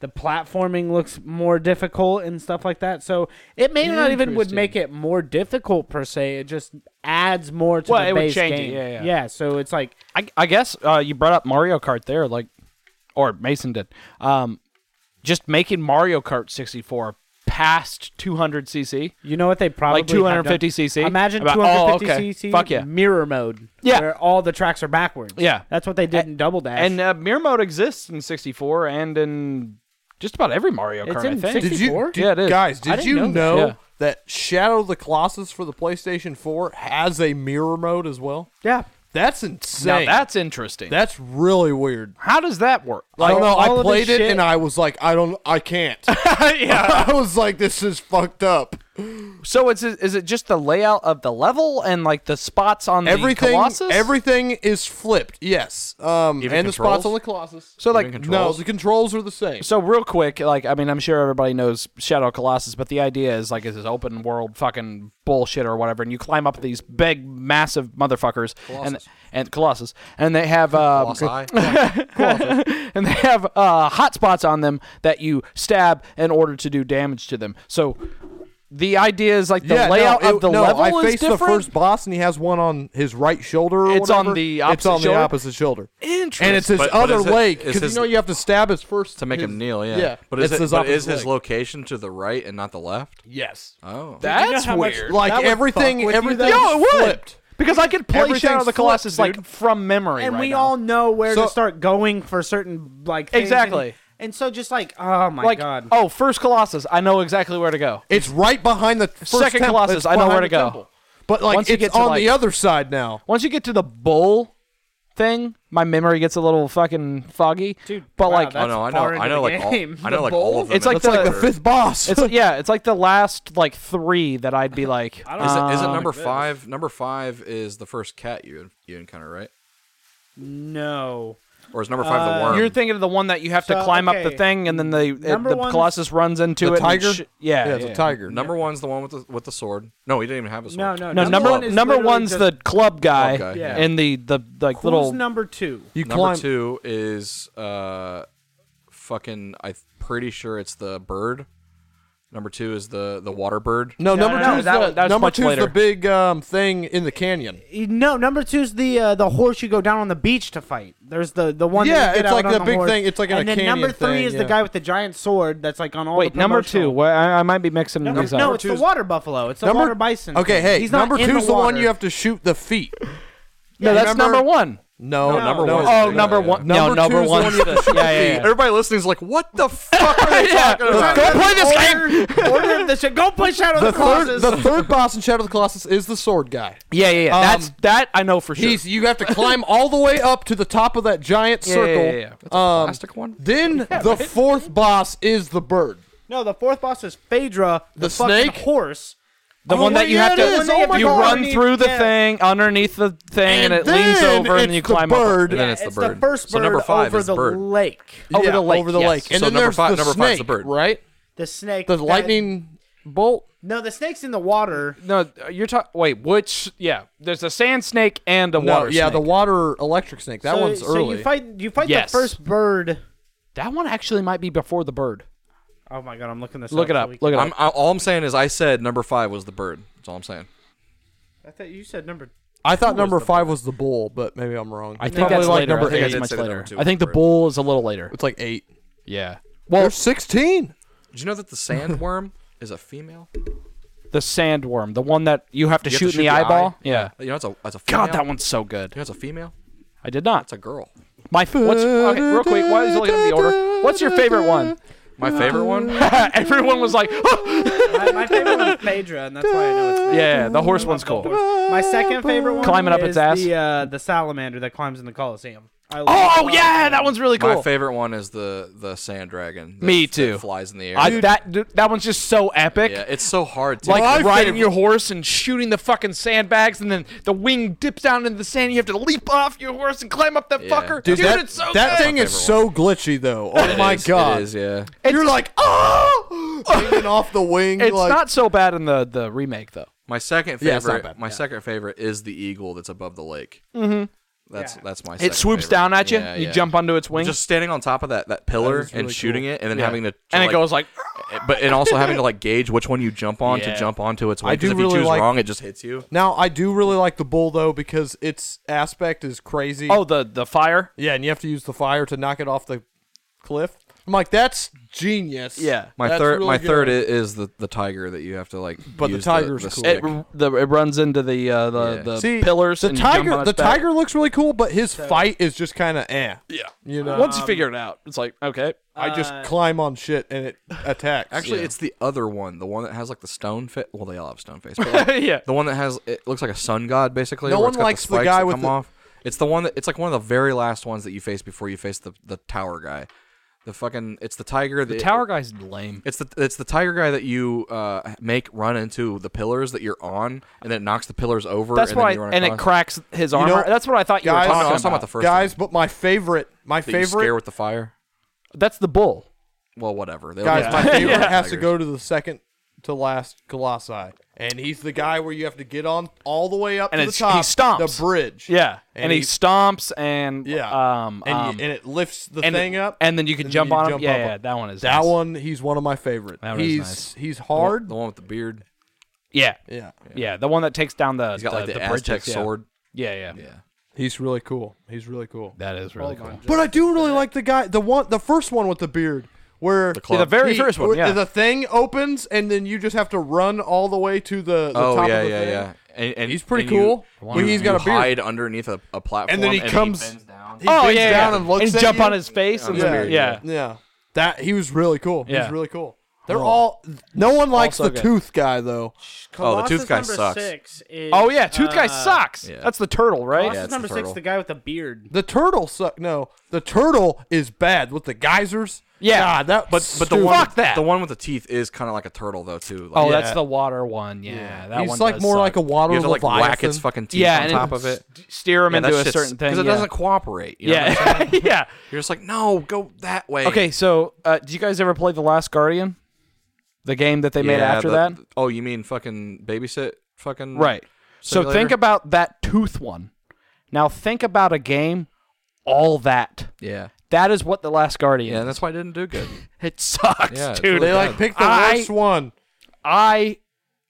B: the platforming looks more difficult and stuff like that. So it may not even would
C: Interesting.
B: make it more difficult per se. It just adds more to
C: Well,
B: the
C: it would
B: base
C: change it,
B: game.
C: yeah, yeah.
B: So it's like
C: I, I guess uh, you brought up Mario Kart there, like, or Mason did. Um, just making Mario Kart 64 past 200 cc.
B: you know what they probably have done?
C: 250 cc?
B: Imagine
C: About- oh,
B: 250
C: okay.
B: cc.
C: Fuck yeah.
B: Mirror mode.
C: Yeah.
B: Where all the tracks are backwards.
C: Yeah.
B: That's what they did in Double Dash.
C: And uh, mirror mode exists in 64 and in just about every Mario
B: It's
C: Kart. I
B: in
C: think.
B: 60
F: Did you,
B: 64?
F: did,
C: Yeah, it is.
F: guys?
B: I
F: Did
B: didn't
F: you
B: know
F: know,
B: that.
C: Yeah.
F: that Shadow of the Colossus for the PlayStation 4 has a mirror mode as well?
B: yeah.
F: That's
C: now
F: insane.
C: that's interesting.
F: that's really weird.
C: How does that work?
F: I don't know.
B: all
F: I
B: of this
F: played it
B: shit-
F: and I was like, I don't, I can't.
C: yeah.
F: I was like, this is fucked up.
C: So it's is it just the layout of the level and like the spots on the
E: everything
C: Colossus?
E: everything is flipped. Yes. Um
D: Even
E: and the spots
D: controls?
E: on the Colossus.
C: so like
D: Even
E: No,
D: controls?
E: the controls are the same.
C: So real quick, like I mean, I'm sure everybody knows Shadow Colossus, but the idea is like it's this open world fucking bullshit or whatever, and you climb up these big, massive motherfuckers and and Colossus, and they have uh,
D: Colossi.
C: and they have uh, hot spots on them that you stab in order to do damage to them. So the idea is like the
E: yeah,
C: layout
E: no, it-
C: of the
E: no,
C: level
E: I
C: is
E: faced
C: different.
E: the first boss and he has one on his right shoulder. Or
C: It's on
E: whatever.
C: the
E: It's on
C: opposite shoulder?
E: the opposite shoulder.
C: Interesting.
E: And it's his
D: But- but
E: other
D: is it-
E: leg
D: is
E: because
D: his-
E: you know you have to stab his first
D: to make
E: his-
D: him kneel, yeah.
E: Yeah,
D: But is,
E: it's
D: it,
E: his
D: but
E: opposite
D: is his
E: leg.
D: location to the right and not the left?
E: Yes,
D: Oh.
B: you know
C: That's
B: how much-
C: weird.
E: like
B: That would
E: everything.
B: fuck with you,
E: Everything
B: though.
C: Yo, it would.
E: flipped.
C: because I could play
E: Everything's
C: Shadow of the Colossus
E: flipped,
C: like from memory,
B: and
C: right
B: we
C: now.
B: all know where
E: So-
B: to start going for certain like things.
C: Exactly.
B: And, and so just like oh my
C: like
B: god,
C: oh, first Colossus, I know exactly where to go.
E: It's right behind the first
C: Second
E: temple.
C: Colossus,
E: It's
C: I know
E: behind
C: where to
E: the
C: go.
E: temple. But like
C: Once you
E: it's
C: get to,
E: on
C: like-
E: the other side now.
C: Once you get to the bull thing, my memory gets a little fucking foggy.
B: dude.
C: but
B: wow,
C: like,
D: Oh
B: that's
D: no, I know,
B: far into
D: I know,
B: the
D: like all,
B: game.
D: I know,
B: The
D: like all
B: bowl?
D: of them.
C: It's like
E: It's like the
C: the-
E: fifth boss.
C: it's yeah, it's like the last like three that I'd be like.
B: I don't-
D: Is it, is it
C: um,
D: number five? Number five is the first cat you you encounter, right?
B: no.
D: Or is number five the
B: Uh,
D: worm?
C: You're thinking of the one that you have to
B: So,
C: climb up the
B: okay.
C: thing, and then the it-
B: Number
C: the
B: one's-
C: Colossus runs into
E: The
C: it. and
E: tiger?
C: sh- yeah,
E: yeah,
C: yeah,
E: it's a tiger.
D: number one's the one with the with the sword. No, he didn't even have a sword.
B: No, no,
C: No,
B: Number
C: number
B: one is
C: number
B: literally
C: one's
B: just-
C: the club guy,
D: Club guy,
B: Yeah.
C: and the the like
B: Who's
C: little.
B: number two?
E: You
D: Number
E: climb.
D: two is uh, fucking. I'm pretty sure it's the bird. Number two is the the water bird.
E: No,
B: No,
E: number
B: no, no,
E: two's
C: that
E: the
C: was- that was
E: number
C: much
E: two's
C: later.
E: the big um, thing in the canyon.
B: No, number two's the uh, the horse you go down on the beach to fight. There's the the one.
E: Yeah,
B: that you get
E: it's
B: out
E: like
B: on
E: the
B: the
E: big
B: horse.
E: thing- it's like in
B: and
E: a
B: then number
E: canyon
B: three
E: thing,
B: is
E: yeah.
B: the guy with the giant sword that's like on all.
C: Wait,
B: the
C: number two.
B: promotional-
C: Well, I, I might be mixing
B: Number,
C: these up.
B: no, it's the
D: two's-
B: water buffalo. It's the
E: Number-
B: water bison.
E: Okay,
B: thing.
E: hey,
B: He's
E: number
B: not in
E: two's the, one
B: water.
E: you have to shoot the feet.
C: no, that's
E: remember-
C: number one.
E: No,
B: No, number
E: no,
D: one.
E: no.
C: Oh, number
D: yeah.
C: one.
E: Number
C: no, number
E: two's the one
C: one's
E: you have to
C: the-
E: shoot
C: yeah,
E: the
C: yeah,
E: feet.
C: yeah.
D: Everybody listening's like, what the fuck are they
C: Yeah.
D: talking about?
C: Go play this game.
B: Order, order the shit. Go push out of the,
E: The third,
B: closet.
E: the third boss in Shadow of the Colossus is the sword guy.
C: Yeah, yeah, yeah.
E: Um,
C: That's that I know for sure.
E: He's you have to climb all the way up to the top of that giant
C: Yeah, yeah,
E: circle.
C: yeah, yeah. That's
E: Um,
D: plastic one?
E: Then the fourth boss is the bird.
B: No, the fourth boss is Phaedra, the,
E: The
B: fucking
E: snake?
B: horse.
C: The one
E: well,
C: that you
E: yeah,
C: have
E: it
C: to
E: is. Oh my
C: you
E: God.
C: run through the
B: Yeah.
C: thing underneath the thing and, it leans
E: then
C: over and
E: it's
C: you
E: the
C: climb
E: bird.
D: And then
B: Yeah,
D: it's the bird.
B: first bird
D: So number five
B: over
D: is
B: the
D: bird.
B: lake.
C: over
E: Yeah,
C: the lake,
E: Over the
C: yes.
E: lake. And
D: So
E: then
D: number
E: there's
D: five-
E: the
D: number
E: snake,
D: five's the bird.
E: right?
B: The snake.
E: The
B: that-
E: lightning bolt.
B: No, the snake's in the water.
C: up. No, you're talking. Wait, which? Yeah, there's a sand snake and a
E: No,
C: water.
E: yeah, the
C: snake.
E: water electric snake. That
B: so,
E: one's
B: so
E: early.
B: you fight. You fight
C: Yes.
B: the first bird.
C: that one actually might be before the bird.
B: Oh my god, I'm looking this.
C: Look it
B: so
C: up.
B: we-
C: Look it
D: I'm,
C: up.
D: I, all I'm saying is, I said number five was the bird. That's all I'm saying.
B: I thought you said number.
E: I thought number five was the bull, but maybe I'm wrong.
C: I think
E: Probably
C: that's
E: like
C: later.
E: number
C: I think
E: eight.
C: that's
D: I'd
C: much
D: say number
C: later.
D: two
C: I
D: was
C: think the
D: bird.
C: bull is a little later.
E: It's like eight.
C: Yeah.
E: Well,
C: Well,
E: There's 16.
D: Did you know that the sandworm is a female? You
C: the sandworm, the one that you have to,
D: have to
C: shoot, in the,
D: eye.
C: eyeball. Yeah.
D: You know, it's a, it's a female.
C: God, that one's so good.
D: You know, it's a female.
C: I did not.
D: It's a girl.
C: My what's okay, real quick? Why is it looking at the order? What's your favorite one?
D: My favorite one.
C: Everyone was like,
B: my, my favorite one is Phaedra, and that's why I know it's. Phaedra.
C: yeah, the horse one's cool.
B: My second favorite one.
C: Climbing up its
B: is
C: ass.
B: The, uh, the salamander that climbs in the Colosseum. I love
C: Oh yeah, that one's really cool.
D: My favorite one is the the sand dragon. that-
C: Me
D: that
C: too.
D: flies in the air.
C: I, that dude, that one's just so epic.
D: yeah, it's so hard to
C: Like riding your horse and shooting the fucking sandbags, and then the wing dips down into the sand. You have to leap off your horse and climb up that
D: Yeah.
C: fucker.
E: Dude, that,
C: it's so
E: that
C: good.
E: thing is so glitchy, though. Oh,
D: It
E: my
D: is,
E: God.
D: It is, yeah.
E: You're like, oh! Hanging off the wing.
C: It's
E: like,
C: not so bad in the the remake though.
D: My second
E: Yeah, it's not
D: favorite.
E: bad.
D: my
E: Yeah.
D: second favorite is the eagle that's above the lake. Mm-hmm. That's
B: Yeah.
D: that's my.
C: It swoops down at you. You jump onto its wing,
D: Just standing on top of that, that pillar
E: is
D: and
E: really
D: shooting it, and then
C: Yeah.
D: having to, to
C: and it goes like.
D: but and also having to like gauge which one you jump on
C: Yeah.
D: to jump onto its wing.
E: I
D: 'cause
E: do
D: if
E: really
D: you choose
E: like-
D: wrong, it just hits you.
E: Now, I do really like the bull, though, because its aspect is crazy.
C: Oh, the the fire.
E: Yeah, and you have to use the fire to knock it off the cliff. I'm like, that's genius.
C: Yeah.
D: My
E: That's
D: third,
E: really
D: my
E: good.
D: third i- is the the tiger that you have to like.
E: But the
D: use
E: tiger's
D: the
E: cool.
D: stick.
C: It, the, it runs into the uh, the,
D: Yeah.
C: the
E: See,
C: pillars.
E: The
C: and you jump
E: tiger,
C: on
E: the
C: its back.
E: tiger looks really cool, but his fight is just kind of eh.
C: Yeah.
E: You know,
D: Um,
C: Once you figure it out, it's like okay.
E: I just
B: Uh,
E: climb on shit and it attacks.
D: Actually,
E: Yeah.
D: it's the other one, the one that has like the stone face. Well, they all have stone face. But, like,
C: Yeah.
D: the one that has it looks like a sun god basically.
E: No
D: where
E: one
D: it's got
E: likes the
D: the, spikes
E: guy
D: that
E: with
D: come
E: the-
D: off. It's the one that it's like one of the very last ones that you face before you face the the tower guy. The fucking it's the tiger.
C: The
D: that-
C: tower guy's lame.
D: It's the it's the tiger guy that you uh, make run into the pillars that you're on, and then it knocks the pillars over.
C: That's
D: and then
C: why,
D: you run
C: and it
D: across.
C: cracks his armor.
E: know,
C: That's what I thought you
E: guys-
C: were
D: Oh, no, I
C: talking
D: was
C: about.
D: talking about the first
E: guys. But my favorite, my
D: one, that you scare
E: favorite
D: with the fire.
C: That's the bull.
D: Well, whatever. They
E: guys,
D: don't
E: my
D: have
E: favorite
D: tigers.
E: has to go to the second to last Colossi, and he's the guy where you have to get on all the way up
C: And
E: to the
C: it's- he
E: top,
C: stomps.
E: the bridge.
C: Yeah, and,
E: and,
C: he,
E: he,
C: stomps and
E: yeah,
C: um,
E: and,
C: um,
E: you, and it lifts the
C: and-
E: thing up,
C: and then you can jump on him. Yeah,
E: up
C: yeah,
E: on-
C: that one is
E: that
C: nice.
E: one. He's one of my favorite.
C: That one is
E: he's
C: nice.
E: he's
D: The
E: hard.
D: one with the beard.
C: yeah,
E: Yeah,
C: yeah, the one that takes down the
D: He's got
C: the,
D: like the,
C: Uh, the
D: Aztec
C: bridges, yeah.
D: sword.
C: Yeah, yeah,
E: he's really cool. He's really cool.
C: That is really cool.
E: But I do really like the guy, the one, the first one with the beard, where
D: The club. Yeah, the
C: very
E: he-
C: first one,
E: where
C: yeah.
E: the thing opens and then you just have to run all the way to the, the
D: oh
E: top
D: yeah,
E: of the
D: yeah,
E: thing.
D: yeah. And, and
E: He's pretty
D: and
E: cool.
D: You,
E: When
D: you-
E: he's got
D: you
E: a beard.
D: hide underneath a, a platform,
E: and then he comes.
D: bends down.
E: He
C: Oh
E: bends
C: yeah,
E: down
C: yeah.
E: and looks at
C: jump
E: you.
C: on his face and yeah,
D: Yeah.
C: yeah.
E: Yeah, that he was really cool. He
C: Yeah.
E: was really cool. They're all. No one likes
C: Also
E: the
C: good.
E: tooth guy though.
D: Oh, the
B: Colossus
D: tooth guy
B: number
D: sucks.
B: six is,
C: Oh yeah, tooth guy
B: uh,
C: sucks.
D: yeah.
C: That's the turtle, right?
B: Colossus
D: Yeah, it's the
B: number six,
D: turtle.
B: the guy with the beard.
E: The turtle suck. No, the turtle is bad with the geysers.
C: Yeah.
E: God, that
D: But but the
E: stupid.
D: one
C: Fuck that.
D: the one with the teeth is kind of like a turtle though too. Like,
C: Oh,
D: you
C: that's the water one. Yeah, that
E: he's
C: one
E: like
C: does
E: more
C: suck.
E: like a water
D: have to like
E: leviathan.
D: whack its fucking teeth
C: yeah,
D: on
C: and
D: top
C: it
D: of it.
C: st- Steer him
D: Yeah,
C: into
D: that
C: a
D: shit's-
C: certain thing.
D: it
C: yeah.
D: doesn't cooperate. you know what I'm saying?
C: Yeah, yeah.
D: you're just like no, go that way.
C: Okay, so uh, did you guys ever play The Last Guardian? The game that they made
D: Yeah,
C: after
D: the-
C: that?
D: Oh, you mean fucking babysit? Fucking
C: Right. So
D: Simulator?
C: think about that tooth one. Now think about a game, all that.
D: Yeah.
C: That is what The Last Guardian
D: Yeah,
C: is.
D: that's why I didn't do good.
C: It sucks,
D: Yeah, it's
C: dude.
D: really
E: They like pick the
C: I-
E: worst one.
C: I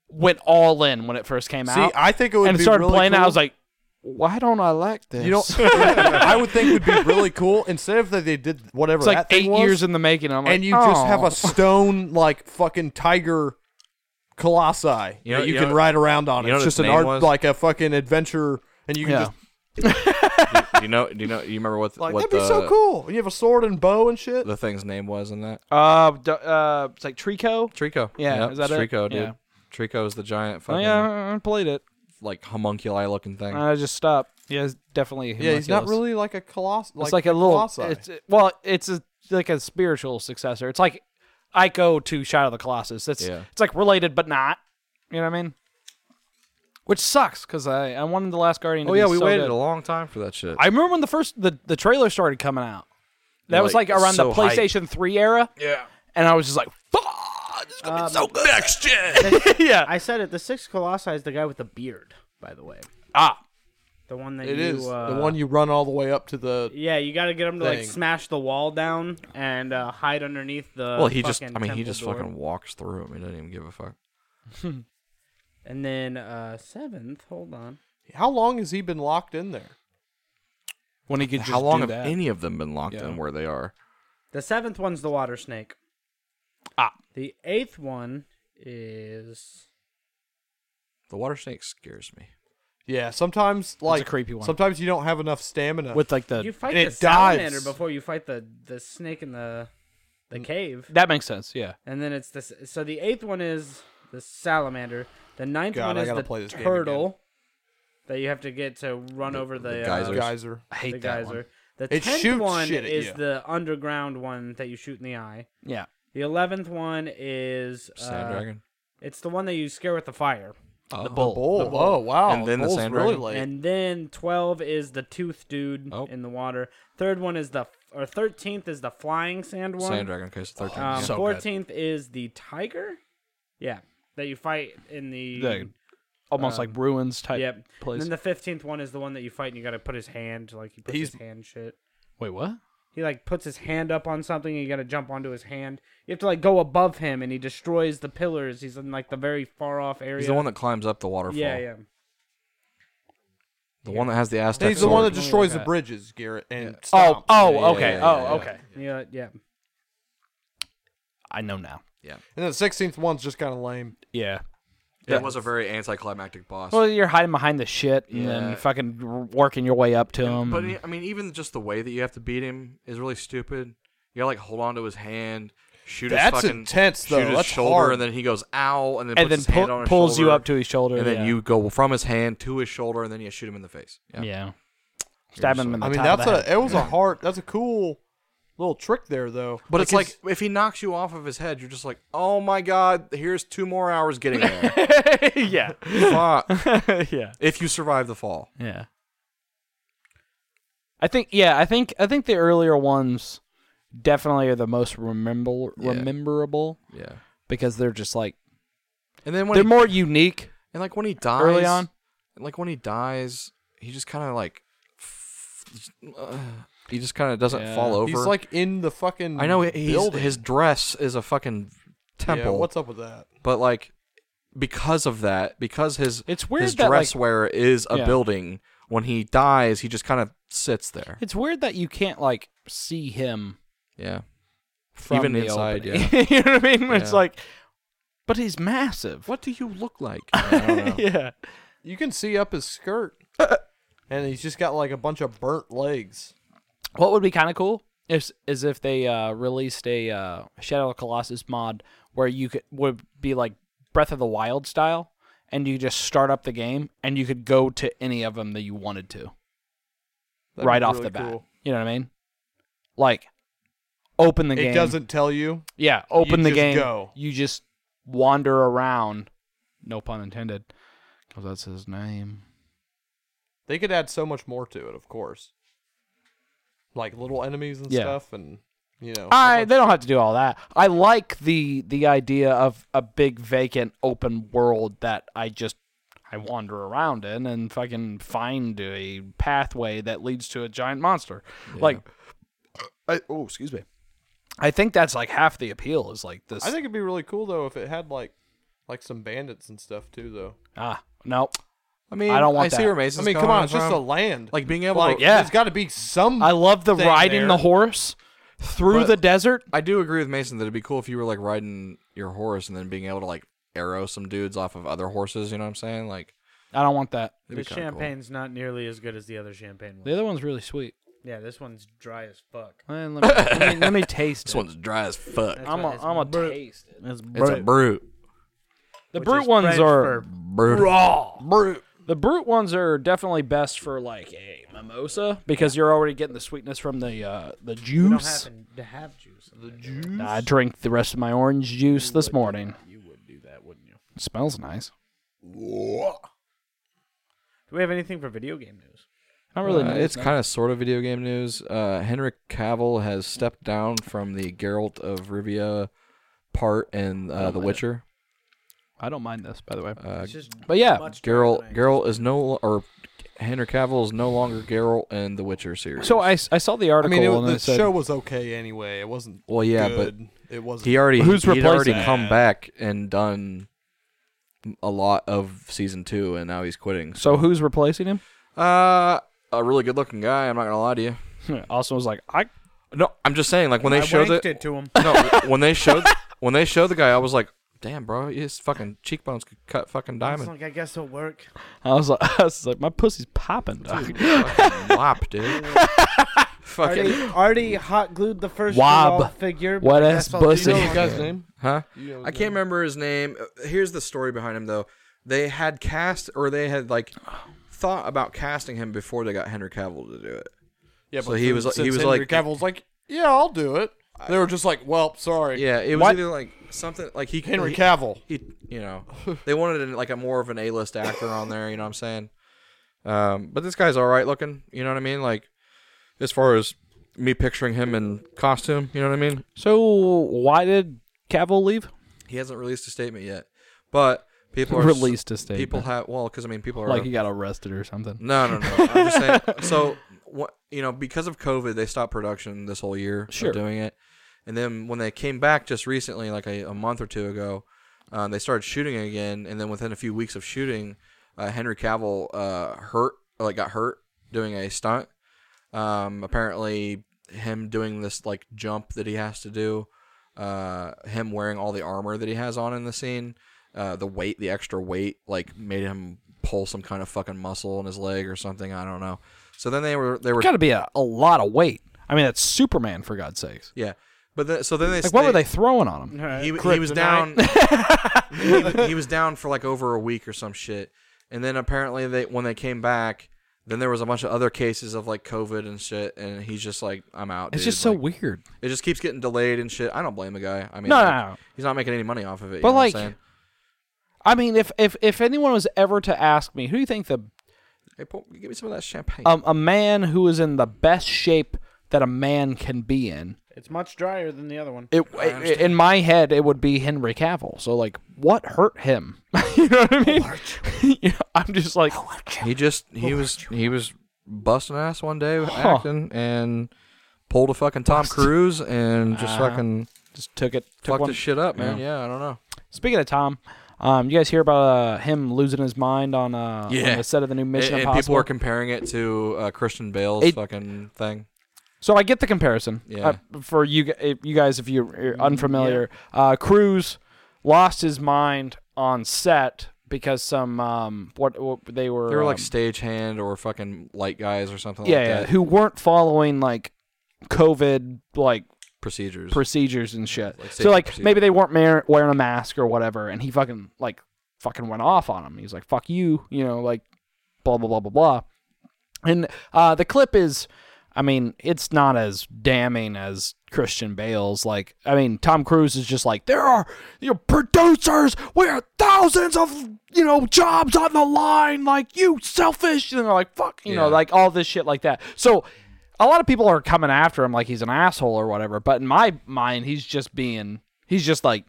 C: went all in when it first came
E: See,
C: out.
E: I think it would
C: and
E: be
C: started
E: really
C: playing
E: cool.
C: I was like, why don't I like this?
E: You know, I would think would be really cool instead of that they did whatever
C: it's like
E: that thing
C: eight
E: was,
C: years in the making. I'm like, "Oh."
E: and you just have
C: "Aw."
E: a stone like fucking tiger colossi
D: You know-
E: that you,
D: you
E: can
D: know-
E: ride around on.
D: you know
E: it's
D: what
E: just an
D: its name
E: art
D: was?
E: like a fucking adventure, and you can
C: Yeah.
E: just
D: do you know? Do you know? You remember what?
E: like
D: what
E: that'd be
D: the,
E: so cool. You have a sword and bow and shit.
D: The thing's name was in that
C: Uh, d- uh, it's like Trico.
D: Trico.
C: Yeah,
D: Yep,
C: is that it?
D: Trico, dude.
C: Yeah.
D: Trico is the giant
C: Oh,
D: fucking
C: yeah, I- I played it.
D: like homunculi looking thing.
C: I just stopped. Yeah, it's definitely. a
E: yeah, he's not
C: homunculus.
E: really like a colossus.
C: it's like a little.
E: colossi.
C: It's well, it's a, like a spiritual successor. It's like Ico to Shadow of the Colossus. It's
D: Yeah.
C: it's like related but not. You know what I mean? Which sucks because I I wanted the Last Guardian. To
D: oh yeah,
C: be
D: we
C: so
D: waited
C: good.
D: a long time for that shit.
C: I remember when the first the the trailer started coming out. That
D: You're
C: was like
D: like,
C: around the
D: so hyped.
C: PlayStation Three era. Yeah, and I was just like, "Fuck, this is gonna be so good." Next gen. yeah.
B: I said it. The sixth Colossi is the guy with the beard. By the way,
C: ah.
B: the one that
E: It
B: you,
E: is
B: uh,
E: the one you run all the way up to the.
B: Yeah, you got to get him to like
E: Thing.
B: smash the wall down and uh, hide underneath the.
D: well, he just. I
B: fucking
D: mean, he
B: temple
D: just
B: door.
D: fucking walks through him. He doesn't even give a fuck.
B: And then uh, seventh. Hold on.
E: How long has he been locked in there?
C: When he could just
D: How long
C: do
D: have
C: that.
D: any of them been locked
C: Yeah.
D: in where they are?
B: The seventh one's the water snake.
C: Ah.
B: The eighth one is.
D: The water snake scares me.
E: Yeah, sometimes like
C: creepy one.
E: Sometimes you don't have enough stamina.
C: with like the
B: You fight
E: Uh, and
B: the
E: it dives.
B: salamander before you fight the the snake in the
E: Mm.
B: the cave,
C: that makes sense. Yeah.
B: and then it's this. So the eighth one is the salamander. The ninth
E: God,
B: one
E: I
B: is
E: gotta
B: the
E: play this game
B: turtle that you have to get to run over the,
D: the
B: uh,
D: geysers.
E: geyser.
C: I
B: the
C: hate that
B: geyser.
C: one.
B: The
E: It
B: tenth
E: shoots
B: one
E: shit at
B: is
E: you.
B: the underground one that you shoot in the eye.
C: Yeah.
B: The eleventh one is
D: Sand
B: uh,
D: dragon.
B: It's the one that you scare with the fire.
D: Oh.
E: The bull. Oh wow.
D: And then the
E: bull's
D: sand
E: really
D: dragon.
E: late.
B: And then 12 is the tooth dude
D: Oh.
B: in the water. Third one is the or 13th is the flying sand one.
D: Sand dragon. Okay, so thirteen.
B: Um,
D: yeah.
C: So good.
B: 14th is the tiger? Yeah, that you fight in the,
C: The almost like ruins type
B: Yep.
C: place.
B: And Mm. Um, then the 15th one is the one that you fight and you got to put his hand like he puts
E: He's-
B: his hand shit.
C: Wait, what?
B: He like puts his hand up on something and you got to jump onto his hand. You have to like go above him and he destroys the pillars. He's in like the very far off area.
D: He's the one that climbs up the waterfall.
B: Yeah, yeah.
D: The one that has the Aztec
E: He's the one
D: sword.
E: that destroys
C: that.
E: the bridges, Garrett. And
C: Oh,
E: stomps.
C: oh,
D: Yeah, yeah,
C: okay.
D: yeah, yeah,
C: oh,
D: yeah.
C: okay.
B: Yeah, yeah.
C: Oh, I know now.
E: and then the sixteenth one's just kind of lame.
C: Yeah.
D: That was a very anticlimactic boss.
C: Well, you're hiding behind the shit and
D: Yeah.
C: then fucking r- working your way up to him.
D: But I mean, even just the way that you have to beat him is really stupid. You gotta like hold on to his hand, shoot
E: That's
D: his fucking
E: intense, though.
D: shoot his
E: That's
D: shoulder,
E: hard.
D: and then he goes ow, and then
C: and
D: puts
C: then
D: his hand
C: pu-
D: on his
C: pulls you
D: shoulder,
C: up to his shoulder.
D: and then
C: yeah.
D: you go from his hand to his shoulder, and then you shoot him in the face.
C: Yeah. Stabbing him in the
E: I mean,
C: top of
E: that's
C: the
E: a
C: head.
E: it was a hard. That's a cool
F: little trick there though.
D: But it's like if he knocks you off of his head, you're just like, oh my god, here's two more hours getting there.
C: yeah.
D: Fuck.
C: yeah.
D: If you survive the fall,
C: Yeah. I think yeah, I think I think the earlier ones definitely are the most remember
D: Yeah.
C: rememberable
D: yeah.
C: because they're just like
D: And then when
C: they're
D: he-
C: more unique
D: and like when he dies
C: early on.
D: like when he dies, he just kind of like f- uh, he just kind of doesn't
C: Yeah.
D: fall over.
F: he's like in the fucking.
D: I know he- he's,
F: building.
D: his dress is a fucking temple,
F: Yeah, what's up with that?
D: but like because of that, because his
C: It's weird
D: his
C: that,
D: dress
C: like-
D: wear is a
C: Yeah.
D: building. When he dies, he just kind of sits there.
C: It's weird that you can't like see him
D: Yeah,
C: from
D: Even
C: the
D: inside,
C: opening. you know what I mean? It's
D: Yeah.
C: like but he's massive.
D: what do you look like?
C: yeah.
F: You can see up his skirt, and he's just got like a bunch of burnt legs.
C: What would be kind of cool is is if they uh, released a uh, Shadow of the Colossus mod where you could would be like Breath of the Wild style, and you just start up the game and you could go to any of them that you wanted to
F: That'd
C: right
F: be
C: off
F: really
C: the bat.
F: cool.
C: You know what I mean? Like open the
F: It
C: game.
F: doesn't tell you.
C: Yeah, open
F: You
C: the
F: just
C: game.
F: go.
C: You just wander around. No pun intended. 'Cause that's his name.
F: They could add so much more to it, of course. Like little enemies and
C: Yeah. Ah,
F: stuff, and you know.
C: I they don't have to do all that. I like the the idea of a big vacant open world that I just I wander around in and fucking find a pathway that leads to a giant monster. Like I, oh, excuse me. I think that's like half the appeal is like this.
F: I think it'd be really cool though if it had like, like some bandits and stuff too though.
C: ah, no.
D: I mean,
C: I don't want
D: I
C: that.
D: see where
F: I
D: Mason's
F: mean, come
D: going
F: on, it's just
D: from.
F: a land.
D: like being able.
F: like
D: to,
C: yeah.
F: there's got to be some.
C: I love the
F: thing
C: riding
F: there.
C: the horse through
D: But-
C: the desert.
D: I do agree with Mason that it'd be cool if you were like riding your horse and then being able to like arrow some dudes off of other horses. You know what I'm saying? Like
C: I don't want that.
D: it'd
B: The
D: be kinda cool.
B: champagne's not nearly as good as the other champagne
C: The
B: one.
C: other one's really sweet.
B: Yeah, this one's dry as fuck.
C: Man, let, me, let, me, let me taste
D: This
C: it.
D: one's dry as fuck.
C: I'm a,
B: It's
C: I'm a
B: brut.
C: taste it.
B: It's,
D: It's a brute.
C: The brute ones are
D: Brute. Raw. Brute.
C: The brute ones are definitely best for like a mimosa because you're already getting the sweetness from the uh, the
B: We don't
C: juice.
B: happen to have juice. in there.
C: I drank the rest of my orange juice this morning.
B: You would do that, wouldn't you?
C: It smells nice.
B: Do we have anything for video game news?
C: Not really.
D: Uh,
C: nice,
D: it's
C: no.
D: kind of sort of video game news. Uh, Henrik Cavill has stepped down from the Geralt of Rivia part in uh, The Witcher.
C: I don't mind this, by the way.
D: Uh,
B: It's just
C: But yeah,
B: much better
D: Geralt
B: than I-
D: Geralt is no or Henrik Cavill is no longer Geralt in The Witcher series.
C: So I, s- I saw the
F: I
C: article
F: mean, it,
C: and
F: the
C: it said
F: show was okay anyway. It wasn't.
D: well yeah, but
F: good. it wasn't.
D: he already
C: Who's
D: he'd already
C: replacing him?
D: come back and done a lot of season two, and now he's quitting.
C: so who's replacing him?
D: Uh, a really good looking guy. I'm not gonna lie to you.
C: Austin was like, I
D: No, I'm just saying like when they
B: I
D: showed
B: wanked
D: it.
B: it to him.
D: No, when they showed when they showed the guy, I was like, "Damn, bro, his fucking cheekbones could cut fucking
B: I was
D: diamond."
B: like, I guess it'll work.
C: I was like I was like my pussy's popping. Dog.
D: fucking wop, dude.
B: Already,
D: fucking
B: already hot glued the first
C: Wob.
B: Geralt figure. but
C: Wet
B: I
C: ass
B: guess I'll do
C: pussy.
B: it.
F: the guy's name.
D: huh?
F: You know
D: I can't remember his name. Uh, Here's the story behind him though. They had cast or they had like thought about casting him before they got Henry Cavill to do it.
F: Yeah,
D: So he
F: since-
D: was like- he
F: since
D: was
F: Henry
D: like-
F: Cavill's like, yeah, I'll do it. They were just like, well, sorry,
D: Yeah, it was
C: What?
D: either like something like he
F: Henry
D: he-
F: Cavill.
D: he you know they wanted an, like a more of an a-list actor on there you know what i'm saying um but this guy's all right looking you know what i mean like as far as me picturing him in costume you know what i mean
C: So why did Cavill leave?
D: he hasn't released a statement yet but people are
C: Released a statement.
D: people have well because i mean people are
C: like he got arrested or something.
D: no no no i'm just saying so what you know because of covid they stopped production this whole year
C: Sure.
D: of doing it and then when they came back just recently like a, a month or two ago um, they started shooting again and then within a few weeks of shooting uh, henry cavill uh, hurt like got hurt doing a stunt um, apparently him doing this like jump that he has to do uh, him wearing all the armor that he has on in the scene uh, the weight the extra weight like made him pull some kind of fucking muscle in his leg or something i don't know so then they were they were
C: Got to be a, a lot of weight. I mean, that's Superman for God's sakes.
D: yeah but then, so then they
C: Like, what were
D: they
C: they throwing on him?
D: he, he was down he, was down for like over a week or some shit and then apparently they when they came back Then there was a bunch of other cases of like COVID and shit, and he's just like, I'm out.
C: It's
D: dude.
C: just so
D: Like,
C: weird.
D: it just keeps getting delayed and shit. I don't blame the guy. I mean,
C: No,
D: like,
C: no, no.
D: he's not making any money off of it. you
C: But
D: know what I'm
C: like,
D: saying?
C: I mean, if if if anyone was ever to ask me, who do you think the
D: hey, Paul, give me some of that champagne.
C: um, a man who is in the best shape that a man can be in?
B: It's much drier than the other one.
C: It, it in my head, it would be Henry Cavill. So like, what hurt him? you know what I mean? You know, I'm just like,
D: he just he
C: oh,
D: was he was busting ass one day acting and pulled a fucking Tom Cruise and just
C: Uh-huh.
D: fucking
C: just took it. Took
D: fucked
C: one.
D: this shit up, man. Yeah, I don't know.
C: Speaking of Tom, um, you guys hear about uh, him losing his mind on, uh, on
D: Yeah.
C: the set of the new Mission
D: and, and
C: Impossible?
D: people are comparing it to uh, Christian Bale's
C: It-
D: fucking thing.
C: So I get the comparison.
D: Yeah. Mm-hmm.
C: Uh, for you, gu- if you guys, if you're uh, unfamiliar, uh, Cruz lost his mind on set because some um, what, what they were
D: They were like
C: um,
D: stagehand or fucking light guys or something
C: yeah,
D: like
C: yeah,
D: that.
C: who weren't following like COVID like
D: Procedures.
C: procedures and shit.
D: Like
C: so like
D: safety
C: maybe they weren't mar- wearing a mask or whatever, and he fucking like fucking went off on him. He's like, "Fuck you," you know, like blah blah blah blah blah. And uh, the clip is, I mean, it's not as damning as Christian Bale's. Like, I mean, Tom Cruise is just like, there are you know, producers, we have thousands of you know jobs on the line. Like, you selfish, and they're like, fuck, you know,
D: Yeah.
C: like all this shit like that. So. A lot of people are coming after him like he's an asshole or whatever, but in my mind, he's just being, he's just like,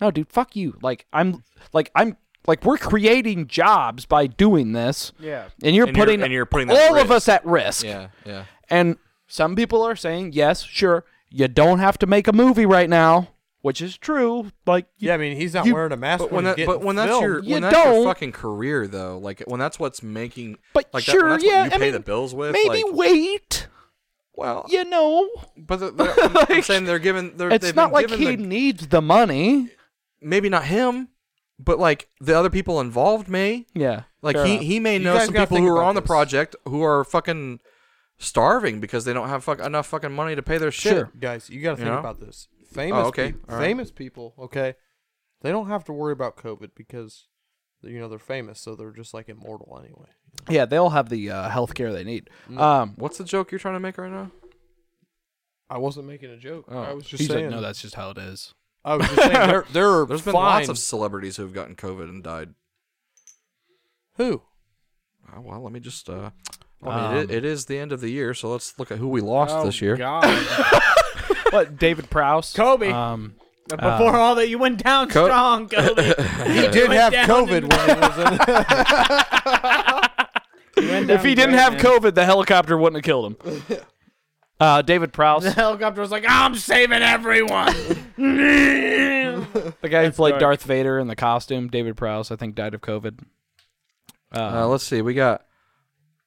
C: no, dude, fuck you. Like, I'm, like, I'm, like, we're creating jobs by doing this
B: Yeah.
C: and you're
D: And you're-
C: putting
D: and you're putting that
C: all
D: at
C: of us at risk.
D: yeah, yeah.
C: And some people are saying, yes, sure, you don't have to make a movie right now, which is true. Like, you-
E: Yeah, I mean, he's not
C: You-
E: wearing a mask.
D: But when
E: he's
D: that,
E: getting
D: but when that's
E: filmed.
D: your
C: You
D: when that's
C: don't.
D: your fucking career though, like when that's what's making
C: but
D: like that,
C: sure,
D: when that's
C: yeah,
D: what you
C: I
D: pay
C: mean,
D: the bills with.
C: maybe
D: like,
C: wait.
D: well,
C: You know,
D: but the, the, I'm- I'm
C: Like,
D: saying they're given. They're,
C: it's
D: they've
C: not
D: been
C: like
D: given
C: he
D: the,
C: needs the money.
D: maybe not him, but like the other people involved may.
C: Yeah,
D: Like
C: fair
D: he,
C: enough.
D: he may
E: You
D: know
E: guys
D: some
E: gotta
D: people
E: think
D: who are
E: about
D: on the
E: this.
D: project who are fucking starving because they don't have fuck, enough fucking money to pay their shit.
C: Sure.
E: guys, you got to
D: You
E: think
D: know?
E: about this. Famous,
D: Oh, okay.
E: peop-
D: All right.
E: famous people, okay, they don't have to worry about COVID because you know they're famous, so they're just like immortal anyway.
C: yeah, they all have the uh, health care they need.
D: Mm.
C: Um,
D: What's the joke you're trying to make right now?
E: I wasn't making a joke.
D: Oh.
E: I was just
C: he's
E: saying.
C: like, no, that's just how it is.
E: I was just saying there, there are
D: There's been
E: fine-
D: lots of celebrities who have gotten COVID and died.
E: who
D: Oh, well, let me just. Uh, I mean,
C: Um,
D: it, it is the end of the year, so let's look at who we lost
B: Oh,
D: this year.
B: God.
C: what David Prowse,
B: Kobe.
C: Um,
B: Before all that, you went down
D: Co-
B: strong, Kobe.
E: he did
B: went
E: have
B: down
E: COVID
B: in-
E: when he was in.
C: if he didn't have COVID, the helicopter wouldn't have killed him. Uh, David Prowse,
B: the helicopter was like, I'm saving everyone.
C: The guy who played
B: dark.
C: Darth Vader in the costume, David Prowse, I think died of COVID.
D: Uh, let's see. We got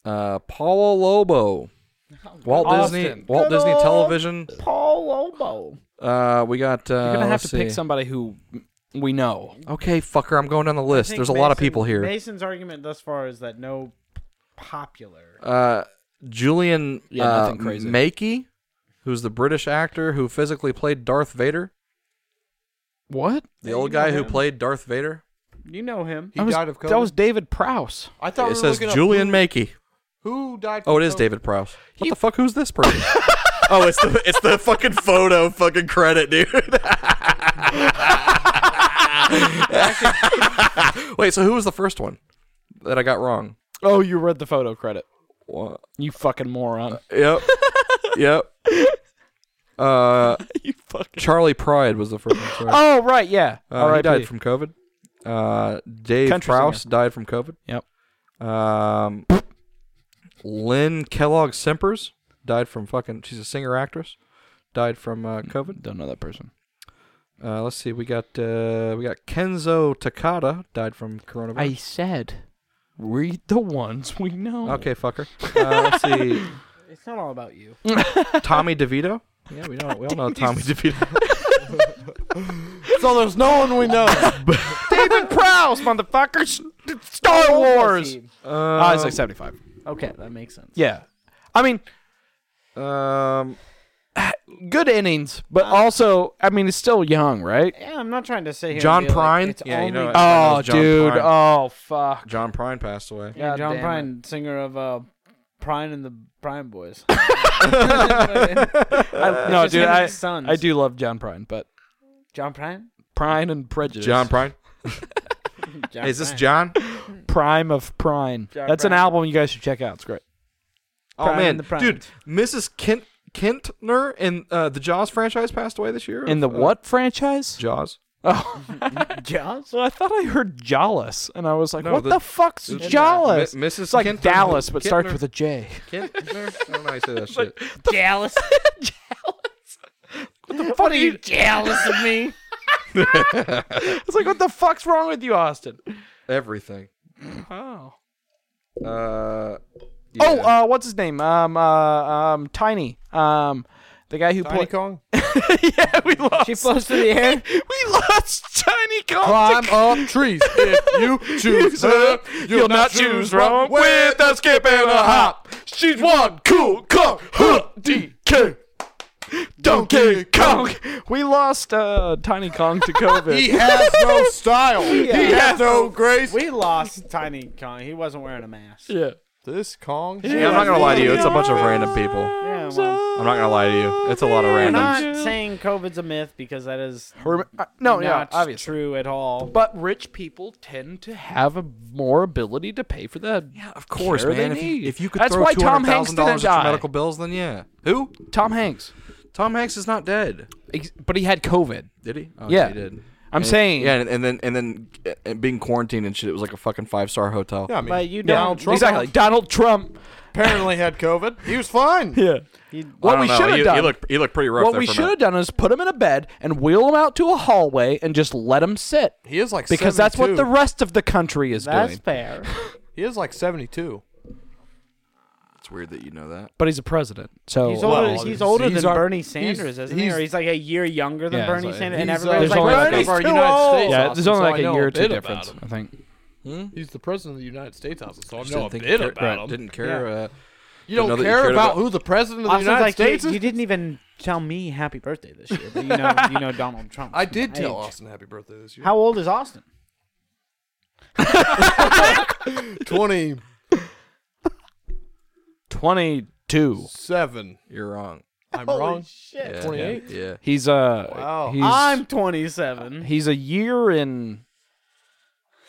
D: uh, Paulo Lobo, Walt Disney,
C: Oh, Austin.
D: Walt
B: Good
D: Disney
B: old-
D: Television.
B: Paul Lobo.
D: Uh, we got. Uh,
C: Oh, You're gonna have
D: let's
C: to pick
D: see.
C: somebody who we know.
D: Okay, fucker. I'm going down the list. There's a lot of people here.
B: Mason's argument thus far is that no popular.
D: uh, Julian
C: Yeah,
D: uh,
C: nothing crazy.
D: Makey, who's the British actor who physically played Darth Vader,
C: What?
D: the
B: Yeah,
D: old
B: you know
D: guy who
B: him.
D: played Darth Vader.
B: You know him.
E: He died of COVID.
C: That was David Prowse.
E: I thought
D: it
E: we were
D: says
E: looking up
D: Julian
E: who,
D: Makey.
E: Who died?
D: Oh,
E: from
D: it is
E: COVID.
D: David Prowse. What the fuck? Who's this person? oh, it's the it's the fucking photo fucking credit, dude. Wait, so who was the first one that I got wrong?
C: Oh, you read the photo credit.
D: What? Uh,
C: You fucking moron.
D: Yep. yep. Uh,
C: you fucking.
D: Charlie Pride was the first one. Sorry.
C: Oh right, yeah.
D: Uh,
C: All
D: he
C: right,
D: died from COVID. Uh, Dave
C: Country
D: Prowse died from COVID.
C: Yep.
D: Um, Lynn Kellogg Simpers died from fucking. She's a singer actress. Died from
C: Mm.
D: uh, COVID.
C: Don't know that person.
D: Uh, let's see. We got uh, we got Kenzo Takada died from coronavirus.
C: I said, read the ones we know.
D: Okay, fucker. Uh, let's see.
B: It's not all about you.
D: Tommy DeVito. Yeah, we know. We all know Tommy DeVito.
E: So there's no one we know.
C: David Prowse, motherfuckers. Star Wars. Uh, he's like seventy-five.
B: Okay, that makes sense.
C: Yeah. I mean,
D: Um,
C: good innings, but
B: Um,
C: also, I mean, it's still young, right?
B: Yeah, I'm not trying to say here. and
D: John
B: be like,
D: Prine?
B: it's
D: Yeah, you know
B: only-
D: it.
C: Oh,
D: John
C: dude.
D: Prine.
C: Oh, fuck.
D: John Prine passed away.
B: Yeah,
C: God
B: John
C: damn
B: Prine, singer of uh, Prine and the Prime Boys.
D: Uh,
C: I, no,
B: just
C: dude,
B: him and
C: I,
B: his sons.
C: I do love John Prine, but
B: John Prine?
C: Prine and Prejudice.
D: John Prine.
B: John
D: Hey, is this
B: Prine.
D: John?
C: Prime of Prine.
B: John
C: That's an
B: Prine.
C: album you guys should check out. It's great.
D: Oh
B: Prime
D: man,
B: and the Prime.
D: dude, Mrs. Kent Kentner in uh, the Jaws franchise passed away this year.
C: In the
D: Uh,
C: what franchise?
D: Jaws.
C: Oh,
B: Jaws?
C: so I thought I heard Jollis, and I was like,
D: No,
C: "What
D: the-
C: the, fuck's
D: the-
C: Jollis?"
D: Mi- Mrs.
C: It's like
D: Kintner-
C: Dallas, but starts
D: Kintner-
C: with a J.
D: Kentner. I don't know how you say that shit.
B: Jealous?
C: What,
B: What are you jealous of me?
C: It's like, what the fuck's wrong with you, Austin?
D: Everything.
C: Oh.
D: Uh.
C: Oh,
D: yeah.
C: uh, what's his name? Um, uh, um, Tiny. Um, the guy who
E: Tiny
C: played.
E: Kong.
C: yeah, we lost.
B: She floats through the air.
C: we lost Tiny Kong.
E: Climb up trees if you choose her.
C: You'll not choose wrong with
E: a skip and a hop.
C: She's one cool Kong. Huh, DK. Donkey Kong. We lost uh, Tiny Kong to
E: He
C: COVID.
E: has no style. He
C: has
E: has no grace.
B: We lost Tiny Kong. He wasn't wearing a mask.
C: yeah.
E: This Kong.
D: Yeah, I'm not gonna lie to you. It's a bunch of random people.
B: Yeah, well,
D: I'm not gonna lie to you. It's a lot of
B: we're
D: randoms.
B: not saying COVID's a myth because that is
C: Rem- uh, no, yeah,
B: not
C: obviously.
B: true at all.
C: But rich people tend to have a more ability to pay for that.
D: Yeah, of course,
C: Care they
D: man. If you,
C: need.
D: if you could
C: That's
D: throw
C: why
D: two
C: Tom
D: hundred
C: Hanks
D: thousand dollars
C: didn't
D: at your
C: die.
D: medical bills, then yeah. Who?
C: Tom Hanks,
D: Tom Hanks is not dead.
C: Ex- but he had COVID.
D: Did he? Oh,
C: Yeah.
D: he did.
C: I'm
D: And-
C: saying,
D: Yeah, and, and then and then uh, and being quarantined and shit, it was like a fucking five star hotel.
E: Yeah, I mean,
B: But you
C: Yeah,
B: don't.
C: exactly. Donald Trump.
E: apparently had COVID. He was fine.
C: Yeah.
B: You-
C: What we should have
D: He
C: done.
D: looked he looked pretty rough.
C: What
D: there
C: we
D: for a
C: should
D: minute.
C: have done is put him in a bed and wheel him out to a hallway and just let him sit.
E: He is like
C: Because that's what the
E: 72.
C: rest of the country is
B: That's
C: doing.
B: fair.
E: he is like seventy two.
D: It's weird that you know that.
C: But he's a president, so
B: He's older,
E: Oh, Well,
B: he's older
E: he's
B: than
E: our-
B: Bernie
E: he's-
B: Sanders, isn't he?
E: he's-
B: Or he's like a year younger than
C: Yeah,
B: Bernie
C: he's like-
B: Sanders, and
E: he's, uh,
C: there's
B: everybody's like,
C: only like a-
B: Bernie's
E: Bernie's
B: too
E: too
B: old.
E: old.
C: yeah,
E: Austin,
C: there's only
E: so
C: like
E: I know
C: a
E: a
C: year or two
E: bit about
C: difference,
E: him.
C: I think.
E: He's the president of the United States House, so I
D: Just
E: know a
D: think
E: bit
D: you
E: about
D: cared-
E: him.
D: Didn't care. Uh,
E: You
D: know
E: don't
D: that you
E: care
D: cared
E: about
D: about-
E: who the president of the
B: Austin's
E: United
B: like,
E: States
B: you,
E: is.
B: you didn't even tell me happy birthday this year, but you know, you know Donald Trump.
E: I did tell
B: Age.
E: Austin happy birthday this year.
B: How old is Austin?
E: Twenty
C: Twenty-two.
E: seven.
D: you're wrong.
E: I'm
B: Holy
E: wrong.
B: shit.
D: Yeah,
E: 28?
D: Yeah. yeah.
C: He's uh,
E: Wow.
C: he's
B: I'm
E: Uh,
B: 27.
C: he's a year in.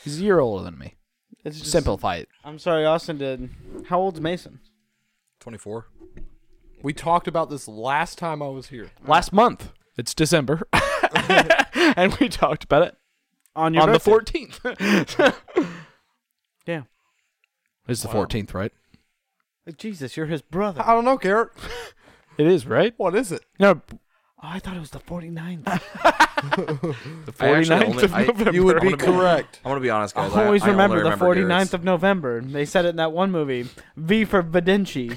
C: He's a year older than me.
B: It's just,
C: Simplify it.
B: I'm sorry, Austin did. How old's Mason?
D: Twenty four.
E: We talked about this last time I was here.
C: Last month, it's December, and we talked about it
B: On your
C: on the
B: birthday.
C: fourteenth.
B: Yeah.
C: It's the fourteenth, right?
B: Jesus, you're his brother.
E: I don't know, Garrett.
C: It is, right?
E: What is it?
C: No,
B: Oh, I thought it was the 49th.
C: the
D: I actually
C: 49th
D: only-
C: of
D: I-
C: November.
E: You would
D: I
E: be
D: wanna be-
E: correct.
D: I'm gonna be honest,
B: I
D: guys.
B: always
D: I, I only
B: remember the
D: remember
B: 49th
D: Garrett's.
B: of November. They said it in that one movie, V for Vinci.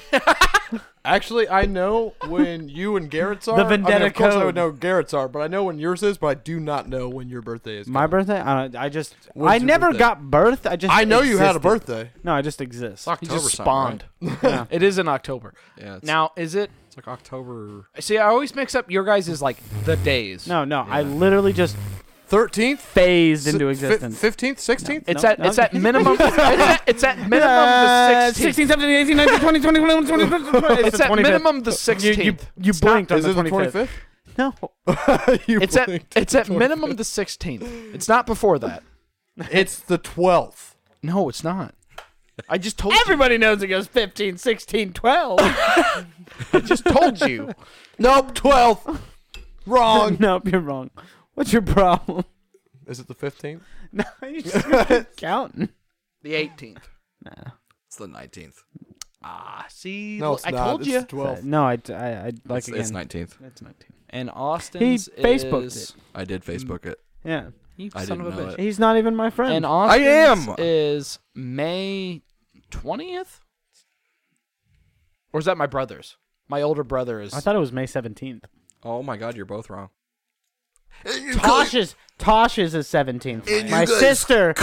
E: Actually, I know when you and Garrett's are. I
B: Vendetta
E: mean, of course, I
B: Code.
E: would know Garrett's are, but I know when yours is, but I do not know when your birthday is.
B: My
E: Garrett.
B: birthday? I, don't- I just.
E: When's
B: I
E: your
B: never
E: birthday?
B: got birth. I just.
E: I know you had a
B: existed.
E: birthday.
B: No, I just
D: It's
B: exist.
C: He
D: October
C: just
D: something, right?
C: spawned. It is in October.
D: Yeah. It's,
C: Now, is it?
D: it's like October.
C: See, I always mix up your guys' is like the days.
B: No, no. I literally just
E: Thirteenth,
B: phased into existence.
E: Fifteenth, sixteenth.
C: It's
B: No,
C: at
B: no.
C: it's at minimum. it's, at, it's at minimum the
B: Uh,
C: sixteenth.
B: 16, 17, 18, 19, 20, 21, 22, 23.
C: It's
B: the
C: at
B: 25th.
C: minimum the sixteenth.
B: You, you blinked on
E: Is it the
B: the
E: twenty
B: 25th.
E: fifth?
B: No.
C: it's at it's at minimum the sixteenth. It's not before that.
E: It's the twelfth.
C: No, it's not. I just told
B: Everybody knows it goes 15, 16, 12.
C: you. I just told you.
E: Nope, twelfth. Wrong.
B: nope, you're wrong. What's your problem?
E: Is it the fifteenth?
B: No, you just counting.
C: The eighteenth.
D: It's the nineteenth.
C: Ah, see,
E: No, it's
C: I
E: not.
C: told
E: it's
C: you.
E: the twelfth.
B: No, I, I, I like
D: It's,
B: again.
D: it's nineteenth.
B: It's 19.
C: And Austin's
B: He Facebooked
C: is,
D: I did Facebook it.
B: Yeah.
C: You
D: I
C: son
D: didn't
C: of a
D: know
C: bitch.
D: it.
B: He's not even my friend.
C: And Austin's
D: am.
C: is May twentieth, or is that my brother's? My older brother is.
B: I thought it was May 17th.
D: Oh my God, you're both wrong.
B: Tosh's Tosh's is 17th. My sister.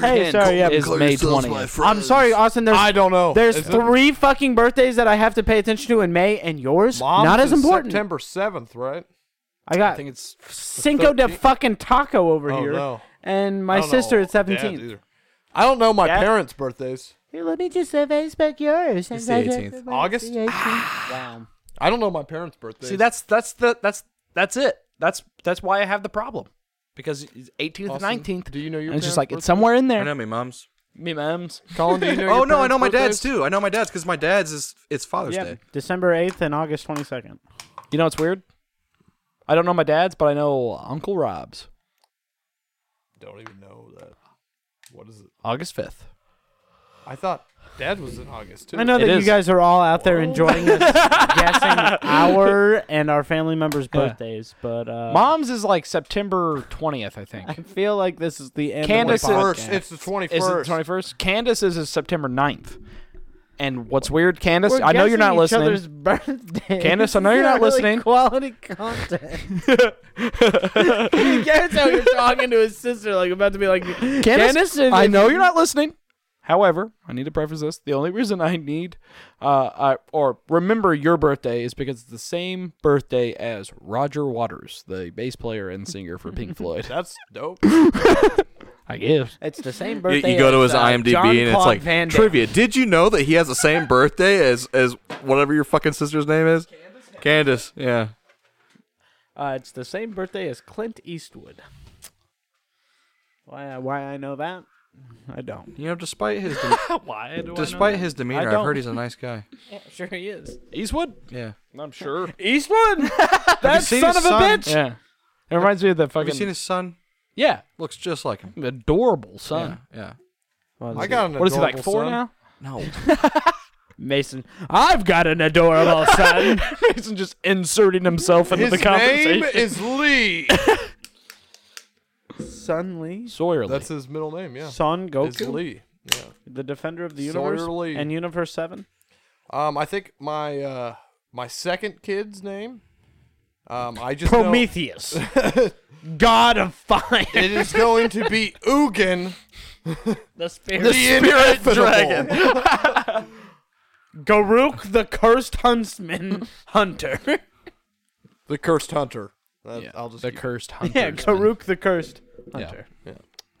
B: Hey, sorry, yeah.
C: is May twentieth.
B: I'm sorry, uh, Austin. There's
E: I don't know.
B: there's
E: Is it-
B: three fucking birthdays that I have to pay attention to in May, and yours
E: Mom's
B: not as
E: is
B: important.
E: September seventh, right?
B: I
C: I
B: got
C: think it's
B: Cinco de
E: 13th.
B: fucking taco over
E: Oh,
B: here,
E: no.
B: and
E: I
B: my
E: don't
B: sister
E: know.
B: is
E: Dad's
B: 17th.
E: either. I don't know my
B: Dad-
E: parents' birthdays.
B: Here, let me just uh, Facebook yours.
D: It's the 18th.
E: August? Ah.
B: wow.
E: I don't know my parents' birthdays.
C: See, that's that's the that's that's it. That's that's why I have the problem because eighteenth and
E: Austin,
C: nineteenth.
E: do you know your
C: And it's just
E: parents'
C: like
E: birthdays?
C: it's somewhere in
D: I
C: there.
D: know my mom's.
C: Me, mums.
E: Colin, do you know
D: Oh
E: your
D: no, I
E: parents'
D: know my dad's
E: birthdays?
D: too. I know my dad's because my dad's is it's Father's
B: Yeah,
D: Day.
B: December 8th and August 22nd.
C: You know what's weird? I don't know my dad's, but I know Uncle Rob's.
E: Don't even know that. What is it?
C: August fifth.
E: I thought dad was in August too.
B: I know
C: It
B: that you
C: is.
B: guys are all out there enjoying us guessing our and our family members' birthdays, but uh,
C: Mom's is like September twentieth, I think.
B: I feel like this is the end
C: Candace
B: of the
C: is-
E: First,
B: podcast.
E: it's the twenty
C: Is it
E: first.
C: twenty first? Candace is, is September 9th. And what's weird, Candace?
B: We're
C: I know you're
B: guessing
C: not
B: each
C: listening.
B: Other's birthdays.
C: Candace, I know you're
B: This is
C: not
B: really
C: listening.
B: Quality content. Candace, how you're talking to his sister, like about to be like
C: Candace,
B: Candace if-
C: I
B: if
C: know
B: you-
C: you're not listening. However, I need to preface this. The only reason I need uh, I, or remember your birthday is because it's the same birthday as Roger Waters, the bass player and singer for Pink Floyd.
E: That's dope.
C: I guess.
B: It's the same
D: You,
B: birthday.
D: go to
B: as,
D: his
B: uh,
D: IMDb
B: Jean-Claude
D: and it's like
B: Van Damme.
D: trivia. Did you know that he has the same birthday as as whatever your fucking sister's name is? Candace. Candace. Yeah.
B: Uh, it's the same birthday as Clint Eastwood. Why? uh, Why I know that? I don't.
D: You know, despite his dem-
C: Why do
D: despite his demeanor, I've
C: don't.
D: heard he's a nice guy.
B: Sure he is.
C: Eastwood?
D: Yeah.
C: I'm sure.
B: Eastwood, that
D: seen
B: son of a
D: his son?
B: bitch.
C: Yeah. It reminds me of the
D: Have you
C: fucking
D: seen his son?
C: Yeah.
D: Looks just like him.
C: Adorable son.
D: Yeah. Yeah.
E: I got an
C: What is he like
E: adorable
C: four
E: son.
C: now?
D: No.
B: Mason. I've got an adorable son.
C: Mason just inserting himself into
E: His
C: the conversation.
E: name is Lee.
B: Sun Lee,
C: Sawyer.
E: That's his middle name. Yeah,
B: Son
E: It's
B: Goku,
E: Lee. Yeah.
B: the defender of the
E: Sawyer
B: universe
E: Lee.
B: and Universe Seven.
E: Um, I think my uh my second kid's name. Um, I just know-
B: Prometheus, God of Fire,
E: it is going to be Ugin,
B: the
E: the,
B: Spirit,
E: spirit dragon.
B: Garuk, the Cursed Huntsman, Hunter.
E: the cursed hunter. That- I'll just
C: the
E: keep-
C: cursed hunter.
B: yeah, Garuk, the Cursed Hunter.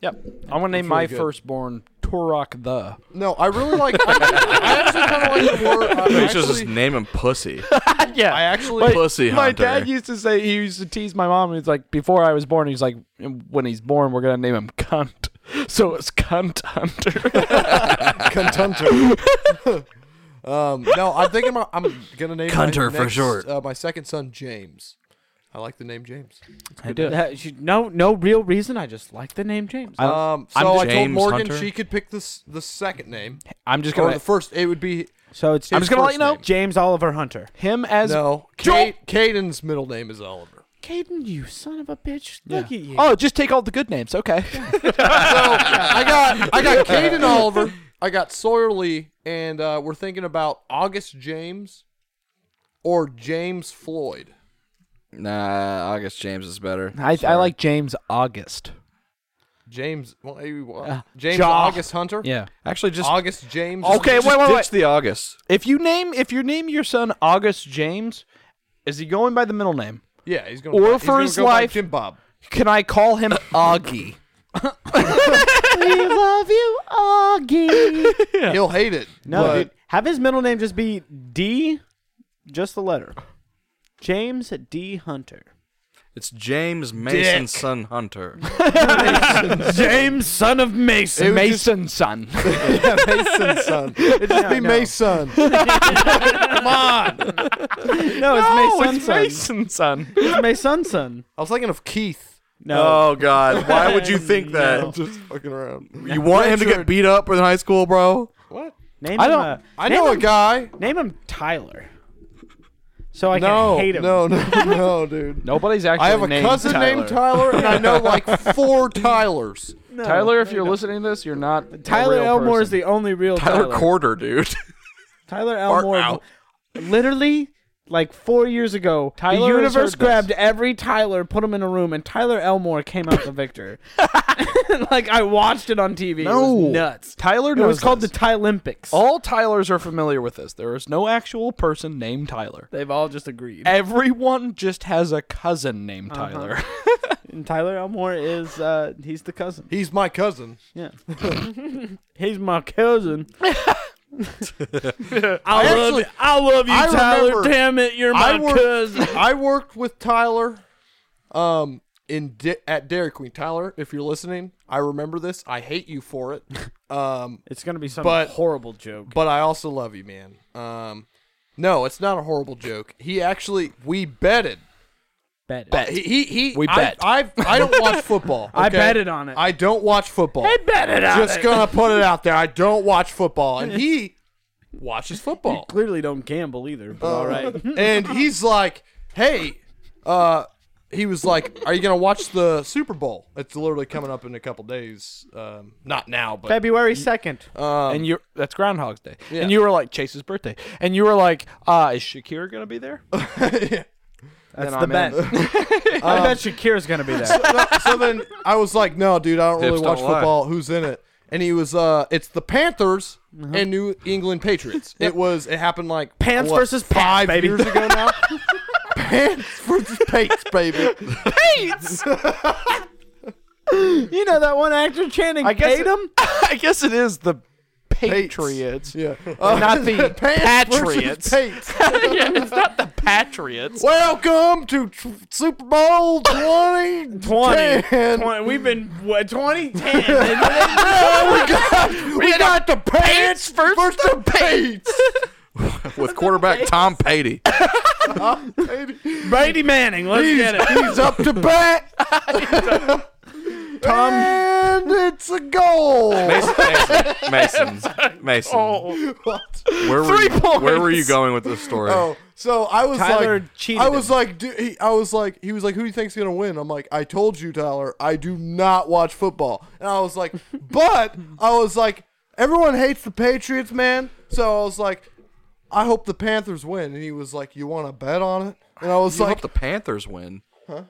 C: Yep. I'm gonna name
E: really
C: my
E: good.
C: firstborn Turok the.
E: No, I really like. I, I actually kind of like the word. I
D: He's just
E: actually,
D: name him pussy.
B: Uh,
C: yeah.
E: I actually
D: pussy
C: my
D: hunter.
C: dad used to say he used to tease my mom. He's like, before I was born, he's like, when he's born, we're gonna name him cunt. So it's cunt hunter.
E: Cuntunter. um, no, I'm thinking about, I'm gonna name
D: Cunter
E: my
D: for
E: next,
D: short.
E: Uh, my second son James. I like the name James.
C: I do.
B: That- you- no, no real reason. I just like the name James.
E: Um, so
D: I'm
E: I told
D: James
E: Morgan
D: Hunter.
E: she could pick this the second name
C: I'm just
E: or
C: gonna
E: the first. It would be
B: so it's
C: I'm just gonna let you know
B: James Oliver Hunter.
C: him as.
E: no.
C: Joel-
E: Kate, Caden's middle name is Oliver.
B: Caden, you son of a bitch! Look at you.
C: Oh, just take all the good names. Okay.
E: So I got I got Caden Oliver. I got Sawyer Lee, and uh, we're thinking about August James or James Floyd.
D: Nah, August James is better.
C: I, I like James August.
E: James, well, maybe what? James
C: Ja.
E: August Hunter.
C: Yeah.
D: Actually, just
E: August James.
C: Okay,
D: just
C: wait, wait,
D: ditch
C: wait.
D: the August.
C: If you name if you name your son August James, is he going by the middle name?
E: Yeah, he's gonna.
C: Or
E: he's
C: for
E: gonna
C: his
E: go by
C: life-
E: Jim Bob.
C: Can I call him Augie?
B: we love you, Augie.
E: He'll hate it.
B: no,
E: but
B: dude, have his middle name just be D, just the letter. James D Hunter.
D: It's James Mason
E: Dick.
D: Son Hunter.
B: James, son of Mason.
C: Mason's son.
E: Mason's son. It'd just be
B: no.
E: Mason. Come on.
B: No, it's Mason's son.
C: Mason's Oh, son.
B: It's Mason's son.
E: I was thinking of Keith.
B: No,
D: Oh, God, why would you think
B: No.
D: that?
E: Just fucking around.
D: You want him to get beat up in high school, bro?
E: What?
B: name
C: I
B: him.
C: don't-
B: uh,
E: I
B: name
E: know a
B: him-
E: guy.
B: Name him Tyler. So I
E: No,
B: can hate him.
E: no, no, no, dude.
C: Nobody's actually.
E: I have a
C: named
E: cousin
C: Tyler.
E: named Tyler, and I know like four Tylers.
B: No.
C: Tyler, if you're listening to this, you're not. a
B: uh, Tyler
C: real
B: Elmore is
C: person.
B: the only real
D: Tyler,
B: Tyler.
D: Corder, dude.
B: Tyler
D: Far
B: Elmore,
D: out.
B: literally, like four years ago,
C: Tyler
B: the
C: has heard
B: universe
C: this.
B: grabbed every Tyler, put him in a room, and Tyler Elmore came out the victor. like I watched it on TV. it
C: No.
B: was nuts.
C: Tyler.
B: It was
C: knows
B: called
C: this.
B: the Tylympics.
C: All Tylers are familiar with this. There is no actual person named Tyler.
B: They've all just agreed. Uh-huh.
C: Everyone just has a cousin named Tyler.
B: And Tyler Elmore is uh, he's the cousin.
E: He's my cousin.
B: Yeah, he's my cousin. I, love
E: actually-
B: you. I love you,
E: I
B: Tyler.
E: remember-
B: Damn it, you're my
E: I worked-
B: cousin.
E: I worked with Tyler um in Di- at Dairy Queen. Tyler, if you're listening, I remember this. I hate you for it. Um
B: It's gonna be some
E: But-
B: horrible joke.
E: but I also love you, man. Um no, it's not a horrible joke. He actually we betted.
B: Bet. it.
E: He he, he
C: We
E: I,
C: bet.
E: I, I don't watch football.
B: I
E: okay?
B: betted on it.
E: I don't watch football.
B: I betted on
E: Just
B: it.
E: gonna put it out there. I don't watch football. And he watches football.
B: Clearly don't gamble either. But all right.
E: and he's like, "Hey," uh, he was like, "Are you gonna watch the Super Bowl? It's literally coming up in a couple days. Um, not now, but
B: February second. Um,
C: and you that's Groundhog's Day. And you were like Chase's birthday. And you were like, uh, is Shakira gonna be there?
B: That's
C: Then
B: the
C: I'm
B: bet. I bet Shakira's gonna be there.
E: no, so then I was like, "No, dude, I don't really
D: Hips
E: watch
D: don't lie.
E: football. Who's in it?" And he was, uh, "It's the Panthers and New England Patriots. It was. It happened like
B: Uh-huh. Pants
E: what,
B: versus pants,
E: five
B: baby.
E: years ago now. Pants versus pates, baby.
B: you know that one actor Channing
C: I guess it-
B: Tatum.
C: I guess it is the Patriots.
E: Yeah, uh,
C: Not the
E: pants versus
C: Patriots.
E: pates.
C: yeah, it's not the Patriots.
E: Welcome to tr- Super Bowl 20.
B: 20,
E: 10.
B: 20 We've been what, 2010.
E: Oh, we got, we got the pants
C: versus
E: first, the pates.
D: with quarterback Tom Patey.
B: Brady Manning. Let's get it.
E: He's up to bat. Tom. And it's a goal.
D: Mason, Mason, Mason, Mason. Where were
C: Three
D: you, Where were
C: points.
D: you going with this story?
E: Oh, so I was
B: Tyler
E: like,
B: cheated
E: I was
B: him.
E: like, dude, he, I was like, he was like, who do you think's gonna win? I'm like, I told you, Tyler, I do not watch football, and I was like, but I was like, everyone hates the Patriots, man. So I was like, I hope the Panthers win, and he was like, you want to bet on it? And I was
D: you
E: like,
D: hope the Panthers win. Huh?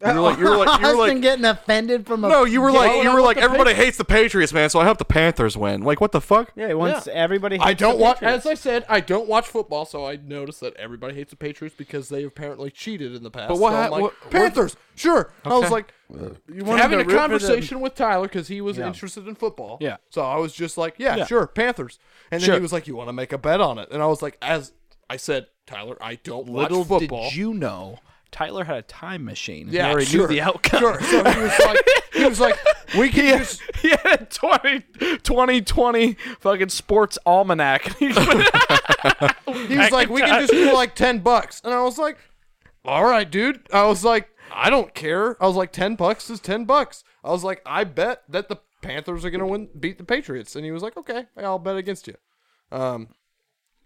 D: You were like, you were like, you were like,
B: getting offended from a
D: no, you were like,
B: Yeah,
D: you
B: I
D: were
B: want
D: like,
B: the
D: everybody hates the Patriots, man. So I hope the Panthers win. Like, what the fuck?
B: Yeah, he wants everybody.
E: I
B: hates
E: don't
B: the
E: watch. As
B: Patriots.
E: I said, I don't watch football, so I noticed that everybody hates the Patriots because they apparently cheated in the past.
C: But what
E: So I'm
C: ha-
E: like,
C: what- what-
E: Panthers? sure. I was
C: Okay.
E: like,
B: You wanted
E: having a
B: to root for them.
E: conversation with Tyler because he was interested in football.
C: Yeah.
E: So I was just like, yeah,
C: Yeah.
E: sure, Panthers. And then
C: Sure.
E: he was like, you want to make a bet on it? And I was like, as I said, Tyler, I don't
C: Little
E: watch football.
C: did you know Tyler had a time machine.
E: yeah,
C: he already
E: sure.
C: knew the outcome.
E: Sure. So he was like, he was like, we can just
C: He had a 20, 2020 fucking sports almanac.
E: He was like, we can just do like 10 bucks. And I was like, all right, dude. I was like, I don't care. I was like, 10 bucks is 10 bucks. I was like, I bet that the Panthers are going to win, beat the Patriots. And he was like, okay, I'll bet against you. Um,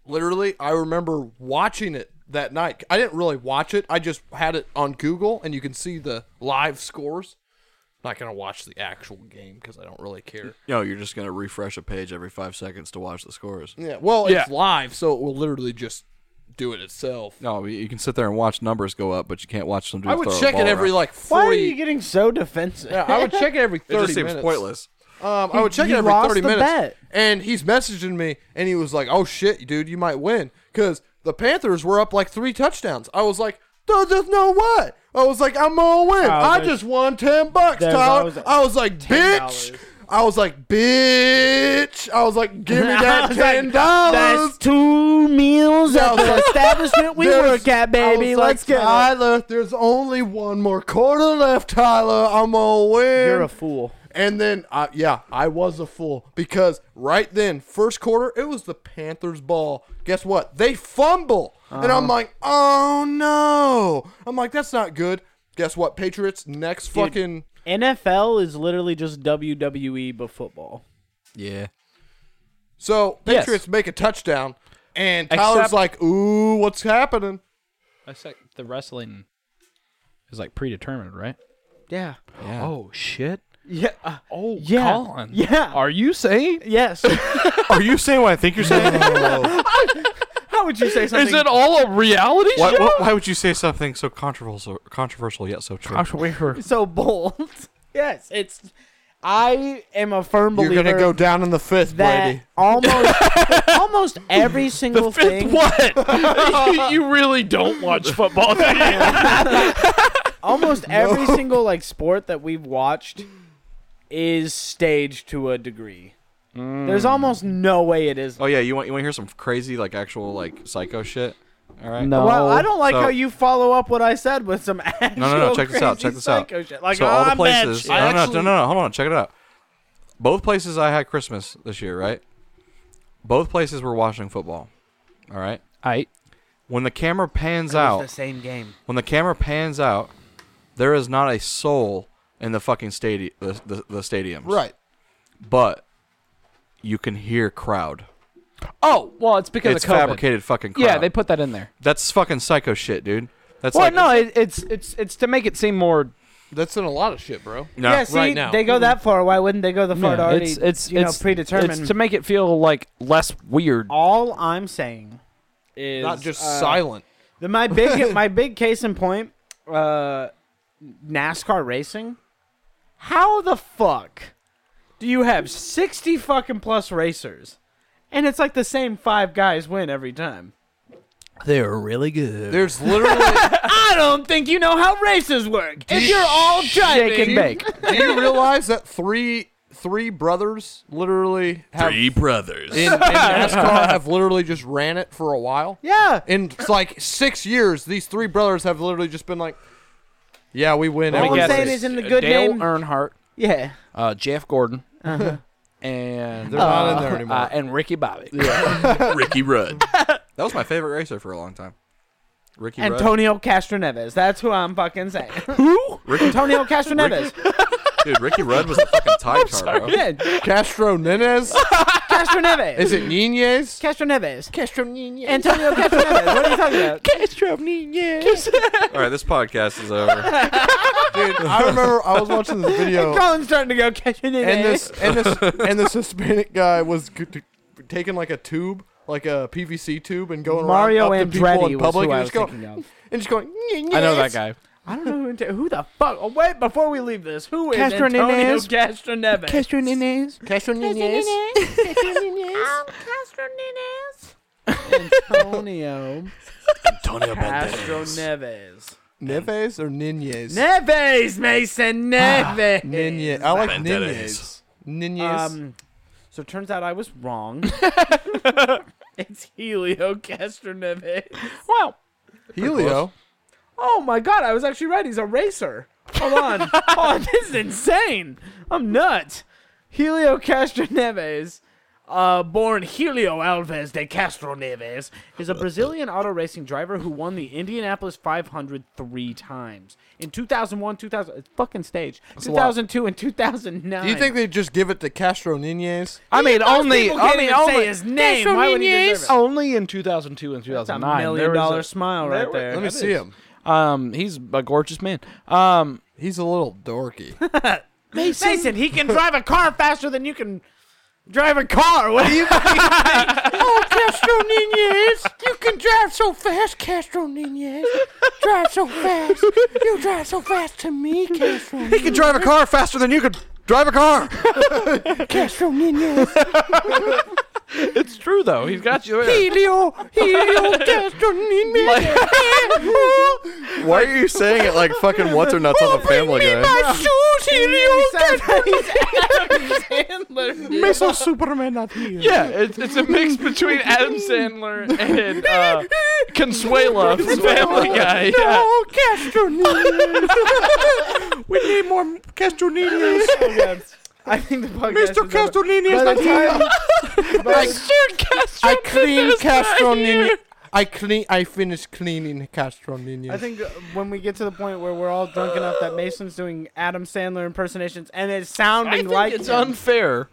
E: literally, I remember watching it that night. I didn't really watch it, I just had it on Google, and you can see the live scores. Not going to watch the actual game because I don't really care.
D: No, you're just gonna refresh a page every five seconds to watch the scores.
E: Yeah. Well, it's
C: Yeah.
E: live, so it will literally just do it itself.
D: No, you you can sit there and watch numbers go up, but you can't watch them. Do
E: I would check it every like forty.
B: Why are you getting so defensive?
E: yeah, I would check it every
D: It
E: thirty
D: just seems
E: minutes.
D: pointless.
E: Um, I would check
B: you
E: it every
B: lost
E: thirty
B: the
E: minutes.
B: bet.
E: And he's messaging me, and he was like, "Oh shit, dude, you might win," because the Panthers were up like three touchdowns. I was like, "There's just no what." I was like, "I'm gonna win. I
B: there's-
E: just won ten bucks,
B: there's
E: Tyler."
B: always a-
E: I was like,
B: $10.
E: "Bitch." I was like, bitch. I was like, give me
B: I
E: that
B: was like,
E: ten dollars.
B: That's two meals
E: Yeah, I
B: at
E: was
B: the
E: like-
B: establishment we
E: There's-
B: work at,
E: I was
B: baby.
E: like,
B: Let's get it.
E: Tyler, there's only one more quarter left, Tyler. I'm gonna win.
B: You're a fool.
E: And then, I, yeah, I was a fool because right then, first quarter, it was the Panthers' ball. Guess what? They fumble, and
B: Uh-huh.
E: I'm like, oh no! I'm like, that's not good. Guess what? Patriots next fucking
B: NFL is literally just WWE but football.
D: Yeah.
E: so
C: Yes.
E: Patriots make a touchdown, and Tyler's
C: Except-
E: like, ooh, what's happening?
C: the wrestling is like predetermined, right?
B: Yeah.
C: Oh shit.
B: Yeah.
C: Oh
B: Yeah.
C: Colin.
B: Yeah.
C: Are you saying?
B: yes.
D: Are you saying what I think you're saying?
B: How would you say something?
C: Is it all a reality
D: why,
C: show?
D: why, why would you say something so controversial, controversial yet so true?
B: so bold? yes, it's. I am a firm believer
E: You're gonna go down in the fifth,
B: that
E: Brady.
B: almost almost every single thing.
C: what? you, you really don't watch football. do you?
B: Almost every single like sport that we've watched is staged to a degree.
D: Mm.
B: There's almost no way it is.
D: Oh yeah, you want you want to hear some crazy like actual like psycho shit? All right.
C: No.
B: Well, I don't like
D: So-
B: how you follow up what I said with some actual
D: No, no, no. Check this out.
B: crazy
D: Check this out.
B: psycho Shit. Like,
D: so
B: oh,
D: all the
B: I'm bad
D: places.
B: shit.
D: No, no, no, no, no. Hold on. Check it out. Both places I had Christmas this year, right? Both places were watching football. All right.
C: I
D: When the camera pans
B: It was
D: out,
B: the same game.
D: when the camera pans out, there is not a soul in the fucking stadium. The, the, the stadiums.
E: Right.
D: But you can hear crowd.
C: oh well, it's because
D: It's
C: of COVID.
D: fabricated fucking crowd.
C: Yeah, they put that in there.
D: That's fucking psycho shit, dude. That's
C: well,
D: like
C: no, it, it's it's it's to make it seem more.
E: That's in a lot of shit, bro.
D: no.
B: yeah, see,
E: right now.
B: they go that far. Why wouldn't they go the far to already?
C: it's it's
B: you know,
C: it's
B: predetermined.
C: It's to make it feel like less weird.
B: All I'm saying is
E: Not just
B: uh,
E: silent.
B: the- my big my big case in point, uh, NASCAR racing. How the fuck do you have sixty fucking plus racers, and it's like the same five guys win every time?
C: They're really good.
E: There's literally.
B: I don't think you know how races work. If you're all driving,
C: Shake and bake.
E: do you realize that three three brothers literally have
D: Three brothers.
E: in, in NASCAR have literally just ran it for a while?
B: yeah,
E: In it's like six years, these three brothers have literally just been like, "Yeah, we win."
B: All
E: every
B: I'm
E: race."
B: saying is in the good
C: Dale
B: name- Uh-huh.
C: Earnhardt,
B: yeah.
C: uh, Jeff Gordon, and
E: They're not in there anymore.
C: uh, and Ricky Bobby.
D: Ricky Rudd. that was my favorite racer for a long time. Ricky Rudd.
B: Antonio Castro Neves. That's who I'm fucking saying.
D: Ricky,
B: Antonio Castro Neves.
D: dude, Ricky Rudd was a fucking tie car, bro.
B: Yeah,
E: Castro Nenez?
B: Castro Neves.
E: Is it Nunez?
B: Castro Neves.
E: Castro Nunez.
B: Antonio Castro Neves. What are you talking about?
C: Castro Nunez.
D: All right, this podcast is over.
E: Dude, I remember I was watching this video.
B: Colin's starting to go Castro Neves.
E: and this and this and this Hispanic guy was g- t- taking like a tube, like a PVC tube, and going
B: Mario
E: around up to people
B: Andretti
E: in
B: was
E: public
B: who I
E: and
B: was
E: just, go,
B: thinking of.
E: and just going.
C: I know that guy.
B: I don't know who. Ante- who the fuck? Oh wait, before we leave this, who is
C: Castro
B: Antonio
C: Neves.
B: Castro Neves?
C: Castro Nunez.
E: Castro Nunez.
B: Antonio
D: Antonio
B: Castro Neves.
E: Neves or Nunez?
B: Neves Mason
C: Ah,
B: Neves.
E: Nunez. I like
D: Mendes.
E: Nunez. Nunez.
B: Um, so it turns out I was wrong. it's Helio Castro Neves.
C: Wow.
E: Helio.
B: Oh my god, I was actually right. He's a racer. Hold on. oh, this is insane. I'm nuts. Helio Castro Neves, uh, born Helio Alves de Castro Neves, is a Brazilian auto racing driver who won the Indianapolis 500 three times. In 2001, 2000, it's fucking staged.
E: a lot.
B: 2002 and 2009.
E: Do you think they just give it to Castro Nunez?
C: I mean,
B: Those
C: only,
B: people can't
C: only,
B: even
C: only,
B: say his name. Why would he deserve it?
C: only in 2002 and
B: That's a
C: 2009. Oh, there
B: million
C: was
B: dollar
C: a-
B: smile
C: there
B: right
C: was-
B: there.
E: Let me
C: That
E: see
C: is-
E: him.
C: Um, he's a gorgeous man. Um,
E: He's a little dorky.
B: Mason. he can drive a car faster than you can drive a car. What do you
E: oh, Castro Nunez! You can drive so fast, Castro Nunez. Drive so fast. You drive so fast to me, Castro.
D: He could drive a car faster than you could drive a car.
E: Castro Nunez.
C: it's true though. He's got you. there.
E: Helio, Helio, Castro Nunez.
D: Why are you saying it like fucking what's or nuts on the Family Guy?
E: My shoes, Helio.
F: Mesa Superman not here.
C: Yeah, it's, it's a mix between Adam Sandler and uh, Consuela from Family Guy. Yeah.
E: Oh, Castro Nunez.
F: We need more Castronini's.
B: I think the podcast
F: Mr.
B: is over.
F: Castronini's
B: By
F: not
B: the
F: here.
B: time- by the-
E: I clean Castro Nunez. I clean. I finished cleaning Castro Nunez.
B: I think uh, when we get to the point where we're all drunk enough that Mason's doing Adam Sandler impersonations and it's
C: I
B: sounding
C: think
B: like
C: it's
B: him.
C: unfair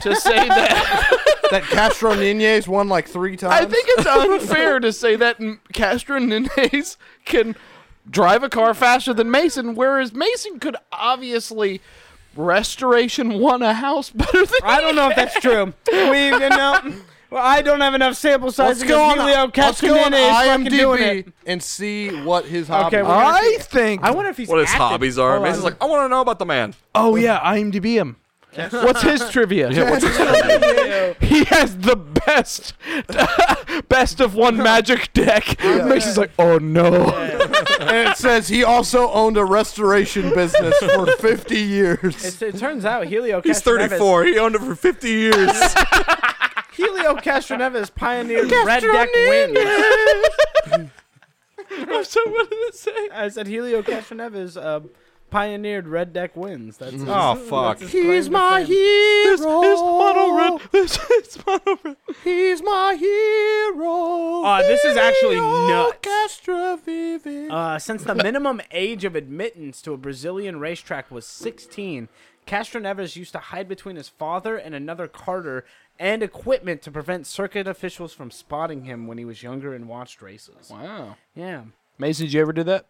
C: to say that.
E: that Castro Nunez won like three times.
C: I think it's unfair to say that M- Castro Nunez can drive a car faster than Mason, whereas Mason could obviously restoration won a house better than
B: I don't know if that's true. We you know. Well, I don't have enough sample size.
E: Let's go on.
B: Helio
E: Let's go on
B: Castaneda is fucking doing it.
E: IMDb and see what his hobby.
B: Okay,
E: Okay,
B: well-
C: I think.
B: I wonder if he's
D: What his
B: active.
D: hobbies are.
B: Hold on.
D: Mason's like, I want to know about the man.
C: oh yeah, IMDb him. What's his trivia? he has the best, best of one magic deck. Mace is like, oh no.
E: and it says he also owned a restoration business for 50 years.
B: It's, it turns out Helio
D: He's
B: Castroneves,
D: 34. He owned it for 50 years.
B: Helio Castroneves pioneered red deck wins.
C: I'm so what did it say?
B: I said Helio Castroneves uh, pioneered red deck wins. That's uh, his-
D: Oh, fuck.
B: that's his claim to fame.
C: This is mono red. This is mono red.
E: He's my hero.
B: Uh, this is actually nuts.
E: Castrovivi.
B: Uh, since the minimum age of admittance to a Brazilian racetrack was 16, Castro Neves used to hide between his father and another carter and equipment to prevent circuit officials from spotting him when he was younger and watched races.
C: Wow.
B: Yeah.
C: Mason, did you ever do that?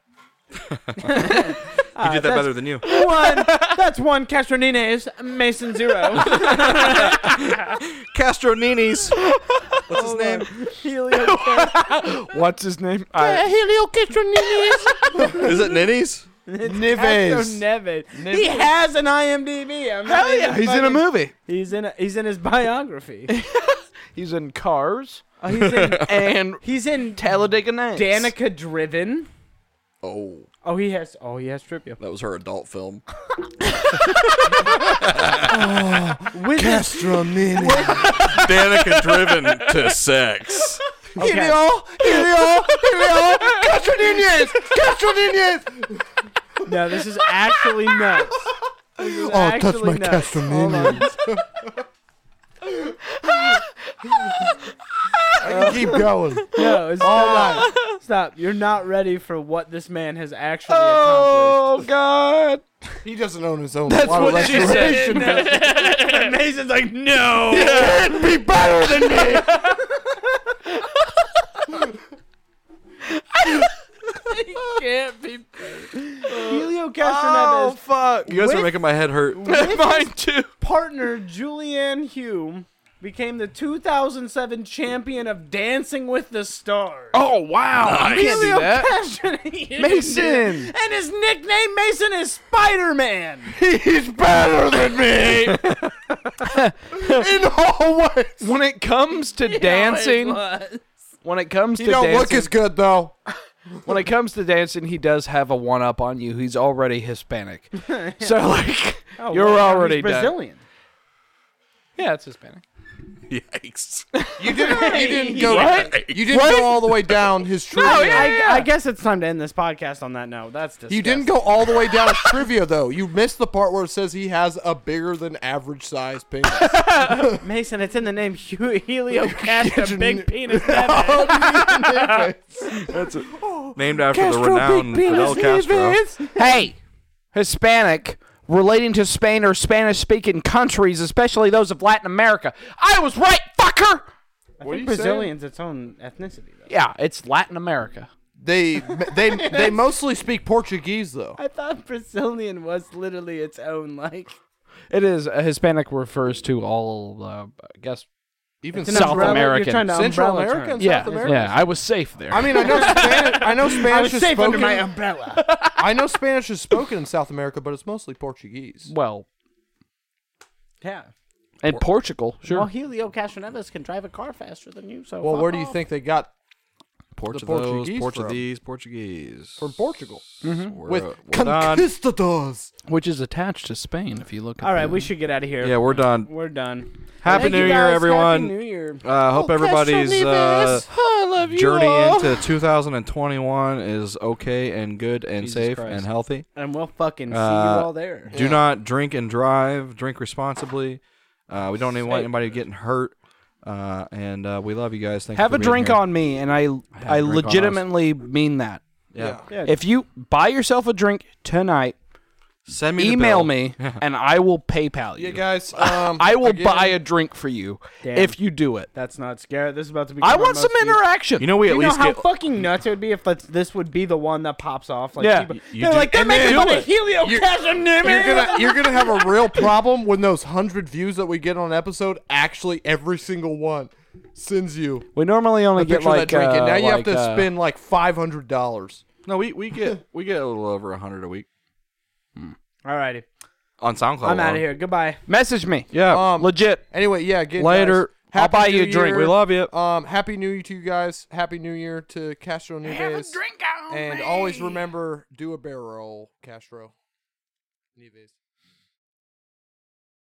D: He did that better than you.
B: One, that's one Castro Neves, Mason Zero.
D: Castro Nini's. What's his name?
B: Helio
C: What's his name? I,
D: Is it Nini's?
B: Castro Neves. He has an IMDb. I'm not even
C: Oh, he's in a
B: fucking-
C: movie.
B: He's in, a, he's in his biography.
C: He's in Cars
B: Uh, he's in,
C: and
B: he's in
C: Talladega Nights.
B: Danica Driven.
D: Oh,
B: Oh, he has. Oh, he has trivia.
D: that was her adult film.
B: With this,
E: Castromini.
D: Danica driven to sex.
B: okay.
E: Helio, Helio, Castroninez, Castroninez.
B: No, this is actually nuts. This is
E: Oh, touch
B: actually
E: my
B: nuts. Hold on.
E: Castrominions. Keep going.
B: No, it's
C: Oh.
B: stop. Stop. You're not ready for what this man has actually accomplished.
C: God.
E: He doesn't own his own.
C: That's
E: water
C: what she said.
E: restoration business.
B: Mason's like, no.
E: Can't be better than me.
B: Helio
E: Oh,
C: Oh.
B: Castroneves
D: fuck. You guys
B: With-
D: are making my head hurt.
C: Mine too.
B: partner Julianne Hume became the 2007 champion of Dancing with the Stars.
C: Oh wow. I can't do
B: Helio
C: that.
B: Castroneves.
C: Mason.
B: And his nickname, Mason, is Spider Man.
E: He's better than me. In all ways.
C: When it comes to dancing, when it comes
E: He
C: to
E: don't
C: dancing,
E: look as good though.
C: when it comes to dancing, he does have a one up on you. He's already Hispanic, so like
E: Oh,
C: you're already done.
B: Oh, Brazilian.
C: Yeah, it's Hispanic.
D: Yikes.
E: You didn't. You didn't go.
D: What?
E: You didn't go all the way down his trivia.
B: Oh, yeah, I, I guess it's time to end this podcast on that note. That's disgusting.
E: You didn't go all the way down his trivia though. You missed the part where it says he has a bigger than average size penis.
B: Mason. It's in the name Hugh Helio Castro, big penis. Neves.
D: Named after the renowned Fidel Castro.
C: hey, Hispanic relating to Spain or Spanish speaking countries, especially those of Latin America. I was right, fucker.
B: I think Brazilian's its own ethnicity, though.
C: Yeah, it's Latin America.
E: They they they mostly speak Portuguese though.
B: I thought Brazilian was literally its own, like
C: It is uh, Hispanic refers to all. Uh, I guess.
E: Even
C: an South umbrella- American.
B: You're trying to
E: Central
B: umbrella
E: America
B: term.
E: and
C: Yeah,
E: South America.
C: yeah. I was safe there.
E: I mean, I know Spanish. I know
B: I
E: Spanish
B: was
E: is
B: safe under
E: spoken.
B: my umbrella.
E: I know Spanish is spoken in South America, but it's mostly Portuguese.
C: well,
B: yeah.
C: in Portugal, sure.
B: Well, Helio Castroneves can drive a car faster than you, so.
E: Well,
B: fuck
E: where do you
B: off.
E: think they got
D: Portuguese,
E: The Portuguese
D: Portuguese, Portuguese.
E: from Portugal?
D: We're,
E: With
D: uh, we're done.
E: conquistadors.
C: which is attached to Spain, if you look. At
B: All right,
C: the-
B: we should get out of here.
D: Yeah, we're done.
B: We're done.
D: Happy
B: Thank
D: New
B: you
D: Year,
B: guys.
D: everyone.
B: Happy New Year.
D: Uh, hope everybody's uh,
C: Oh,
D: journey into 2021 is okay and good and
C: Jesus
D: safe
C: Christ.
D: and healthy.
B: And we'll fucking see
D: Uh,
B: you all there.
D: Do not drink and drive. Drink responsibly. Uh, we don't even want anybody getting hurt. Uh, and uh, we love you guys. Thank you
C: have
D: for
C: a
D: being
C: drink
D: here.
C: on me, and I I
D: drink on us.
C: legitimately mean that.
D: Yeah.
B: Yeah.
C: If you buy yourself a drink tonight,
D: Send me the
C: email
D: bill.
C: me, and I will PayPal you.
E: Yeah, guys. Um,
C: I will
E: again,
C: buy a drink for you
B: Damn.
C: if you do it.
B: That's not scary. This is about to be.
C: I want some interaction.
D: You know we
B: You
D: at
B: know
D: least
B: how
D: get
B: fucking nuts it would be if let's, this would be the one that pops off. Like,
C: Yeah.
B: people,
D: You
B: they're
D: do-
B: like they're
D: and then-
B: making fun
D: Do
B: of
D: it.
B: Helio
E: You're
B: Castroneves.
E: gonna you're gonna have a real problem when those hundred views that we get on an episode actually every single one sends you
C: we normally only
E: a
C: get
E: picture
C: like
E: of that drink, and now
C: uh,
E: you have
C: like,
E: to
C: uh,
E: spend like five hundred dollars.
D: no. We, we get we get a little over hundred a week.
B: Alrighty.
D: on SoundCloud.
B: I'm out
D: alone.
B: of here. Goodbye.
C: Message me. Yeah,
E: Um,
C: legit.
E: Anyway, yeah. Again,
C: Later.
E: guys,
C: I'll
E: happy
C: buy
E: New
C: you a drink.
E: Year.
C: We love you.
E: Um, happy New Year to you guys. Happy New Year to Castro New Have and always remember, do a barrel, Castro. Nieves.